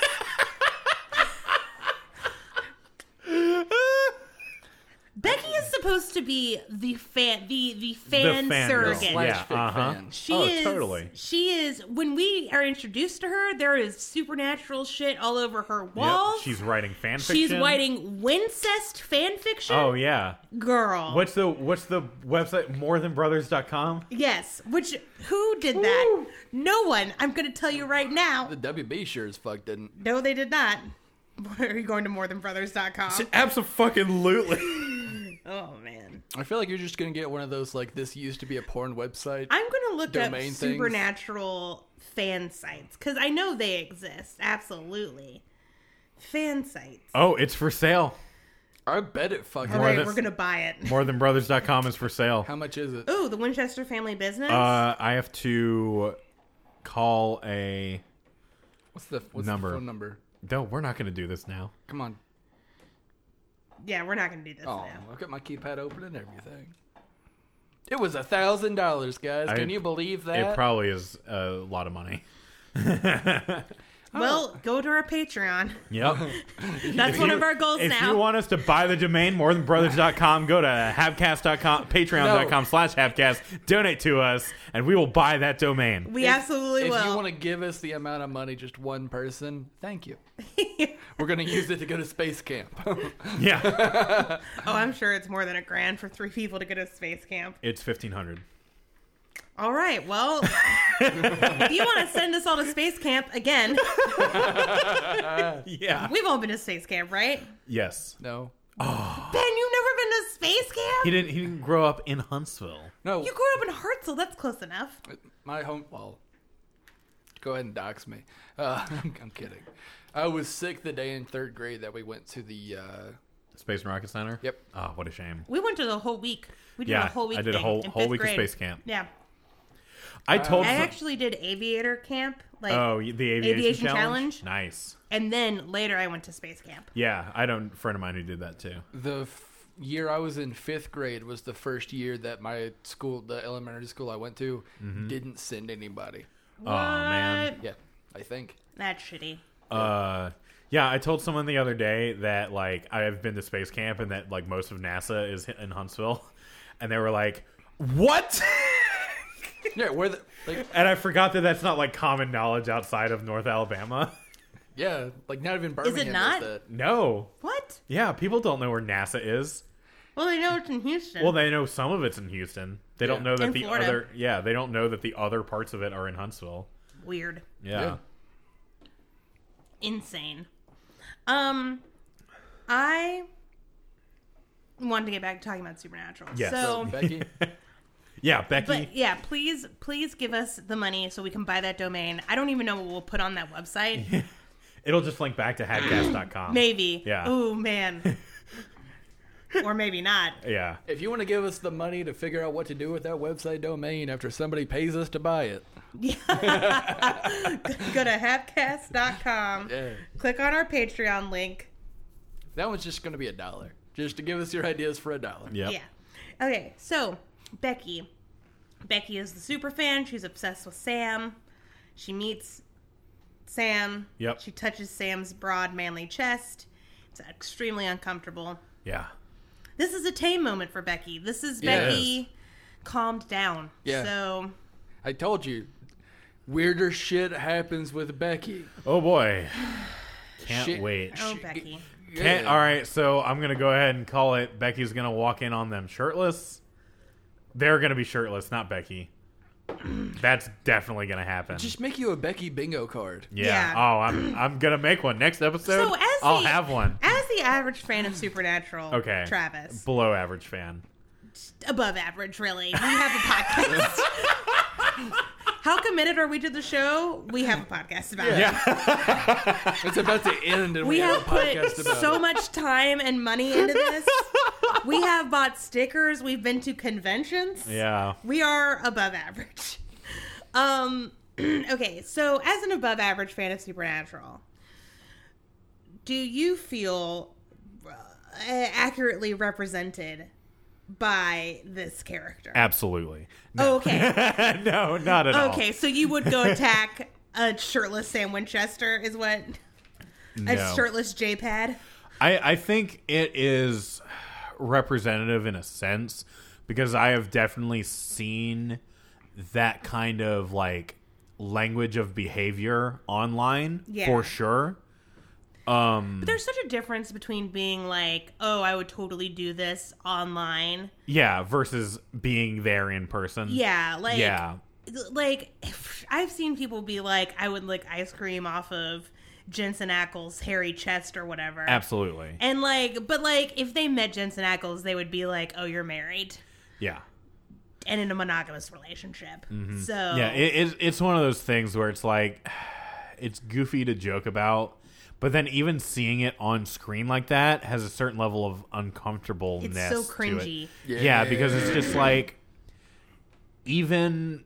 [SPEAKER 2] Becky is supposed to be the fan the the fan,
[SPEAKER 1] fan girl.
[SPEAKER 2] surrogate.
[SPEAKER 1] Yeah,
[SPEAKER 3] Slash fake
[SPEAKER 1] uh-huh.
[SPEAKER 3] fan.
[SPEAKER 2] She
[SPEAKER 1] Oh,
[SPEAKER 2] is
[SPEAKER 1] totally.
[SPEAKER 2] she is when we are introduced to her, there is supernatural shit all over her
[SPEAKER 1] Yep,
[SPEAKER 2] walls.
[SPEAKER 1] She's writing fan fiction.
[SPEAKER 2] She's writing Wincest fan fiction.
[SPEAKER 1] Oh yeah.
[SPEAKER 2] girl.
[SPEAKER 1] What's the what's the website morethanbrothers.com?
[SPEAKER 2] Yes. Which who did that? No one. I'm going to tell you right now.
[SPEAKER 3] The WB sure as fuck didn't.
[SPEAKER 2] No, they did not. Are you going to morethanbrothers.com?
[SPEAKER 1] Absolutely.
[SPEAKER 2] Oh man.
[SPEAKER 3] I feel like you're just gonna get one of those like this used to be a porn website.
[SPEAKER 2] I'm going to look up
[SPEAKER 3] Domain things.
[SPEAKER 2] supernatural fan sites cuz I know they exist. Absolutely. Fan sites.
[SPEAKER 1] oh, it's for sale.
[SPEAKER 3] I bet it fucking.
[SPEAKER 2] All right,
[SPEAKER 1] than-
[SPEAKER 2] we're going to buy it.
[SPEAKER 1] Morethanbrothers.com is for sale.
[SPEAKER 3] How much is it?
[SPEAKER 2] Oh, the Winchester family business.
[SPEAKER 1] Uh, I have to call a.
[SPEAKER 3] What's the what's
[SPEAKER 1] number.
[SPEAKER 3] The phone number?
[SPEAKER 1] No, we're not going to do this now.
[SPEAKER 3] Come on.
[SPEAKER 2] yeah, we're not going to do this
[SPEAKER 3] Oh,
[SPEAKER 2] now.
[SPEAKER 3] I've got my keypad open and everything. It was a thousand dollars, guys.
[SPEAKER 1] I-
[SPEAKER 3] Can you believe that?
[SPEAKER 1] It probably is a lot of money.
[SPEAKER 2] Well, go to our Patreon.
[SPEAKER 1] Yep.
[SPEAKER 2] That's one of our goals
[SPEAKER 1] Oh. if
[SPEAKER 2] now.
[SPEAKER 1] you want us to buy the domain morethanbrothers.com, go to havcast.com, patreon.com slash havcast, donate to us, and we will buy that domain.
[SPEAKER 2] we absolutely
[SPEAKER 3] if
[SPEAKER 2] will.
[SPEAKER 3] you want to give us the amount of money, just one person, thank you. We're gonna use it to go to space camp.
[SPEAKER 1] Yeah.
[SPEAKER 2] oh, I'm sure it's more than a grand for three people to go to space camp.
[SPEAKER 1] it's 1500
[SPEAKER 2] All right. Well, if you want to send us all to space camp again,
[SPEAKER 1] Yeah.
[SPEAKER 2] we've all been to space camp, right?
[SPEAKER 1] Yes.
[SPEAKER 3] no,
[SPEAKER 2] Ben, you've never been to space camp?
[SPEAKER 1] He didn't he didn't grow up in Huntsville.
[SPEAKER 3] no,
[SPEAKER 2] You grew up in Hartzell. That's close enough.
[SPEAKER 3] my home. Well, go ahead and dox me. Uh, I'm, I'm kidding. I was sick the day in third grade that we went to the. Uh,
[SPEAKER 1] Space and Rocket Center?
[SPEAKER 3] Yep.
[SPEAKER 1] Oh, what a shame.
[SPEAKER 2] We went to the whole week. We did
[SPEAKER 1] Yeah,
[SPEAKER 2] a whole week.
[SPEAKER 1] I did a
[SPEAKER 2] thing
[SPEAKER 1] whole-
[SPEAKER 2] in
[SPEAKER 1] whole
[SPEAKER 2] fifth
[SPEAKER 1] week of
[SPEAKER 2] grade.
[SPEAKER 1] space camp.
[SPEAKER 2] Yeah,
[SPEAKER 1] I told
[SPEAKER 2] I
[SPEAKER 1] some-
[SPEAKER 2] actually did aviator camp. Like,
[SPEAKER 1] Oh, the aviation,
[SPEAKER 2] Aviation challenge?
[SPEAKER 1] Nice.
[SPEAKER 2] and then later I went to space camp.
[SPEAKER 1] Yeah, I don't friend of mine who did that too.
[SPEAKER 3] the f- year I was in fifth grade was the first year that my school, the elementary school I went to, didn't send anybody.
[SPEAKER 1] Oh man.
[SPEAKER 3] Yeah, I think.
[SPEAKER 2] That's shitty.
[SPEAKER 1] Uh, yeah, I told someone the other day that like I have been to space camp and that like most of NASA is in Huntsville, and they were like, "What?"
[SPEAKER 3] Yeah, where the like,
[SPEAKER 1] and I forgot that that's not like common knowledge outside of North Alabama.
[SPEAKER 3] yeah, like not even Birmingham. does
[SPEAKER 2] not?
[SPEAKER 3] that.
[SPEAKER 1] no,
[SPEAKER 2] What?
[SPEAKER 1] yeah, people don't know where NASA is.
[SPEAKER 2] Well, they know it's in Houston.
[SPEAKER 1] Well, they know some of it's in Houston. They don't
[SPEAKER 3] Yeah.
[SPEAKER 1] know that
[SPEAKER 2] In
[SPEAKER 1] the
[SPEAKER 2] Florida.
[SPEAKER 1] other yeah, they don't know that the other parts of it are in Huntsville.
[SPEAKER 2] Weird.
[SPEAKER 1] Yeah.
[SPEAKER 3] Yeah.
[SPEAKER 2] Insane. Um, I wanted to get back to talking about Supernatural.
[SPEAKER 1] Yes.
[SPEAKER 2] So,
[SPEAKER 3] Becky,
[SPEAKER 1] Yeah, Becky.
[SPEAKER 2] but yeah, please, please give us the money so we can buy that domain. I don't even know what we'll put on that website.
[SPEAKER 1] it'll just link back to hadcast.com.
[SPEAKER 2] Maybe.
[SPEAKER 1] Yeah.
[SPEAKER 2] Oh man. or maybe not.
[SPEAKER 1] Yeah.
[SPEAKER 3] if you want to give us the money to figure out what to do with that website domain after somebody pays us to buy it,
[SPEAKER 2] Go to hapcast.com.
[SPEAKER 3] yeah,
[SPEAKER 2] Click on our Patreon link.
[SPEAKER 3] that one's just going to be a dollar, just to give us your ideas for a dollar.
[SPEAKER 1] Yep.
[SPEAKER 2] Yeah. Okay, so Becky. Becky is the super fan. She's obsessed with Sam. She meets Sam.
[SPEAKER 1] Yep.
[SPEAKER 2] She touches Sam's broad, manly chest. It's extremely uncomfortable.
[SPEAKER 1] Yeah.
[SPEAKER 2] This is a tame moment for Becky. This is
[SPEAKER 3] Yeah.
[SPEAKER 2] Becky calmed down.
[SPEAKER 3] Yeah.
[SPEAKER 2] So
[SPEAKER 3] I told you, weirder shit happens with Becky.
[SPEAKER 1] Oh boy. Can't
[SPEAKER 3] Shit.
[SPEAKER 1] wait.
[SPEAKER 2] Oh Becky.
[SPEAKER 1] Can't,
[SPEAKER 3] Yeah.
[SPEAKER 1] all right, so I'm gonna go ahead and call it. Becky's gonna walk in on them shirtless. They're gonna be shirtless, not Becky. That's definitely gonna happen.
[SPEAKER 3] Just make you a Becky bingo card.
[SPEAKER 1] yeah.
[SPEAKER 2] Yeah.
[SPEAKER 1] Oh, I'm I'm gonna make one next episode.
[SPEAKER 2] So as
[SPEAKER 1] I'll
[SPEAKER 2] the-
[SPEAKER 1] have one.
[SPEAKER 2] As the average fan of Supernatural,
[SPEAKER 1] Okay.
[SPEAKER 2] Travis,
[SPEAKER 1] Below average fan.
[SPEAKER 2] above average, really. We have a podcast. How committed are we to the show? We have a podcast about it.
[SPEAKER 3] It's about to end, and we,
[SPEAKER 2] We have
[SPEAKER 3] a podcast
[SPEAKER 2] put
[SPEAKER 3] about
[SPEAKER 2] so
[SPEAKER 3] it.
[SPEAKER 2] much time and money into this. we have bought stickers. We've been to conventions.
[SPEAKER 1] Yeah.
[SPEAKER 2] We are above average. Um, okay, so as an above average fan of Supernatural, do you feel uh, accurately represented by this character?
[SPEAKER 1] Absolutely.
[SPEAKER 2] Oh, okay.
[SPEAKER 1] no, not at all.
[SPEAKER 2] Okay, so you would go attack a shirtless Sam Winchester, is what? A
[SPEAKER 1] No.
[SPEAKER 2] shirtless J Pad?
[SPEAKER 1] I, I think it is representative in a sense because I have definitely seen that kind of like language of behavior online
[SPEAKER 2] Yeah.
[SPEAKER 1] for sure. Mm.
[SPEAKER 2] But there's such a difference between being like, oh, I would totally do this online.
[SPEAKER 1] Yeah, versus being there in person.
[SPEAKER 2] Yeah, like.
[SPEAKER 1] yeah.
[SPEAKER 2] like I've seen people be like, I would lick ice cream off of Jensen Ackles' hairy chest or whatever.
[SPEAKER 1] Absolutely.
[SPEAKER 2] And like, but like, if they met Jensen Ackles, they would be like, "Oh, you're married
[SPEAKER 1] Yeah.
[SPEAKER 2] and in a monogamous relationship." So
[SPEAKER 1] Mm-hmm. Yeah, it, it's it's one of those things where it's like it's goofy to joke about, but then even seeing it on screen like that has a certain level of uncomfortableness.
[SPEAKER 2] It's so
[SPEAKER 1] to it.
[SPEAKER 2] cringy.
[SPEAKER 1] Yeah. because it's just like even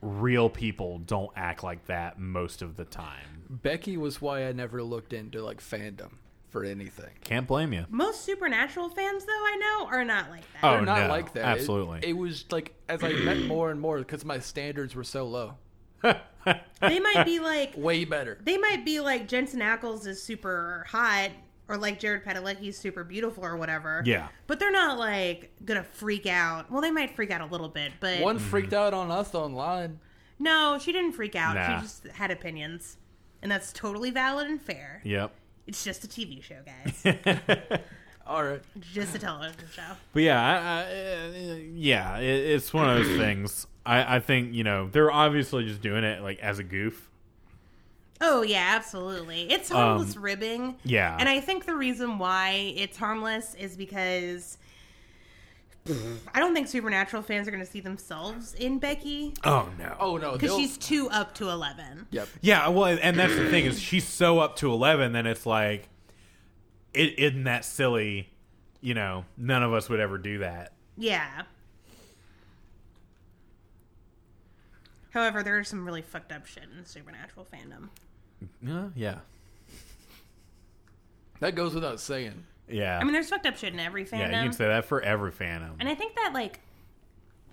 [SPEAKER 1] real people don't act like that most of the time.
[SPEAKER 3] Becky was why I never looked into like fandom for anything.
[SPEAKER 1] Can't blame you.
[SPEAKER 2] most supernatural fans, though I know, are not like that.
[SPEAKER 1] Oh,
[SPEAKER 3] They're not
[SPEAKER 1] no,
[SPEAKER 3] like that. It-
[SPEAKER 1] Absolutely.
[SPEAKER 3] It, was like as I met more and more because my standards were so low.
[SPEAKER 1] Oh.
[SPEAKER 2] They might be like
[SPEAKER 3] Way better.
[SPEAKER 2] they might be like Jensen Ackles is super hot or like Jared Padalecki is super beautiful or whatever.
[SPEAKER 1] Yeah.
[SPEAKER 2] But they're not like gonna freak out. Well, they might freak out a little bit, but
[SPEAKER 3] One
[SPEAKER 1] Mm-hmm.
[SPEAKER 3] freaked out on us online.
[SPEAKER 2] no, she didn't freak out.
[SPEAKER 1] Nah.
[SPEAKER 2] She just had opinions. And that's totally valid and fair.
[SPEAKER 1] Yep.
[SPEAKER 2] It's just a TV show, guys.
[SPEAKER 3] All right.
[SPEAKER 2] It's just a television show.
[SPEAKER 1] But yeah, I, I, uh, yeah, it, it's one of those things. I, I think you know they're obviously just doing it like as a goof.
[SPEAKER 2] Oh yeah, absolutely. It's harmless ribbing.
[SPEAKER 1] Um, yeah.
[SPEAKER 2] And I think the reason why it's harmless is because I don't think supernatural fans are going to see themselves in Becky
[SPEAKER 1] Oh no.
[SPEAKER 3] Oh no,
[SPEAKER 2] cuz
[SPEAKER 3] they'll-
[SPEAKER 2] she's too up to 11.
[SPEAKER 3] Yep.
[SPEAKER 1] Yeah, well, and that's the thing is she's so up to eleven that it's like, it isn't that silly, you know? None of us would ever do that.
[SPEAKER 2] Yeah. However, there is some really fucked up shit in supernatural fandom.
[SPEAKER 1] Uh, yeah,
[SPEAKER 3] That goes without saying.
[SPEAKER 1] yeah,
[SPEAKER 2] I mean, there's fucked up shit in every fandom.
[SPEAKER 1] yeah. You can say that for every fandom.
[SPEAKER 2] And I think that like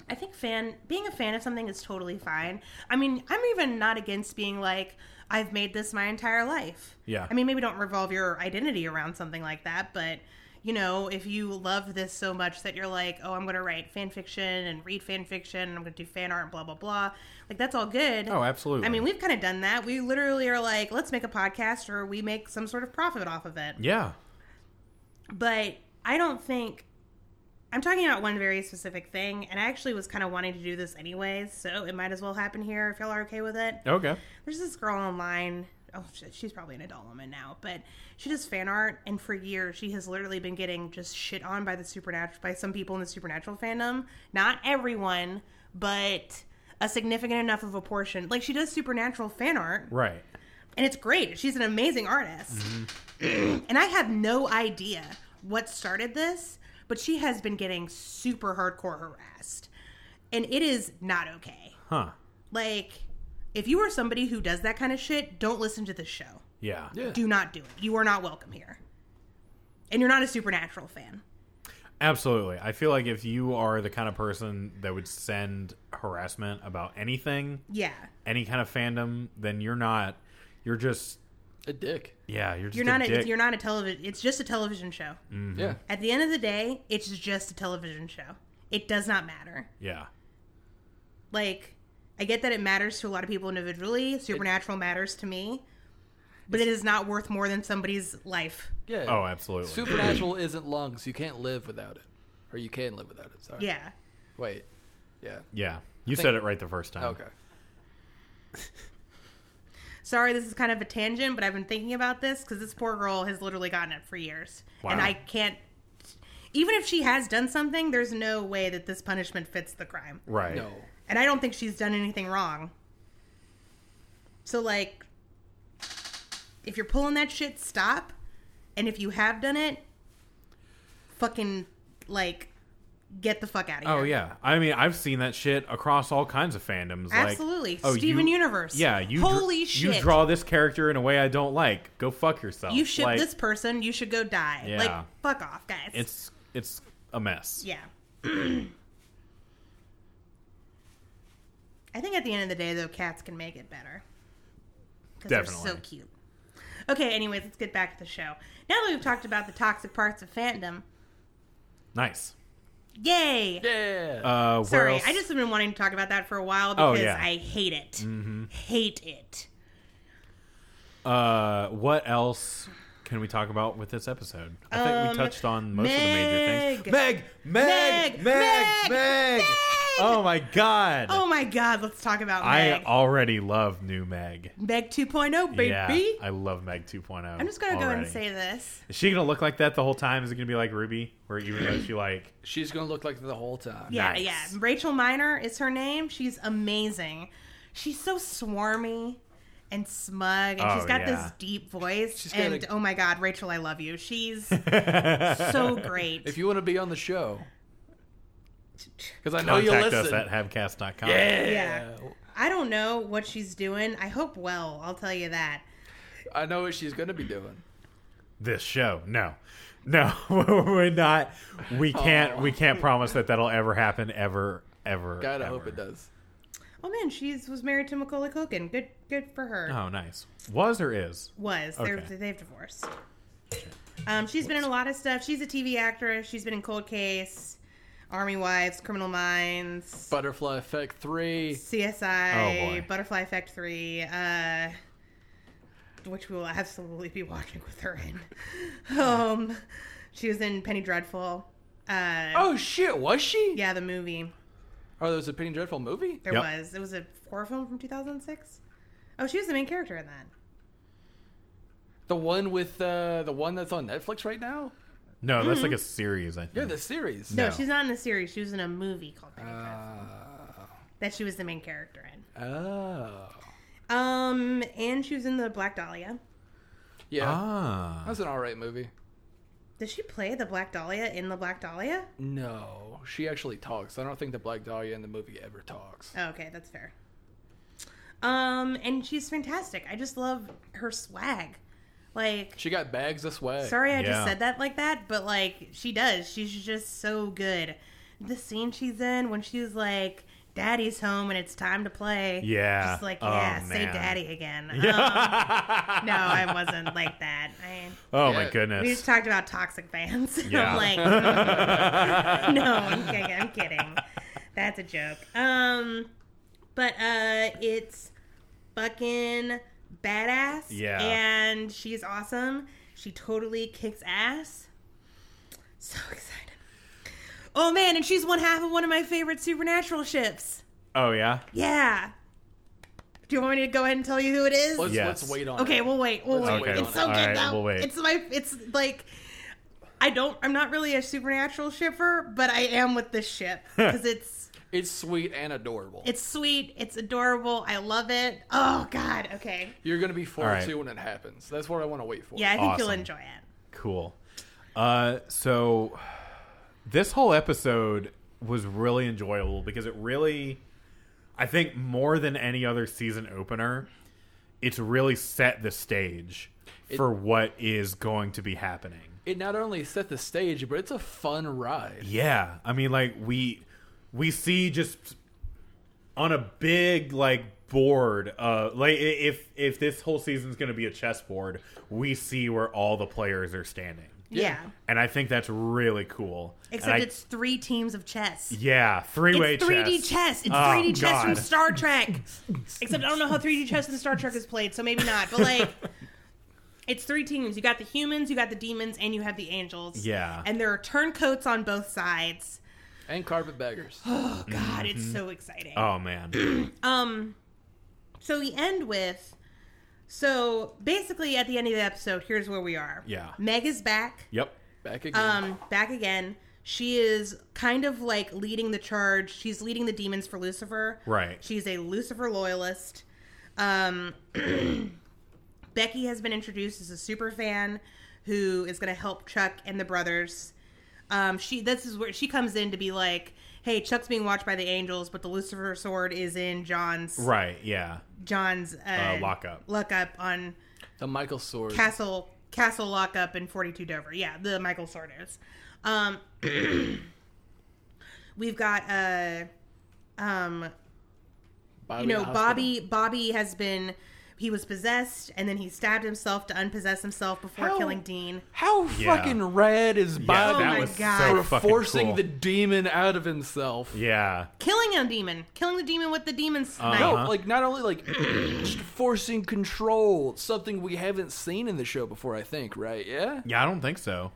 [SPEAKER 2] I think fan being a fan of something is totally fine. I mean, I'm even not against being like I've made this my entire life.
[SPEAKER 1] Yeah.
[SPEAKER 2] I mean, maybe don't revolve your identity around something like that, but you know, if you love this so much that you're like, "Oh, I'm going to write fan fiction and read fan fiction and I'm going to do fan art and blah blah blah." Like that's all good.
[SPEAKER 1] oh, absolutely.
[SPEAKER 2] I mean, we've kind of done that. We literally are like, "Let's make a podcast or we make some sort of profit off of it."
[SPEAKER 1] yeah,
[SPEAKER 2] but I don't think I'm talking about one very specific thing, and I actually was kind of wanting to do this anyways, so it might as well happen here if y'all are okay with it.
[SPEAKER 1] okay.
[SPEAKER 2] There's this girl online. Oh, shit, she's probably an adult woman now, but she does fan art, and for years she has literally been getting just shit on by the supernatural, by some people in the supernatural fandom. Not everyone, but a significant enough of a portion. Like she does supernatural fan art,
[SPEAKER 1] Right.
[SPEAKER 2] and it's great. She's an amazing artist.
[SPEAKER 1] Mm-hmm.
[SPEAKER 2] and I have no idea what started this, but she has been getting super hardcore harassed. And it is not okay.
[SPEAKER 1] Huh.
[SPEAKER 2] Like, if you are somebody who does that kind of shit, don't listen to this show.
[SPEAKER 1] Yeah.
[SPEAKER 3] Yeah.
[SPEAKER 2] Do not do it. You are not welcome here. And you're not a supernatural fan.
[SPEAKER 1] Absolutely. I feel like if you are the kind of person that would send harassment about anything,
[SPEAKER 2] Yeah.
[SPEAKER 1] any kind of fandom, then you're not. You're just.
[SPEAKER 3] A dick.
[SPEAKER 1] Yeah. You're just.
[SPEAKER 2] You're
[SPEAKER 1] a
[SPEAKER 2] not a,
[SPEAKER 1] dick.
[SPEAKER 2] you're not a television it's just a television show.
[SPEAKER 1] Mm-hmm.
[SPEAKER 3] Yeah.
[SPEAKER 2] At the end of the day, it's just a television show. It does not matter.
[SPEAKER 1] Yeah.
[SPEAKER 2] like I get that it matters to a lot of people individually. Supernatural matters to me, but it is not worth more than somebody's life.
[SPEAKER 3] Yeah.
[SPEAKER 1] Oh, absolutely.
[SPEAKER 3] Supernatural isn't lungs. You can't live without it, or you can live without it. Sorry.
[SPEAKER 2] Yeah.
[SPEAKER 3] Wait. Yeah.
[SPEAKER 1] yeah. You
[SPEAKER 3] think-
[SPEAKER 1] said it right the first time.
[SPEAKER 3] Okay.
[SPEAKER 2] Sorry, this is kind of a tangent, but I've been thinking about this because this poor girl has literally gotten it for years, and
[SPEAKER 1] Wow.
[SPEAKER 2] I can't. Even if she has done something, there's no way that this punishment fits the crime,
[SPEAKER 1] Right.
[SPEAKER 3] No.
[SPEAKER 2] and I don't think she's done anything wrong. So, like, if you're pulling that shit, stop. And if you have done it, fucking like get the fuck out of here.
[SPEAKER 1] Oh yeah. I mean, I've seen that shit across all kinds of fandoms. like,
[SPEAKER 2] Absolutely.
[SPEAKER 1] oh,
[SPEAKER 2] Steven
[SPEAKER 1] you-
[SPEAKER 2] Universe.
[SPEAKER 1] Yeah. You. dr-
[SPEAKER 2] Holy shit.
[SPEAKER 1] You draw this character in a way I don't like. Go fuck yourself.
[SPEAKER 2] You ship
[SPEAKER 1] Like,
[SPEAKER 2] this person, you should go die.
[SPEAKER 1] Yeah.
[SPEAKER 2] Like fuck off, guys.
[SPEAKER 1] It's it's a mess.
[SPEAKER 2] yeah. I think at the end of the day though, cats can make it better. Because they're so
[SPEAKER 1] Definitely.
[SPEAKER 2] cute. Okay, anyways, let's get back to the show. Now that we've talked about the toxic parts of fandom,
[SPEAKER 1] Nice.
[SPEAKER 2] yay!
[SPEAKER 3] Yeah.
[SPEAKER 1] Uh, where
[SPEAKER 2] Sorry,
[SPEAKER 1] else?
[SPEAKER 2] I just have been wanting to talk about that for a while
[SPEAKER 1] Oh,
[SPEAKER 2] because
[SPEAKER 1] yeah. Mm-hmm.
[SPEAKER 2] I hate it. Hate it.
[SPEAKER 1] Uh, what else can we talk about with this episode? I think
[SPEAKER 2] Um,
[SPEAKER 1] we touched on most of the major things. Meg,
[SPEAKER 2] Meg,
[SPEAKER 1] Meg, Meg,
[SPEAKER 2] Meg,
[SPEAKER 1] Meg,
[SPEAKER 2] Meg!
[SPEAKER 1] Oh my God!
[SPEAKER 2] Oh my god, let's talk about
[SPEAKER 1] I
[SPEAKER 2] Meg.
[SPEAKER 1] already love new Meg.
[SPEAKER 2] Meg 2.0, baby.
[SPEAKER 1] Yeah, I love Meg 2.0.
[SPEAKER 2] I'm just gonna go ahead and
[SPEAKER 1] already.
[SPEAKER 2] say this.
[SPEAKER 1] Is she gonna look like that the whole time? Is it gonna be like Ruby, where even though she like,
[SPEAKER 3] She's gonna look like that the whole time.
[SPEAKER 2] Yeah,
[SPEAKER 1] Nice.
[SPEAKER 2] yeah. Rachel Miner is her name. She's amazing. She's so swarmy and smug, and she's
[SPEAKER 1] Oh,
[SPEAKER 2] got
[SPEAKER 1] yeah.
[SPEAKER 2] this deep voice.
[SPEAKER 3] She's got
[SPEAKER 2] and
[SPEAKER 3] a-
[SPEAKER 2] oh my god, Rachel, I love you. She's so great.
[SPEAKER 3] If you want to be on the show, because I know you
[SPEAKER 1] contact
[SPEAKER 3] listen.
[SPEAKER 1] us at havcast.com?
[SPEAKER 3] yeah.
[SPEAKER 2] Yeah. I don't know what she's doing. I hope well. I'll tell you that.
[SPEAKER 3] I know what she's gonna be doing.
[SPEAKER 1] This show, no, no, we're not. We can't.
[SPEAKER 3] Aw.
[SPEAKER 1] We can't promise that that'll ever happen. Ever, ever.
[SPEAKER 3] Gotta
[SPEAKER 1] ever.
[SPEAKER 3] hope it does.
[SPEAKER 2] Oh man, she was married to Macaulay Culkin. Good, good for her.
[SPEAKER 1] Oh, nice. Was or is?
[SPEAKER 2] Was They're,
[SPEAKER 1] Okay.
[SPEAKER 2] they've divorced? Um, she's been in a lot of stuff. She's a TV actress. She's been in Cold Case, Army Wives, Criminal Minds,
[SPEAKER 3] Butterfly Effect 3.
[SPEAKER 2] CSI,
[SPEAKER 1] Oh, boy.
[SPEAKER 2] Butterfly Effect Three, uh, which we will absolutely be watching with her in. Um, she was in Penny Dreadful. Uh,
[SPEAKER 3] Oh, shit. Was she?
[SPEAKER 2] yeah, the movie.
[SPEAKER 3] Oh, there was a Penny Dreadful movie?
[SPEAKER 2] There
[SPEAKER 1] Yep.
[SPEAKER 2] was. It was a horror film from 2006. Oh, she was the main character in that.
[SPEAKER 3] The one with uh, the one that's on Netflix right now?
[SPEAKER 1] No, that's like a series. I think.
[SPEAKER 3] Yeah, the series.
[SPEAKER 2] No,
[SPEAKER 1] No.
[SPEAKER 2] she's not in the series. She was in a movie called Penny Dreadful
[SPEAKER 3] Uh,
[SPEAKER 2] that she was the main character in.
[SPEAKER 3] oh.
[SPEAKER 2] Um, and she was in the Black Dahlia.
[SPEAKER 3] Yeah.
[SPEAKER 1] Ah.
[SPEAKER 3] That was an alright movie.
[SPEAKER 2] Does she play the Black Dahlia in the Black Dahlia?
[SPEAKER 3] No, she actually talks. I don't think the Black Dahlia in the movie ever talks.
[SPEAKER 2] Oh, okay, that's fair. Um, and she's fantastic. I just love her swag. Like,
[SPEAKER 3] She got bags of swag.
[SPEAKER 2] sorry I just
[SPEAKER 1] Yeah.
[SPEAKER 2] said that like that, but like, she does. She's just so good. The scene she's in when she's like, Daddy's home and it's time to play.
[SPEAKER 1] Yeah.
[SPEAKER 2] Just like,
[SPEAKER 1] Oh,
[SPEAKER 2] yeah, say
[SPEAKER 1] man.
[SPEAKER 2] daddy again. Um,
[SPEAKER 1] Yeah.
[SPEAKER 2] no, I wasn't like that. I,
[SPEAKER 1] oh
[SPEAKER 3] Yeah.
[SPEAKER 1] my
[SPEAKER 2] we just
[SPEAKER 1] goodness.
[SPEAKER 2] talked about toxic fans.
[SPEAKER 1] Yeah.
[SPEAKER 2] I'm like, no, I'm kidding. I'm kidding. That's a joke. Um, but uh, it's fucking badass.
[SPEAKER 1] Yeah.
[SPEAKER 2] and she's awesome. She totally kicks ass. So excited. Oh man, and she's one half of one of my favorite supernatural ships.
[SPEAKER 1] Oh yeah.
[SPEAKER 2] Yeah. Do you want me to go ahead and tell you who it is?
[SPEAKER 3] Let's,
[SPEAKER 1] Yes.
[SPEAKER 3] let's wait on.
[SPEAKER 2] Okay,
[SPEAKER 3] it.
[SPEAKER 2] we'll wait. We'll
[SPEAKER 3] Let's
[SPEAKER 2] wait.
[SPEAKER 3] wait
[SPEAKER 2] It's
[SPEAKER 3] on
[SPEAKER 2] so
[SPEAKER 1] it.
[SPEAKER 2] good
[SPEAKER 1] Alright,
[SPEAKER 2] though.
[SPEAKER 1] we'll wait.
[SPEAKER 2] It's my. It's like I don't. I'm not really a supernatural shipper, but I am with this ship because it's
[SPEAKER 3] it's sweet and adorable.
[SPEAKER 2] it's sweet. It's adorable. I love it. Oh God. Okay.
[SPEAKER 3] You're gonna be 42
[SPEAKER 1] Alright.
[SPEAKER 3] when it happens. That's what I want to wait for.
[SPEAKER 2] Yeah, I think you'll
[SPEAKER 1] Awesome.
[SPEAKER 2] enjoy it.
[SPEAKER 1] Cool. Uh, so this whole episode was really enjoyable because it really, I think, more than any other season opener, it's really set the stage for what is going to be happening.
[SPEAKER 3] It not only set the stage, but it's a fun ride.
[SPEAKER 1] Yeah, I mean, like we we see just on a big like board uh like i- if if this whole season's going to be a chessboard we see where all the players are standing
[SPEAKER 2] Yeah.
[SPEAKER 1] and I think that's really cool. And
[SPEAKER 2] Except
[SPEAKER 1] I-
[SPEAKER 2] it's three teams of chess.
[SPEAKER 1] yeah, three way
[SPEAKER 2] It's 3D
[SPEAKER 1] chess.
[SPEAKER 2] chess. It's
[SPEAKER 1] Oh,
[SPEAKER 2] 3D chess from
[SPEAKER 1] God.
[SPEAKER 2] Star Trek. Except I don't know how 3D chess in Star Trek is played, so maybe not. But like, it's three teams. You got the humans, you got the demons, and you have the angels.
[SPEAKER 1] Yeah.
[SPEAKER 2] And there are turncoats on both sides.
[SPEAKER 3] And carpetbaggers.
[SPEAKER 2] Oh God, it's so exciting.
[SPEAKER 1] Oh man,
[SPEAKER 2] Um, so we end with. So basically, at the end of the episode, here's where we are.
[SPEAKER 1] Yeah.
[SPEAKER 2] Meg is back
[SPEAKER 1] yep,
[SPEAKER 3] Back again.
[SPEAKER 2] um, back again. She is kind of like leading the charge. She's leading the demons for Lucifer.
[SPEAKER 1] Right.
[SPEAKER 2] She's a Lucifer loyalist. Um, Becky has been introduced as a super fan who is going to help Chuck and the brothers. Um, she this is where she comes in to be like, "Hey, Chuck's being watched by the angels, but the Lucifer sword is in John's
[SPEAKER 1] right, yeah,
[SPEAKER 2] John's uh,
[SPEAKER 1] Uh, lockup.
[SPEAKER 2] lockup on
[SPEAKER 3] the Michael Sword.
[SPEAKER 2] Castle Castle lockup in 42 Dover. Yeah, the Michael Sword is. Um, we've got uh, um,
[SPEAKER 3] Bobby
[SPEAKER 2] you know,
[SPEAKER 3] the Hospital.
[SPEAKER 2] Bobby. Bobby has been he was possessed, and then he stabbed himself to unpossess himself before
[SPEAKER 3] How-
[SPEAKER 2] killing Dean.
[SPEAKER 3] How
[SPEAKER 1] Yeah.
[SPEAKER 3] fucking rad is
[SPEAKER 1] yeah.
[SPEAKER 2] Oh
[SPEAKER 3] Bobby
[SPEAKER 1] that
[SPEAKER 2] my
[SPEAKER 1] was
[SPEAKER 2] God.
[SPEAKER 1] so
[SPEAKER 3] for
[SPEAKER 1] fucking
[SPEAKER 3] forcing
[SPEAKER 1] cool.
[SPEAKER 3] the demon out of himself?
[SPEAKER 1] yeah,
[SPEAKER 2] Killing a demon, killing the demon with the demon's knife.
[SPEAKER 3] No,
[SPEAKER 1] Uh-huh.
[SPEAKER 3] like Uh, not only like just forcing control, something we haven't seen in the show before. I think, right? Yeah.
[SPEAKER 1] yeah. I don't think so.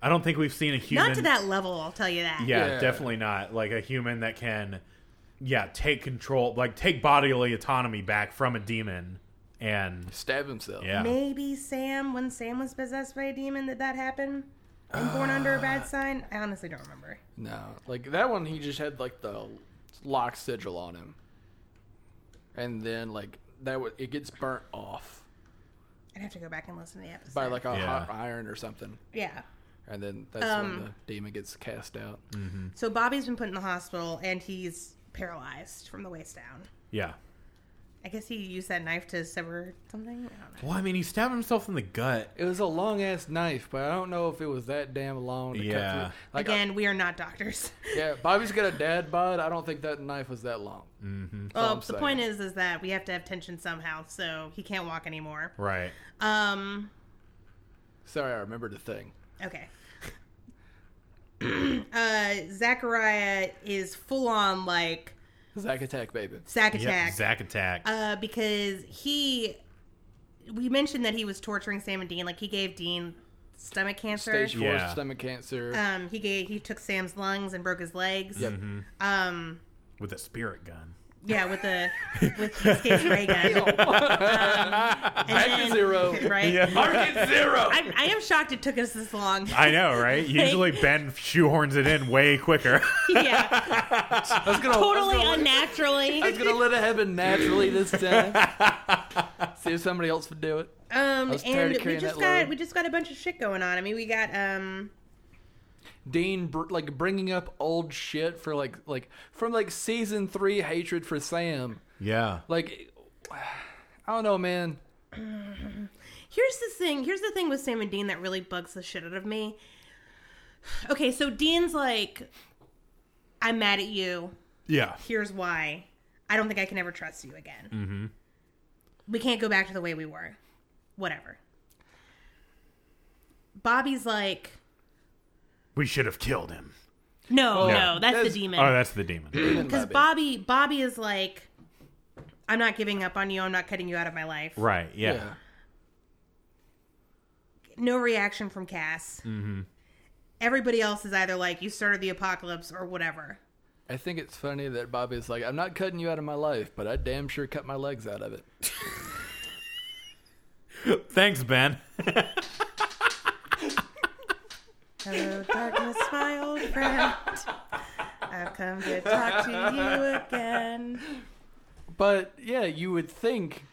[SPEAKER 1] I don't think we've seen a human.
[SPEAKER 2] Not to that level, I'll tell you that.
[SPEAKER 1] Yeah,
[SPEAKER 3] Yeah.
[SPEAKER 1] definitely not. Like a human that can, yeah, take control, like take bodily autonomy back from a demon, and
[SPEAKER 3] Stab himself.
[SPEAKER 1] yeah,
[SPEAKER 2] Maybe Sam, when Sam was possessed by a demon, did that happen? And born under a
[SPEAKER 3] Uh.
[SPEAKER 2] bad sign? I honestly don't remember.
[SPEAKER 3] No, like that one, he just had like the lock sigil on him, and then like that, wa it gets burnt off
[SPEAKER 2] I'd have to go back and listen to the episode.
[SPEAKER 3] by like a
[SPEAKER 1] Yeah.
[SPEAKER 3] hot iron or something,
[SPEAKER 2] yeah.
[SPEAKER 3] and then that's when
[SPEAKER 2] Um,
[SPEAKER 3] the demon gets cast out.
[SPEAKER 2] So Bobby's been put in the hospital and he's paralyzed from the waist down.
[SPEAKER 1] yeah,
[SPEAKER 2] I guess he used that knife to sever something. I don't know.
[SPEAKER 1] Well, I mean, he stabbed himself in the gut.
[SPEAKER 3] It was a long ass knife, but I don't know if it was that damn long. To
[SPEAKER 1] Yeah.
[SPEAKER 3] Cut through. Like,
[SPEAKER 2] Again, we are not doctors.
[SPEAKER 3] I- yeah. Bobby's got a dad bod. I don't think that knife was that long.
[SPEAKER 2] well,
[SPEAKER 3] I'm
[SPEAKER 2] the point is, is that we have to have tension somehow, so he can't walk anymore.
[SPEAKER 1] Right.
[SPEAKER 2] Um.
[SPEAKER 3] Sorry, I remembered the thing.
[SPEAKER 2] Okay. uh, Zachariah is full on like
[SPEAKER 3] Zack attack, baby.
[SPEAKER 2] sack
[SPEAKER 1] Yeah.
[SPEAKER 2] attack.
[SPEAKER 1] Zack attack.
[SPEAKER 2] uh, because he, we mentioned that he was torturing Sam and Dean. Like he gave Dean stomach cancer.
[SPEAKER 3] Stage four
[SPEAKER 1] Yeah.
[SPEAKER 3] stomach cancer.
[SPEAKER 2] Um, he gave he took Sam's lungs and broke his legs.
[SPEAKER 3] Yep.
[SPEAKER 2] Um,
[SPEAKER 1] with a spirit gun.
[SPEAKER 2] yeah, with the with his kid's ray gun. Um, and
[SPEAKER 3] Back to
[SPEAKER 2] then-
[SPEAKER 3] zero.
[SPEAKER 2] Right.
[SPEAKER 3] Market zero.
[SPEAKER 2] I, I am shocked it took us this long.
[SPEAKER 1] I know, right? Usually Ben shoehorns it in way quicker.
[SPEAKER 2] yeah,
[SPEAKER 3] I was gonna,
[SPEAKER 2] totally
[SPEAKER 3] I was gonna,
[SPEAKER 2] unnaturally.
[SPEAKER 3] I was gonna let it happen naturally this time. See if somebody else would do it.
[SPEAKER 2] Um,
[SPEAKER 3] was tired
[SPEAKER 2] and
[SPEAKER 3] of
[SPEAKER 2] we
[SPEAKER 3] carrying
[SPEAKER 2] just
[SPEAKER 3] that
[SPEAKER 2] got
[SPEAKER 3] load.
[SPEAKER 2] we just got a bunch of shit going on. I mean, we got um,
[SPEAKER 3] Dean br- like bringing up old shit for like like from like season three hatred for Sam.
[SPEAKER 1] yeah.
[SPEAKER 3] Like, I don't know, man.
[SPEAKER 2] here's the thing. Here's the thing with Sam and Dean that really bugs the shit out of me. Okay, so Dean's like, I'm mad at you.
[SPEAKER 1] Yeah.
[SPEAKER 2] Here's why. I don't think I can ever trust you again. Mm-hmm. We can't go back to the way we were. Whatever. Bobby's like,
[SPEAKER 1] We should have killed him.
[SPEAKER 2] no,
[SPEAKER 3] Well,
[SPEAKER 2] no, that's,
[SPEAKER 3] that's-
[SPEAKER 2] the demon.
[SPEAKER 1] Oh, that's the demon.
[SPEAKER 2] because Bobby Bobby is like, I'm not giving up on you. I'm not cutting you out of my life.
[SPEAKER 1] right. Yeah.
[SPEAKER 3] Yeah.
[SPEAKER 2] No reaction from Cass. Mm-hmm. Everybody else is either like, you started the apocalypse or whatever.
[SPEAKER 3] I think it's funny that Bobby's like, I'm not cutting you out of my life, but I damn sure cut my legs out of it.
[SPEAKER 1] Thanks, Ben.
[SPEAKER 2] Hello, darkness, my old friend. I've come to talk to you again.
[SPEAKER 3] But yeah, you would think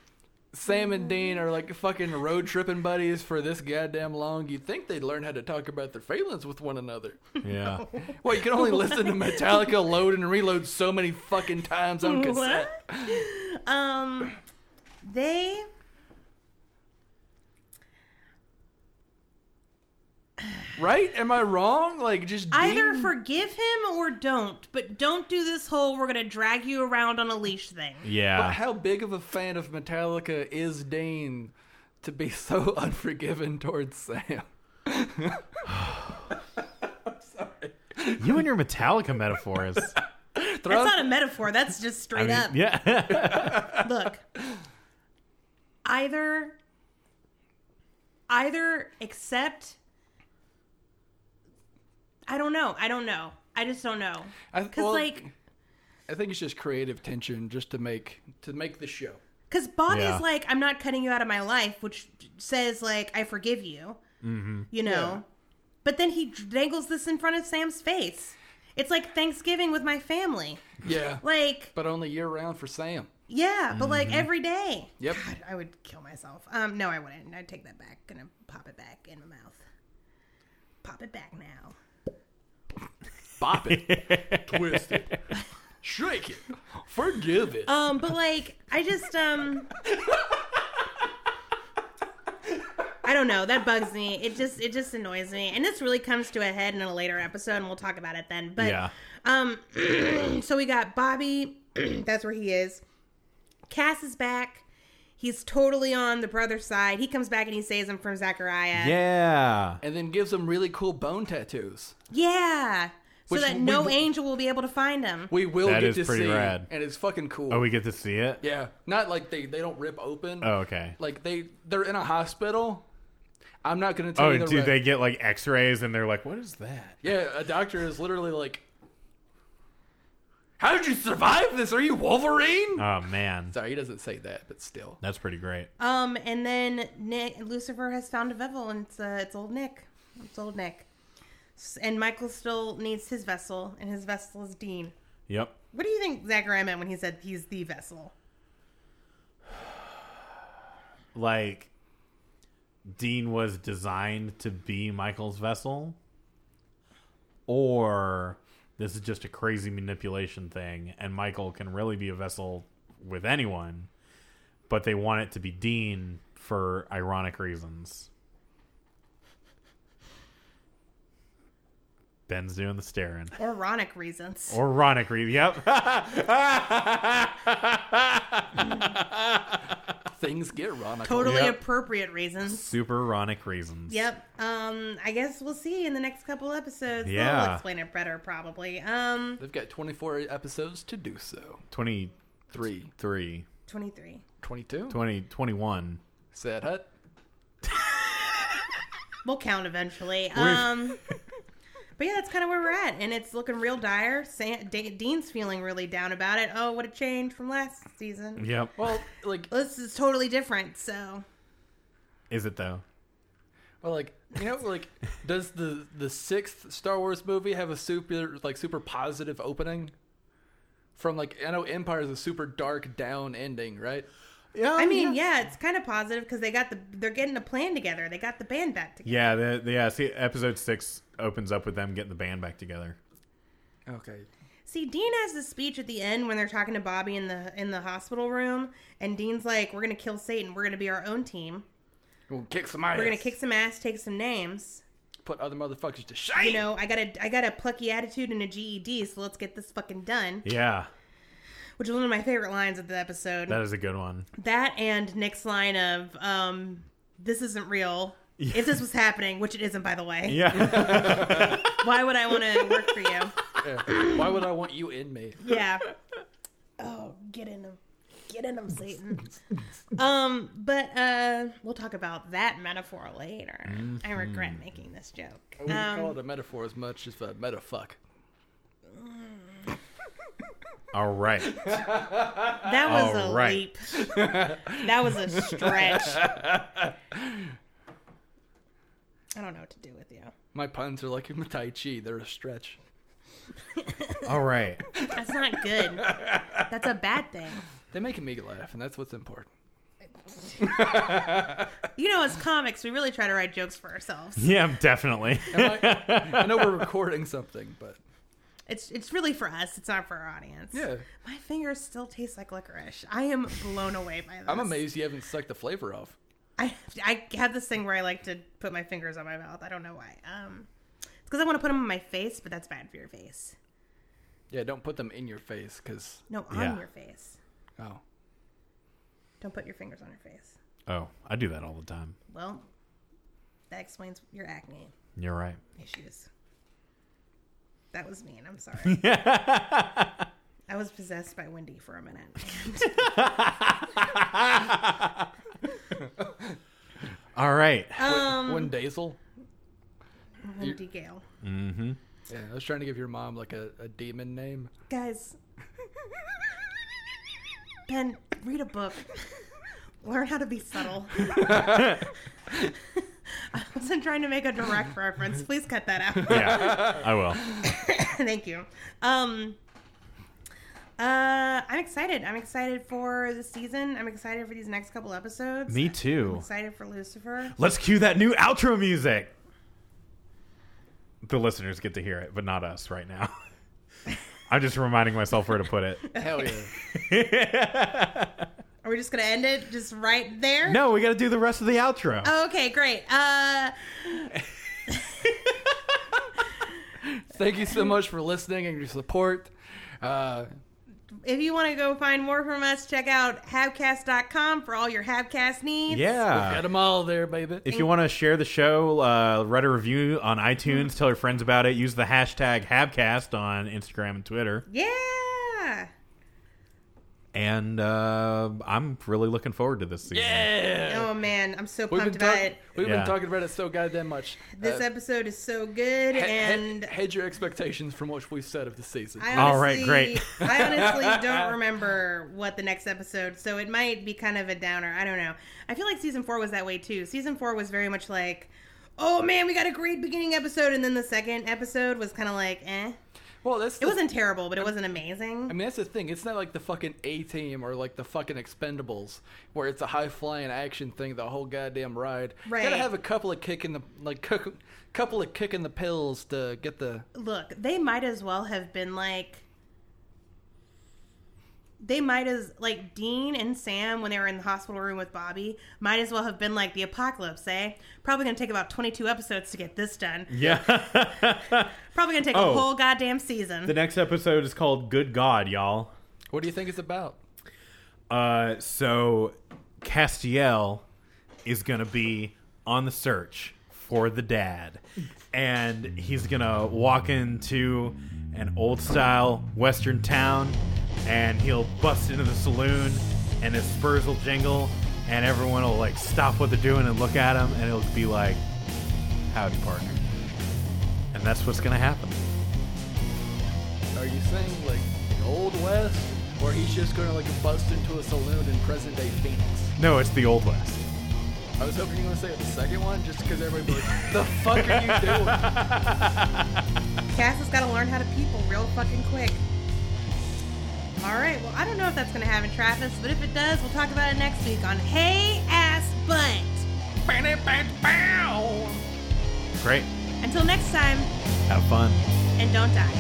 [SPEAKER 3] Sam and Dean are like fucking road tripping buddies for this goddamn long. You'd think they'd learn how to talk about their feelings with one another.
[SPEAKER 1] Yeah.
[SPEAKER 3] Well, you can only listen to Metallica load and reload so many fucking times on cassette.
[SPEAKER 2] Um, they.
[SPEAKER 3] Right? Am I wrong? Like just
[SPEAKER 2] Either
[SPEAKER 3] Dean-
[SPEAKER 2] forgive him or don't, but don't do this whole we're gonna drag you around on a leash thing.
[SPEAKER 3] But
[SPEAKER 1] Yeah.
[SPEAKER 3] how big of a fan of Metallica is Dean to be so unforgiving towards Sam?
[SPEAKER 1] you and your Metallica metaphors.
[SPEAKER 3] Throw-
[SPEAKER 2] That's not a metaphor. That's just straight up.
[SPEAKER 1] yeah.
[SPEAKER 2] Look, either either accept. I don't know. I don't know. I just don't know.
[SPEAKER 3] I-
[SPEAKER 2] Because
[SPEAKER 3] well,
[SPEAKER 2] like,
[SPEAKER 3] I think it's just creative tension just to make to make the show.
[SPEAKER 2] because Bobby's
[SPEAKER 1] Yeah.
[SPEAKER 2] like, I'm not cutting you out of my life, which says like, I forgive you. Mm-hmm. You know,
[SPEAKER 3] Yeah.
[SPEAKER 2] but then he dangles this in front of Sam's face. It's like Thanksgiving with my family.
[SPEAKER 3] Yeah.
[SPEAKER 2] Like,
[SPEAKER 3] But only year round for Sam.
[SPEAKER 2] yeah, but like every day.
[SPEAKER 3] Yep.
[SPEAKER 2] God, I would kill myself. Um, no, I wouldn't. I'd take that back. Gonna pop it back in my mouth. Pop it back now.
[SPEAKER 3] Bop it. Twist it. Shake it. Forgive it.
[SPEAKER 2] Um, but like, I just um, I don't know. That bugs me. It just it just annoys me. And this really comes to a head in a later episode, and we'll talk about it then. But
[SPEAKER 1] Yeah.
[SPEAKER 2] um, so we got Bobby. that's where he is. Cass is back. He's totally on the brother's side. He comes back and he saves him from Zachariah.
[SPEAKER 1] Yeah.
[SPEAKER 3] and then gives him really cool bone tattoos.
[SPEAKER 2] Yeah. So
[SPEAKER 3] Which
[SPEAKER 2] that
[SPEAKER 3] we
[SPEAKER 2] no
[SPEAKER 3] will-
[SPEAKER 2] angel will be able to find him.
[SPEAKER 3] We will
[SPEAKER 1] That
[SPEAKER 3] get
[SPEAKER 1] is
[SPEAKER 3] to
[SPEAKER 1] pretty
[SPEAKER 3] see
[SPEAKER 1] rad.
[SPEAKER 3] and it's fucking cool.
[SPEAKER 1] Oh, we get to see it?
[SPEAKER 3] yeah. Not like they they don't rip open.
[SPEAKER 1] Oh, okay.
[SPEAKER 3] Like they they're in a hospital. I'm not gonna tell
[SPEAKER 1] Oh,
[SPEAKER 3] you the
[SPEAKER 1] do
[SPEAKER 3] re-
[SPEAKER 1] they get like x rays and they're like, what is that?
[SPEAKER 3] Yeah, a doctor is literally like How did you survive this? Are you Wolverine?
[SPEAKER 1] Oh, man.
[SPEAKER 3] Sorry, he doesn't say that, but still.
[SPEAKER 1] That's pretty great.
[SPEAKER 2] Um, and then Nick Lucifer has found a vessel, and it's uh, it's old Nick. It's old Nick. S- And Michael still needs his vessel, and his vessel is Dean.
[SPEAKER 1] Yep.
[SPEAKER 2] What do you think Zachariah meant when he said he's the vessel?
[SPEAKER 1] Like, Dean was designed to be Michael's vessel? Or this is just a crazy manipulation thing and Michael can really be a vessel with anyone? but they want it to be Dean for ironic reasons. Ben's doing the staring.
[SPEAKER 2] Oronic reasons.
[SPEAKER 1] Oronic reasons. Yep.
[SPEAKER 3] Things get wrong.
[SPEAKER 2] totally
[SPEAKER 1] Yep.
[SPEAKER 2] appropriate reasons.
[SPEAKER 1] Super ironic reasons.
[SPEAKER 2] Yep. Um, I guess we'll see in the next couple episodes. They'll
[SPEAKER 1] Yeah.
[SPEAKER 2] explain it better, probably. Um,
[SPEAKER 3] They've got 24 episodes to do so.
[SPEAKER 1] 23.
[SPEAKER 3] Three.
[SPEAKER 2] 23.
[SPEAKER 3] 22?
[SPEAKER 1] 20, 21.
[SPEAKER 3] Sad Hut?
[SPEAKER 2] We'll count eventually. Um, but yeah, that's kind of where we're at, and it's looking real dire. Sa- D- Dean's feeling really down about it. Oh, what a change from last season.
[SPEAKER 1] Yep.
[SPEAKER 3] Well, like,
[SPEAKER 2] This is totally different. So
[SPEAKER 1] Is it though?
[SPEAKER 3] well, like, you know, like, does the the sixth Star Wars movie have a super like super positive opening? From like, I know Empire is a super dark down ending, right?
[SPEAKER 1] Oh, Yeah.
[SPEAKER 2] I mean, yeah, it's kind of positive because they got the they're getting a plan together. They got the band back together.
[SPEAKER 1] Yeah, the, the, yeah. See, episode six opens up with them getting the band back together.
[SPEAKER 3] Okay.
[SPEAKER 2] See, Dean has this speech at the end when they're talking to Bobby in the in the hospital room, and Dean's like, "We're gonna kill Satan. We're gonna be our own team.
[SPEAKER 3] We'll kick some ass.
[SPEAKER 2] We're gonna kick some ass, take some names.
[SPEAKER 3] Put other motherfuckers to shame.
[SPEAKER 2] You know, I got a I got a plucky attitude and a GED, so let's get this fucking done."
[SPEAKER 1] Yeah,
[SPEAKER 2] Which is one of my favorite lines of the episode.
[SPEAKER 1] that is a good one.
[SPEAKER 2] That and Nick's line of, um, "This isn't real." If this was happening, which it isn't, by the way,
[SPEAKER 1] Yeah,
[SPEAKER 2] why would I want to work for you?
[SPEAKER 3] Yeah. Why would I want you in me?
[SPEAKER 2] Yeah. Oh, get in him. Get in him, Satan. um, but uh we'll talk about that metaphor later.
[SPEAKER 1] Mm-hmm.
[SPEAKER 2] I regret making this joke.
[SPEAKER 3] I wouldn't
[SPEAKER 2] Um,
[SPEAKER 3] call it a metaphor as much as a meta fuck.
[SPEAKER 1] all right.
[SPEAKER 2] That was
[SPEAKER 1] Uh, All
[SPEAKER 2] a
[SPEAKER 1] right.
[SPEAKER 2] leap. that was a stretch. I don't know what to do with you.
[SPEAKER 3] My puns are like in Tai Chi, they're a stretch.
[SPEAKER 1] All right.
[SPEAKER 2] That's not good. That's a bad thing.
[SPEAKER 3] They're making me laugh, and that's what's important.
[SPEAKER 2] You know, as comics, we really try to write jokes for ourselves.
[SPEAKER 1] Yeah, definitely.
[SPEAKER 3] Am I, I know we're recording something, but
[SPEAKER 2] It's it's really for us. It's not for our audience.
[SPEAKER 3] yeah,
[SPEAKER 2] My fingers still taste like licorice. I am blown away by this.
[SPEAKER 3] I'm amazed you haven't sucked the flavor off.
[SPEAKER 2] I, I have this thing where I like to put my fingers on my mouth. I don't know why. Um, it's because I want to put them on my face, but that's bad for your face.
[SPEAKER 3] Yeah, don't put them in your face, cause
[SPEAKER 2] No, on
[SPEAKER 1] Yeah.
[SPEAKER 2] your face.
[SPEAKER 3] oh,
[SPEAKER 2] Don't put your fingers on your face.
[SPEAKER 1] Oh, I do that all the time.
[SPEAKER 2] Well, that explains your acne
[SPEAKER 1] You're right.
[SPEAKER 2] issues. That was mean. I'm sorry. I was possessed by Wendy for a minute.
[SPEAKER 1] All right.
[SPEAKER 2] Um,
[SPEAKER 3] when Daisel.
[SPEAKER 2] Wendy Gale.
[SPEAKER 3] Yeah, I was trying to give your mom like a, a demon name.
[SPEAKER 2] Guys, Ben, read a book. Learn how to be subtle. I wasn't trying to make a direct reference. Please cut that out.
[SPEAKER 1] Yeah, I will.
[SPEAKER 2] Thank you. Um, uh, I'm excited. I'm excited for the season. I'm excited for these next couple episodes.
[SPEAKER 1] Me too.
[SPEAKER 2] Excited for Lucifer.
[SPEAKER 1] Let's cue that new outro music. The listeners get to hear it, but not us right now. I'm just reminding myself where to put it.
[SPEAKER 3] Hell yeah!
[SPEAKER 2] Are we just gonna end it just right there?
[SPEAKER 1] No, we got to do the rest of the outro.
[SPEAKER 2] Okay, great. Uh,
[SPEAKER 3] Thank you so much for listening and your support. Uh,
[SPEAKER 2] If you want to go find more from us, check out havcast.com for all your havcast needs.
[SPEAKER 1] yeah.
[SPEAKER 3] got them all there, baby.
[SPEAKER 1] Ah. If you want to share the show, uh, write a review on iTunes, tell your friends about it, use the hashtag Habcast on Instagram and Twitter.
[SPEAKER 2] Yeah.
[SPEAKER 1] And uh, I'm really looking forward to this season.
[SPEAKER 3] yeah,
[SPEAKER 2] Oh man, I'm so
[SPEAKER 3] we've
[SPEAKER 2] pumped
[SPEAKER 3] been
[SPEAKER 2] about
[SPEAKER 3] talking.
[SPEAKER 2] it.
[SPEAKER 3] We've
[SPEAKER 1] Yeah.
[SPEAKER 3] been talking about it so goddamn much.
[SPEAKER 2] This
[SPEAKER 3] Uh,
[SPEAKER 2] episode is so good
[SPEAKER 3] he- he-
[SPEAKER 2] and
[SPEAKER 3] hedge your expectations from what we've said of the season.
[SPEAKER 2] I honestly,
[SPEAKER 1] All right, great.
[SPEAKER 2] I honestly don't remember what the next episode, so it might be kind of a downer. I don't know. I feel like season four was that way too. Season four was very much like, oh man, we got a great beginning episode, and then the second episode was kind of like, eh.
[SPEAKER 3] well, that's
[SPEAKER 2] It
[SPEAKER 3] the-
[SPEAKER 2] wasn't terrible, but it wasn't amazing.
[SPEAKER 3] I mean, that's the thing. It's not like the fucking A Team or like the fucking Expendables, where it's a high flying action thing the whole goddamn ride. You
[SPEAKER 2] Right.
[SPEAKER 3] gotta have a couple of kick in the like cou- couple of kick in the pills to get the.
[SPEAKER 2] look, they might as well have been like they might as like Dean and Sam when they were in the hospital room with Bobby might as well have been like the apocalypse, eh? Probably gonna take about twenty two episodes to get this done.
[SPEAKER 1] Yeah.
[SPEAKER 2] Probably gonna take
[SPEAKER 1] Oh.
[SPEAKER 2] a whole goddamn season.
[SPEAKER 1] the next episode is called Good God, y'all.
[SPEAKER 3] What do you think it's about?
[SPEAKER 1] Uh, so Castiel is gonna be on the search for the dad, and he's gonna walk into an old style western town, and he'll bust into the saloon, and his spurs will jingle, and everyone will like stop what they're doing and look at him, and it'll be like, "Howdy, partner," and that's what's gonna happen.
[SPEAKER 3] Are you saying like the old west, or he's just gonna like bust into a saloon in present day Phoenix?
[SPEAKER 1] No, it's the old west.
[SPEAKER 3] I was hoping you were gonna say the second one, just because everybody's like, "The fuck are you doing?"
[SPEAKER 2] Cass has got to learn how to people real fucking quick. All right, well, I don't know if that's going to happen, Travis, but if it does, we'll talk about it next week on Hey Ass Bunt.
[SPEAKER 1] Great.
[SPEAKER 2] Until next time,
[SPEAKER 1] Have fun.
[SPEAKER 2] and don't die.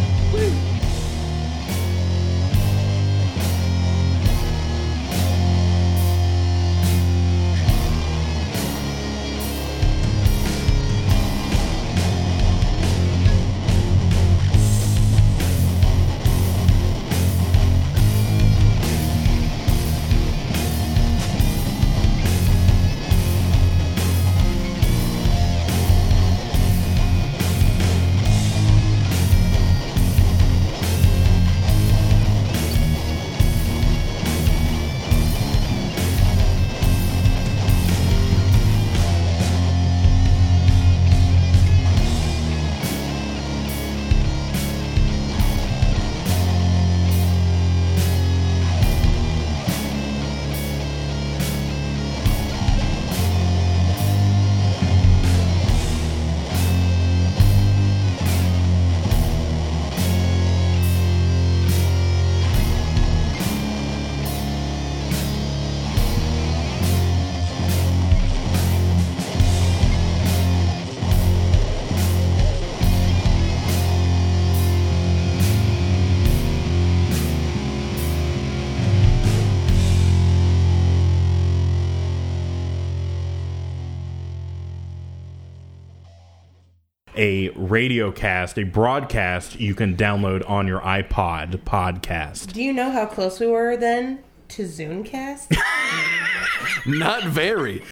[SPEAKER 1] a radio cast, a broadcast you can download on your iPod podcast.
[SPEAKER 2] Do you know how close we were then to Zooncast?
[SPEAKER 3] Not very.